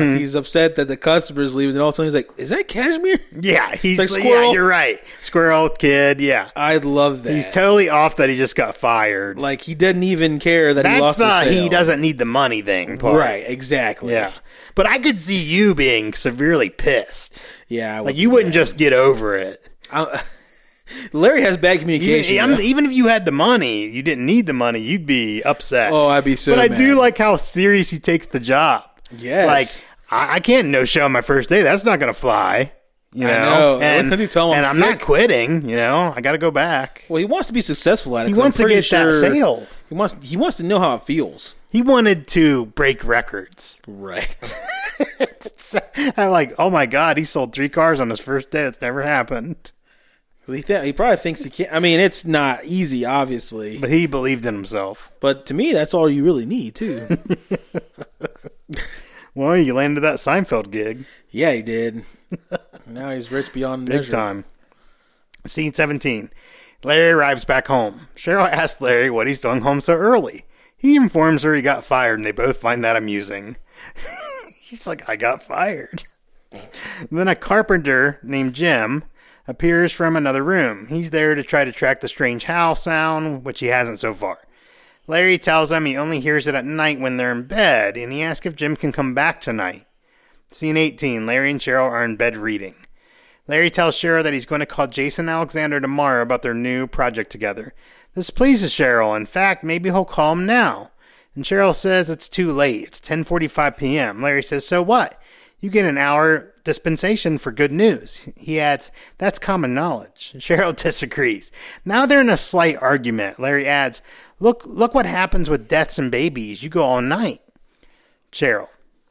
[SPEAKER 1] Mm-hmm.
[SPEAKER 2] he's upset that the customers leave, and all of a sudden he's like, "Is that cashmere?"
[SPEAKER 1] Yeah, he's
[SPEAKER 2] Like
[SPEAKER 1] yeah,
[SPEAKER 2] squirrel?
[SPEAKER 1] you're right. Squirrel kid, yeah.
[SPEAKER 2] I love that.
[SPEAKER 1] He's totally off that he just got fired.
[SPEAKER 2] like he doesn't even care that he
[SPEAKER 1] That's
[SPEAKER 2] lost.
[SPEAKER 1] not
[SPEAKER 2] the sale.
[SPEAKER 1] he doesn't need the money thing part.
[SPEAKER 2] Right, exactly.
[SPEAKER 1] Yeah. But I could see you being severely pissed.
[SPEAKER 2] yeah. I
[SPEAKER 1] Like
[SPEAKER 2] would-
[SPEAKER 1] you wouldn't just get over it.
[SPEAKER 2] I- Larry has bad communication.
[SPEAKER 1] Even,
[SPEAKER 2] though.
[SPEAKER 1] even if you had the money, you didn't need the money, you'd be upset.
[SPEAKER 2] oh, I'd be so.
[SPEAKER 1] but I
[SPEAKER 2] mad.
[SPEAKER 1] do like how serious he takes the job.
[SPEAKER 2] Yes.
[SPEAKER 1] Like I, I can't no show on my first day. That's not gonna fly. You know,
[SPEAKER 2] I know.
[SPEAKER 1] and,
[SPEAKER 2] What do you tell him?
[SPEAKER 1] and
[SPEAKER 2] I'm
[SPEAKER 1] I'm not
[SPEAKER 2] sick.
[SPEAKER 1] quitting. You know, I got to go back.
[SPEAKER 2] Well, he wants to be successful at it.
[SPEAKER 1] He
[SPEAKER 2] 'cause I'm
[SPEAKER 1] wants to
[SPEAKER 2] pretty
[SPEAKER 1] get that
[SPEAKER 2] sure-
[SPEAKER 1] sale.
[SPEAKER 2] He wants. He wants to know how it feels.
[SPEAKER 1] He wanted to break records.
[SPEAKER 2] Right.
[SPEAKER 1] I'm like, oh my god, he sold three cars on his first day. That's never happened.
[SPEAKER 2] he, th- he probably thinks he can't. I mean, it's not easy, obviously.
[SPEAKER 1] But he believed in himself.
[SPEAKER 2] But to me, that's all you really need, too.
[SPEAKER 1] Well, you landed that Seinfeld gig.
[SPEAKER 2] yeah, he did. now he's rich beyond
[SPEAKER 1] Big
[SPEAKER 2] measure.
[SPEAKER 1] time. Scene 17. Larry arrives back home. Cheryl asks Larry what he's doing home so early. He informs her he got fired, and they both find that amusing. he's like, I got fired. then a carpenter named Jim appears from another room. He's there to try to track the strange howl sound, which he hasn't so far. Larry tells him he only hears it at night when they're in bed, and he asks if Jim can come back tonight. Scene 18 Larry and Cheryl are in bed reading. Larry tells Cheryl that he's going to call Jason Alexander tomorrow about their new project together. This pleases Cheryl. In fact, maybe he'll call him now. And Cheryl says it's too late. It's 10:45 p.m. Larry says, "So what? You get an hour dispensation for good news." He adds, "That's common knowledge." Cheryl disagrees. Now they're in a slight argument. Larry adds, "Look, look what happens with deaths and babies. You go all night." Cheryl,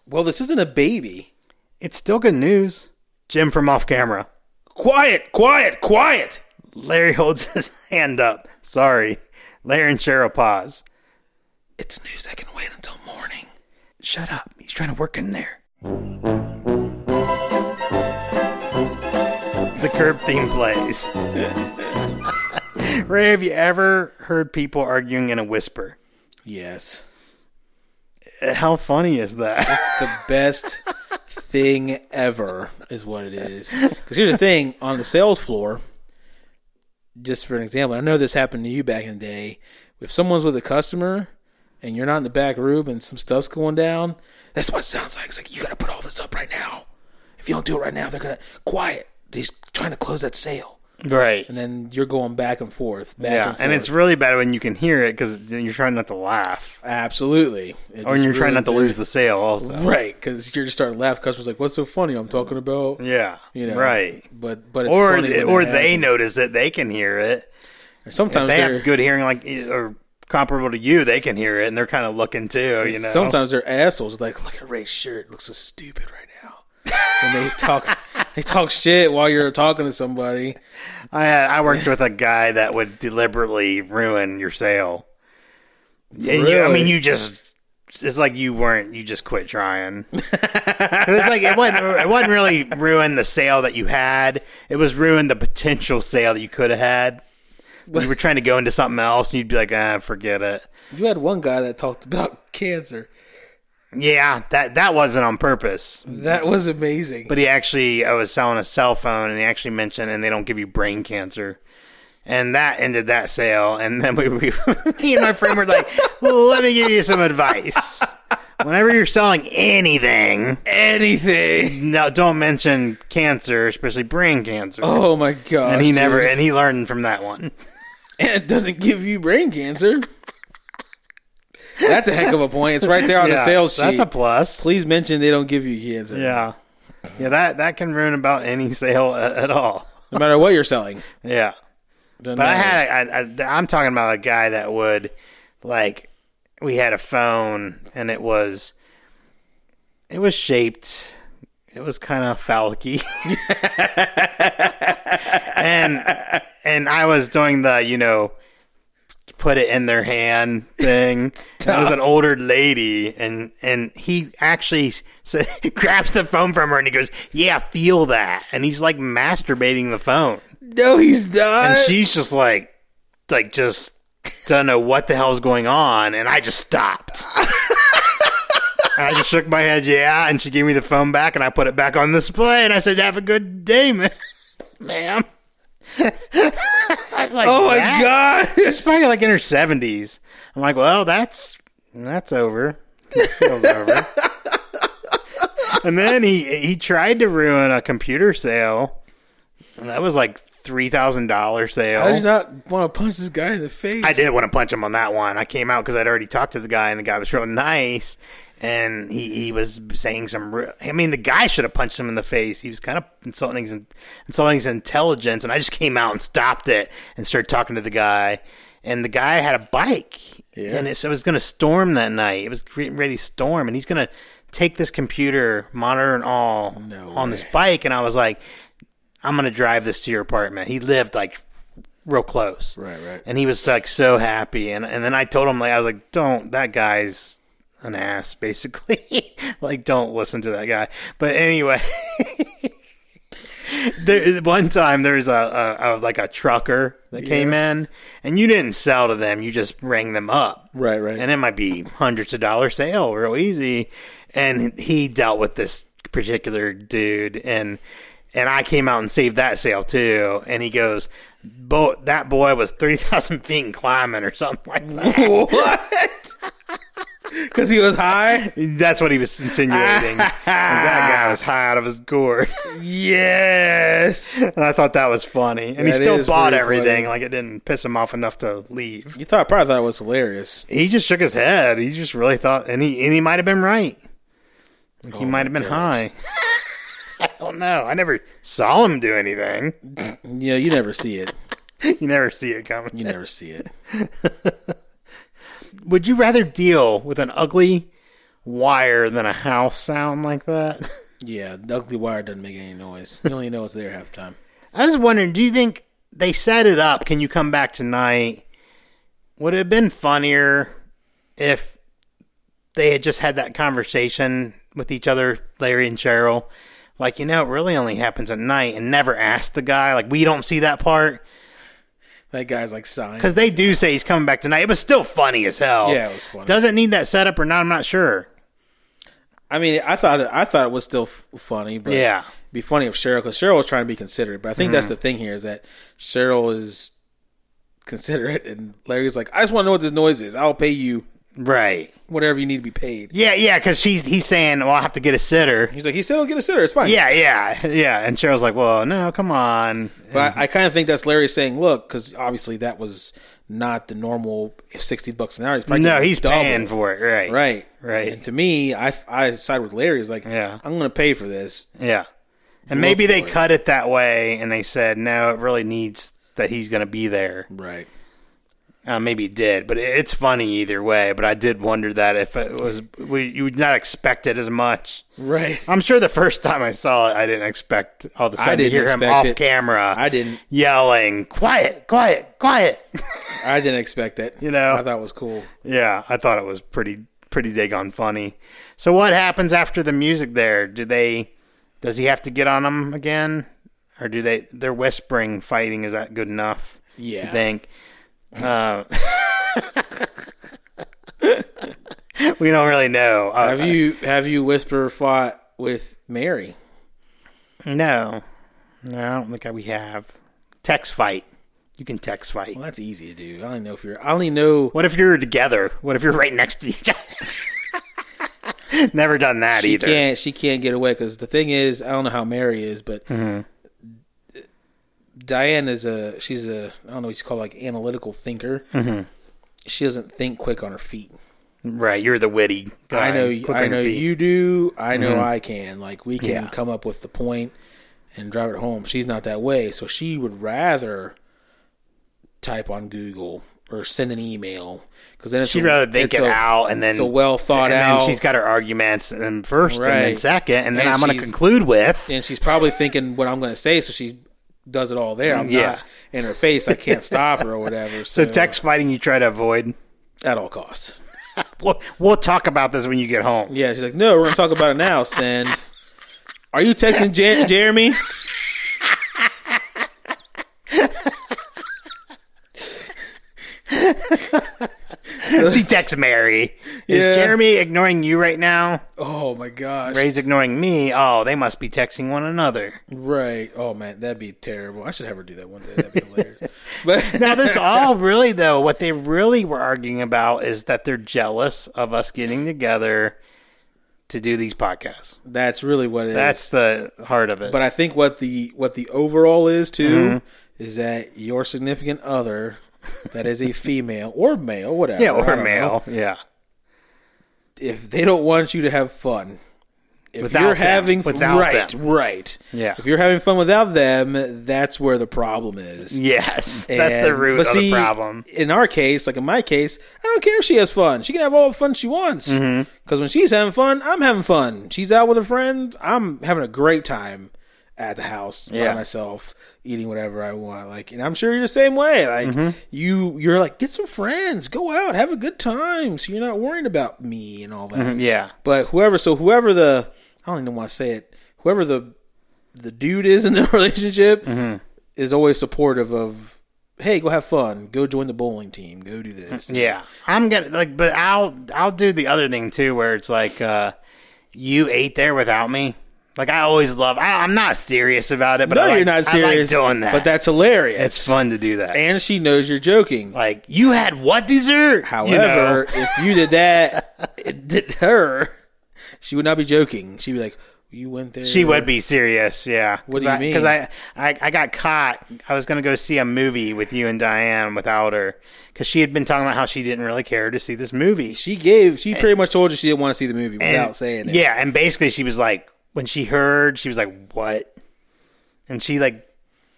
[SPEAKER 2] Well, this isn't a baby.
[SPEAKER 1] "It's still good news." Jim from off camera.
[SPEAKER 2] Quiet, quiet, quiet.
[SPEAKER 1] Larry holds his hand up. Sorry. Larry and Cheryl pause.
[SPEAKER 2] It's news that can wait until morning.
[SPEAKER 1] Shut up. He's trying to work in there. The curb theme plays. Ray, have you ever heard people arguing in a whisper?
[SPEAKER 2] Yes.
[SPEAKER 1] How funny is that?
[SPEAKER 2] It's the best thing ever, is what it is. Because here's the thing on the sales floor, just for an example, I know this happened to you back in the day. If someone's with a customer and you're not in the back room and some stuff's going down, that's what it sounds like. It's like, you got to put all this up right now. If you don't do it right now, they're going to quiet. He's trying to close that sale.
[SPEAKER 1] Right.
[SPEAKER 2] And then you're going back and forth, back
[SPEAKER 1] Yeah.
[SPEAKER 2] and forth.
[SPEAKER 1] And it's really bad when you can hear it because you're trying not to laugh.
[SPEAKER 2] absolutely.
[SPEAKER 1] Or when
[SPEAKER 2] It just
[SPEAKER 1] Oh, you're trying
[SPEAKER 2] really
[SPEAKER 1] not to lose the sale, also.
[SPEAKER 2] did- Right, because you're just starting to laugh. Customers like, "What's so funny?" I'm talking about
[SPEAKER 1] Yeah.
[SPEAKER 2] you know,
[SPEAKER 1] right.
[SPEAKER 2] But but it's
[SPEAKER 1] Or,
[SPEAKER 2] funny when
[SPEAKER 1] or
[SPEAKER 2] that
[SPEAKER 1] they
[SPEAKER 2] happens.
[SPEAKER 1] notice it. They can hear it.
[SPEAKER 2] Sometimes
[SPEAKER 1] they
[SPEAKER 2] they
[SPEAKER 1] have good hearing, like eh, or comparable to you. They can hear it, and they're kind of looking too. You know,
[SPEAKER 2] sometimes they're assholes. Like, look at Ray's shirt; It looks so stupid right now. When they talk, They talk shit while you're talking to somebody.
[SPEAKER 1] I had, I worked with a guy that would deliberately ruin your sale. Yeah, you- I
[SPEAKER 2] Really?
[SPEAKER 1] mean, you just it's like you weren't you just quit trying. 'Cause it's like it wasn't it wasn't really ruin the sale that you had. It was ruin the potential sale that you could have had. You were trying to go into something else, and you'd be like, ah, forget it.
[SPEAKER 2] You had one guy that talked about cancer.
[SPEAKER 1] Yeah, that that wasn't on purpose.
[SPEAKER 2] That was amazing.
[SPEAKER 1] But he actually, I was selling a cell phone, and he actually mentioned, and they don't give you brain cancer. And that ended that sale. And then we, we me and my friend were like, let me give you some advice. Whenever you're selling anything,
[SPEAKER 2] anything.
[SPEAKER 1] no, don't mention cancer, especially brain cancer.
[SPEAKER 2] Oh my god.
[SPEAKER 1] and he never, and he learned from that one.
[SPEAKER 2] and it doesn't give you brain cancer. That's a heck of a point. It's right there on the
[SPEAKER 1] Yeah,
[SPEAKER 2] sales sheet.
[SPEAKER 1] That's a plus.
[SPEAKER 2] Please mention they don't give you cancer.
[SPEAKER 1] Yeah. Yeah, that, that can ruin about any sale at, at all.
[SPEAKER 2] No matter what you're selling.
[SPEAKER 1] Yeah.
[SPEAKER 2] Doesn't
[SPEAKER 1] But I
[SPEAKER 2] matter.
[SPEAKER 1] had a, I, I, I'm talking about a guy that would like we had a phone and it was it was shaped it was kind of phallic and and I was doing the you know put it in their hand thing. And it was an older lady, and and he actually so, grabs the phone from her and he goes, "Yeah, feel that," and he's like masturbating the phone
[SPEAKER 2] No, he's not.
[SPEAKER 1] and she's just like like just don't know what the hell's going on and i just stopped and i just shook my head yeah and she gave me the phone back and i put it back on display and i said have a good day ma- ma'am I was like,
[SPEAKER 2] oh my
[SPEAKER 1] "That-
[SPEAKER 2] god.
[SPEAKER 1] she's probably like in her 70s i'm like well that's that's over That sale's over and then he he tried to ruin a computer sale and that was like $3000 sale
[SPEAKER 2] I did not want to punch this guy in the face.
[SPEAKER 1] I did want to punch him on that one. I came out because I'd already talked to the guy, and the guy was real nice, and he, he was saying some. Real, I mean, the guy should have punched him in the face. He was kind of insulting his insulting his intelligence, and I just came out and stopped it and started talking to the guy. And the guy had a bike,
[SPEAKER 2] Yeah.
[SPEAKER 1] and it, so it was going to storm that night. It was getting ready to storm, and he's going to take this computer monitor and all
[SPEAKER 2] No
[SPEAKER 1] on this bike. And I was like, I'm going to drive this to your apartment. He lived like real close,
[SPEAKER 2] Right, right.
[SPEAKER 1] and he was like so happy, and and then I told him like I was like, don't that guy's an ass basically, like don't listen to that guy. But anyway, there one time there was a, a, a like a trucker that came in, and you didn't sell to them, you just rang them up,
[SPEAKER 2] Right, right.
[SPEAKER 1] and it might be hundreds of dollar sale, real easy. And he dealt with this particular dude, and and I came out and saved that sale too. And he goes, "Boy, that boy was three thousand feet and climbing or something like that."
[SPEAKER 2] what? Because he was high.
[SPEAKER 1] That's what he was insinuating. And that guy was high out of his gourd,
[SPEAKER 2] Yes.
[SPEAKER 1] and I thought that was funny. And he
[SPEAKER 2] That
[SPEAKER 1] still
[SPEAKER 2] is
[SPEAKER 1] bought
[SPEAKER 2] pretty
[SPEAKER 1] everything,
[SPEAKER 2] funny.
[SPEAKER 1] like it didn't piss him off enough to leave.
[SPEAKER 2] You thought probably thought it was hilarious.
[SPEAKER 1] He just shook his head. He just really thought, and he and he might have been right. Like he might have been high. I don't know. I never saw him do anything.
[SPEAKER 2] Yeah, you never see it.
[SPEAKER 1] You never see it coming.
[SPEAKER 2] You never see it.
[SPEAKER 1] Would you rather deal with an ugly wire than a house sound like that?
[SPEAKER 2] Yeah, the ugly wire doesn't make any noise. You only know it's there half the time.
[SPEAKER 1] I was wondering, do you think they set it up? Can you come back tonight? Would it have been funnier if they had just had that conversation with each other, Larry and Cheryl? Like, you know, it really only happens at night and never asked the guy. Like, we don't see that part.
[SPEAKER 2] That guy's like sighing.
[SPEAKER 1] Because they do say he's coming back tonight. It was still funny as hell.
[SPEAKER 2] Yeah, it was funny.
[SPEAKER 1] Does it need that setup or not? I'm not sure.
[SPEAKER 2] I mean, I thought I thought it was still f- funny, but
[SPEAKER 1] Yeah. Mm-hmm.
[SPEAKER 2] it'd be funny if Cheryl because Cheryl was trying to be considerate. But I think that's the thing here is that Cheryl is considerate, and Larry's like, I just want to know what this noise is. I'll pay you
[SPEAKER 1] Right.
[SPEAKER 2] whatever you need to be paid.
[SPEAKER 1] Yeah, yeah, because he's saying, well, I have to get a sitter.
[SPEAKER 2] He's like, he said he'll get a sitter. It's fine.
[SPEAKER 1] Yeah, yeah, yeah. And Cheryl's like, well, no, come on.
[SPEAKER 2] But I, I kind of think that's Larry saying, look, because obviously that was not the normal sixty bucks an hour. He's probably
[SPEAKER 1] No,
[SPEAKER 2] getting
[SPEAKER 1] he's
[SPEAKER 2] double.
[SPEAKER 1] paying for it. Right.
[SPEAKER 2] Right.
[SPEAKER 1] Right.
[SPEAKER 2] And to me, I, I side with Larry. It's like,
[SPEAKER 1] Yeah.
[SPEAKER 2] I'm going to pay for this.
[SPEAKER 1] Yeah. And maybe they
[SPEAKER 2] for it.
[SPEAKER 1] cut it that way and they said, no, it really needs that he's going to be there.
[SPEAKER 2] Right.
[SPEAKER 1] Uh, maybe it did, but it- it's funny either way. But I did wonder that if it was, we, you would not expect it as much.
[SPEAKER 2] Right.
[SPEAKER 1] I'm sure the first time I saw it, I didn't expect all of a sudden to
[SPEAKER 2] didn't
[SPEAKER 1] hear him
[SPEAKER 2] expect
[SPEAKER 1] off
[SPEAKER 2] it.
[SPEAKER 1] camera.
[SPEAKER 2] I didn't.
[SPEAKER 1] yelling, "Quiet, quiet, quiet!"
[SPEAKER 2] I didn't expect it.
[SPEAKER 1] You know.
[SPEAKER 2] I thought it was cool.
[SPEAKER 1] yeah, I thought it was pretty pretty daggone funny. So what happens after the music? There, do they? Does he have to get on them again, or do they? They're whispering, fighting. Is that good enough?
[SPEAKER 2] Yeah.
[SPEAKER 1] you think. Uh, we don't really know. Uh,
[SPEAKER 2] Have you have you whisper fought with Mary?
[SPEAKER 1] No, no, I don't think we have text fight. You can text fight.
[SPEAKER 2] Well, that's easy to do. I don't know if you're. I only know
[SPEAKER 1] What if you're together? What if you're right next to each other? Never done that
[SPEAKER 2] she
[SPEAKER 1] either.
[SPEAKER 2] can't. She can't get away because the thing is, I don't know how Mary is, but
[SPEAKER 1] Mm-hmm.
[SPEAKER 2] Diane is a. She's a. I don't know what you call it, like analytical thinker.
[SPEAKER 1] Mm-hmm.
[SPEAKER 2] She doesn't think quick on her feet.
[SPEAKER 1] Right, you're the witty guy.
[SPEAKER 2] I know.
[SPEAKER 1] Quick on
[SPEAKER 2] I
[SPEAKER 1] your
[SPEAKER 2] know
[SPEAKER 1] feet. Mm-hmm.
[SPEAKER 2] you do. I know I can. Like we can
[SPEAKER 1] Yeah.
[SPEAKER 2] come up with the point and drive it home. She's not that way, so she would rather type on Google or send an email because then it's
[SPEAKER 1] She'd
[SPEAKER 2] a-
[SPEAKER 1] rather think
[SPEAKER 2] it's
[SPEAKER 1] it
[SPEAKER 2] a-
[SPEAKER 1] out and then
[SPEAKER 2] It's a well thought
[SPEAKER 1] and
[SPEAKER 2] out.
[SPEAKER 1] then she's got her arguments and first and then
[SPEAKER 2] Right.
[SPEAKER 1] second, and then
[SPEAKER 2] And
[SPEAKER 1] I'm going to
[SPEAKER 2] she's-
[SPEAKER 1] conclude with
[SPEAKER 2] and she's probably thinking what I'm going to say, so she does it all there. I'm
[SPEAKER 1] Yeah.
[SPEAKER 2] not in her face. I can't stop her or whatever. So,
[SPEAKER 1] so text fighting. You try to avoid.
[SPEAKER 2] at all costs.
[SPEAKER 1] We'll, we'll talk about this when you get home.
[SPEAKER 2] Yeah, she's like, no, we're going to talk about it now. Send. Are you texting Jer- Jeremy?
[SPEAKER 1] she texts Mary. Is
[SPEAKER 2] Yeah.
[SPEAKER 1] Jeremy ignoring you right now?
[SPEAKER 2] Oh my gosh!
[SPEAKER 1] Ray's ignoring me. Oh, they must be texting one another.
[SPEAKER 2] Right? Oh man, that'd be terrible. I should have her do that one day. That'd be hilarious. But
[SPEAKER 1] Now, this all really, though, what they really were arguing about is that they're jealous of us getting together to do these podcasts.
[SPEAKER 2] that's really what it is.
[SPEAKER 1] That's the heart of it.
[SPEAKER 2] But I think what the what the overall is too
[SPEAKER 1] Mm-hmm.
[SPEAKER 2] is that your significant other that is a female or male, whatever.
[SPEAKER 1] yeah,
[SPEAKER 2] I
[SPEAKER 1] or
[SPEAKER 2] don't know,
[SPEAKER 1] male. Yeah.
[SPEAKER 2] if they don't want you to have fun, if
[SPEAKER 1] Without
[SPEAKER 2] you're
[SPEAKER 1] them.
[SPEAKER 2] having
[SPEAKER 1] Without
[SPEAKER 2] right,
[SPEAKER 1] them.
[SPEAKER 2] right,
[SPEAKER 1] Yeah.
[SPEAKER 2] if you're having fun without them, that's where the problem is.
[SPEAKER 1] Yes. that's the
[SPEAKER 2] And-
[SPEAKER 1] root
[SPEAKER 2] but
[SPEAKER 1] of the
[SPEAKER 2] see,
[SPEAKER 1] problem.
[SPEAKER 2] In our case, like in my case, I don't care if she has fun. She can have all the fun she wants. Because
[SPEAKER 1] Mm-hmm.
[SPEAKER 2] when she's having fun, I'm having fun. She's out with her friends. I'm having a great time at the house
[SPEAKER 1] Yeah.
[SPEAKER 2] by myself, eating whatever I want. Like, and I'm sure you're the same way. Like
[SPEAKER 1] Mm-hmm.
[SPEAKER 2] you, you're like, get some friends, go out, have a good time, so you're not worrying about me and all that.
[SPEAKER 1] Yeah.
[SPEAKER 2] But whoever, so whoever the, I don't even want to say it. Whoever the the dude is in the relationship
[SPEAKER 1] Mm-hmm.
[SPEAKER 2] is always supportive of. Hey, go have fun. Go join the bowling team. Go do this.
[SPEAKER 1] Mm-hmm. Yeah. I'm gonna like but I'll I'll do the other thing too where it's like uh you ate there without me. Like I always love I am not serious about it, but
[SPEAKER 2] No,
[SPEAKER 1] I like,
[SPEAKER 2] you're not serious
[SPEAKER 1] I like doing that.
[SPEAKER 2] but that's hilarious.
[SPEAKER 1] it's fun to do that.
[SPEAKER 2] and she knows you're joking.
[SPEAKER 1] like you had what dessert? You know?
[SPEAKER 2] However, if you did that, it did her. She would not be joking. She'd be like, "You went there."
[SPEAKER 1] she would be serious, yeah.
[SPEAKER 2] What do you mean?
[SPEAKER 1] Because I, I, I got caught. I was gonna go see a movie with you and Diane without her, because she had been talking about how she didn't really care to see this movie.
[SPEAKER 2] She gave. She pretty much told you she didn't want to see the movie
[SPEAKER 1] And-
[SPEAKER 2] without saying it.
[SPEAKER 1] Yeah, and basically she was like, when she heard, she was like, "What?" And she like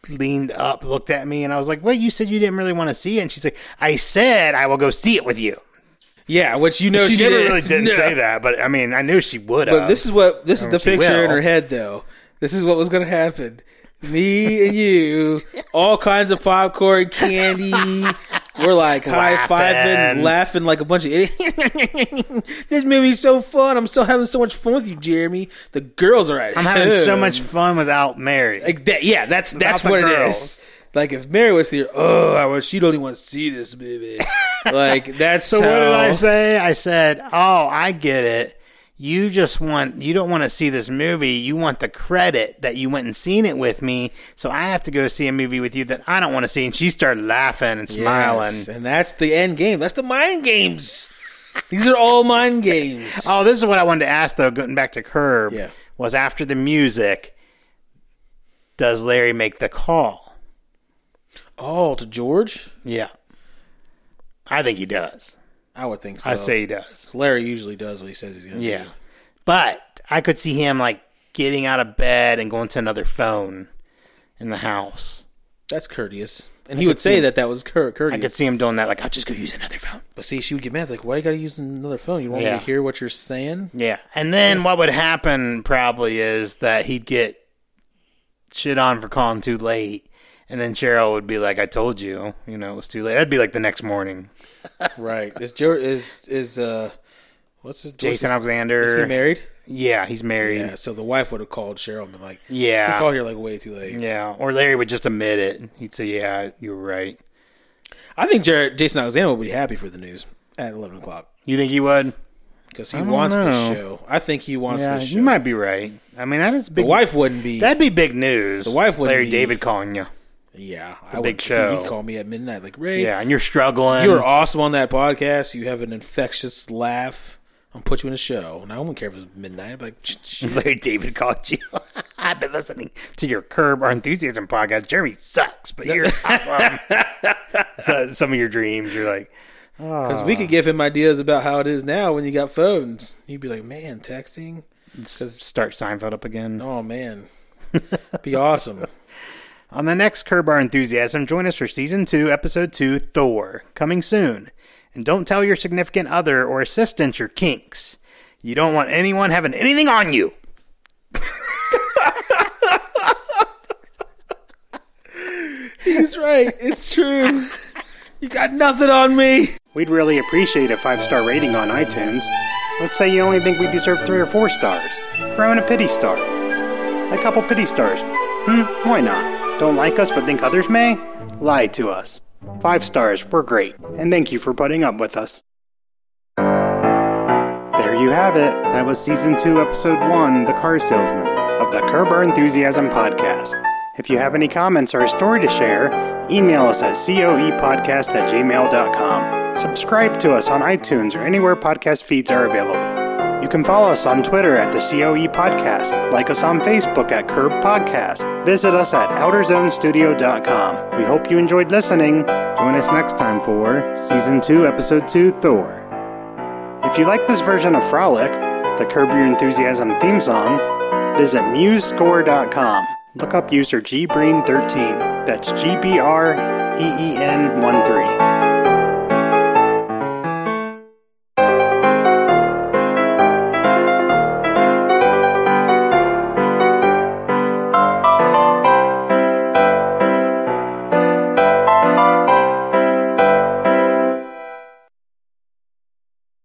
[SPEAKER 1] leaned up, looked at me, and I was like, "What? You said you didn't really want to see it?" And she's like, "I said I will go see it with you."
[SPEAKER 2] yeah. Which you know
[SPEAKER 1] She,
[SPEAKER 2] she,
[SPEAKER 1] never
[SPEAKER 2] did.
[SPEAKER 1] really didn't
[SPEAKER 2] No.
[SPEAKER 1] say that, but I mean, I knew she would
[SPEAKER 2] But
[SPEAKER 1] have.
[SPEAKER 2] this is what this is the
[SPEAKER 1] she
[SPEAKER 2] picture in
[SPEAKER 1] will.
[SPEAKER 2] her head though. This is what was gonna happen. Me and you, all kinds of popcorn, candy. We're like high
[SPEAKER 1] Laughing.
[SPEAKER 2] fiving, laughing like a bunch of idiots. this movie's so fun. I'm still having so much fun with you, Jeremy. The girls are at
[SPEAKER 1] I'm having so much fun without Mary.
[SPEAKER 2] like that. Yeah, that's that's
[SPEAKER 1] the
[SPEAKER 2] what it
[SPEAKER 1] girls.
[SPEAKER 2] is. Like if Mary was here, oh, I wish she don't even want to see this movie. like that's
[SPEAKER 1] So what did I
[SPEAKER 2] how-
[SPEAKER 1] say? I said, "Oh, I get it. You just want you don't want to see this movie. You want the credit that you went and seen it with me. So I have to go see a movie with you that I don't want to see." And she started laughing and smiling.
[SPEAKER 2] Yes, and that's the end game. That's the mind games. These are all mind games.
[SPEAKER 1] Oh, this is what I wanted to ask though. Going back to Curb,
[SPEAKER 2] Yeah.
[SPEAKER 1] was after the music, does Larry make the call?
[SPEAKER 2] Oh, to George?
[SPEAKER 1] Yeah, I think he does.
[SPEAKER 2] I would think so.
[SPEAKER 1] I say he does.
[SPEAKER 2] Larry usually does what he says he's going to
[SPEAKER 1] Yeah.
[SPEAKER 2] do.
[SPEAKER 1] But I could see him like getting out of bed and going to another phone in the house.
[SPEAKER 2] That's courteous. And he would say that that was cur- courteous.
[SPEAKER 1] I could see him doing that. Like, I'll just go use another phone.
[SPEAKER 2] But see, she would get mad. It's like, why you gotta use another phone? You want me
[SPEAKER 1] Yeah.
[SPEAKER 2] to hear what you're saying?
[SPEAKER 1] Yeah. And then what would happen probably is that he'd get shit on for calling too late. And then Cheryl would be like, I told you, you know, it was too late. That'd be like the next morning.
[SPEAKER 2] right. Is Joe is is uh, what's his what's
[SPEAKER 1] Jason
[SPEAKER 2] his- Is he
[SPEAKER 1] Alexander.
[SPEAKER 2] married?
[SPEAKER 1] yeah, he's
[SPEAKER 2] Yeah.
[SPEAKER 1] married.
[SPEAKER 2] So the wife would have called Cheryl and been like, "You
[SPEAKER 1] Yeah.
[SPEAKER 2] called here like way too late."
[SPEAKER 1] yeah. Or Larry would just admit it. He'd say, Yeah, you were right.
[SPEAKER 2] I think Jared, Jason Alexander will be happy for the news at eleven o'clock
[SPEAKER 1] You think he would?
[SPEAKER 2] because he
[SPEAKER 1] don't
[SPEAKER 2] wants this
[SPEAKER 1] know.
[SPEAKER 2] show. I think he wants
[SPEAKER 1] Yeah,
[SPEAKER 2] this
[SPEAKER 1] you
[SPEAKER 2] show.
[SPEAKER 1] might be right. I mean, that is
[SPEAKER 2] the
[SPEAKER 1] big.
[SPEAKER 2] wife wouldn't be.
[SPEAKER 1] That'd be big news. The
[SPEAKER 2] wife wouldn't
[SPEAKER 1] Larry
[SPEAKER 2] be-
[SPEAKER 1] David calling you.
[SPEAKER 2] yeah, I
[SPEAKER 1] big
[SPEAKER 2] would,
[SPEAKER 1] show.
[SPEAKER 2] He'd call me at midnight, like Ray.
[SPEAKER 1] Yeah, and you're struggling.
[SPEAKER 2] You were awesome on that podcast. You have an infectious laugh. I'm put you in a show, and I wouldn't care if it's midnight. I'd be like, "Shh, shh."
[SPEAKER 1] Larry David called you. I've been listening to your Curb Our Enthusiasm podcast. Jeremy sucks, but you're awesome. so, some of your dreams. You're like,
[SPEAKER 2] Because we could give him ideas about how it is now when you got phones. He'd be like, man, texting?
[SPEAKER 1] start Seinfeld up again.
[SPEAKER 2] Oh, man. Be awesome.
[SPEAKER 1] On the next Curb Our Enthusiasm, join us for season two, episode two, Thor, coming soon. And don't tell your significant other or assistant your kinks. You don't want anyone having anything on you.
[SPEAKER 2] He's right. It's true. You got nothing on me.
[SPEAKER 1] We'd really appreciate a five star rating on iTunes. Let's say you only think we deserve three or four stars. Throw in a pity star. A couple pity stars. Hmm, why not? Don't like us but think others may? Lie to us. Five stars, we're great. And thank you for putting up with us. There you have it. That was season two, episode one, The Car Salesman of the Curb Our Enthusiasm podcast. If you have any comments or a story to share, email us at coepodcast at gmail.com. Subscribe to us on iTunes or anywhere podcast feeds are available. You can follow us on Twitter at the COE Podcast, like us on Facebook at Curb Podcast, visit us at outerzonestudio.com. We hope you enjoyed listening. Join us next time for Season 2, Episode 2 Thor. If you like this version of Frolic, the Curb Your Enthusiasm theme song, visit MuseScore.com. Look up user gbreen13. That's G B R E E N 1 3.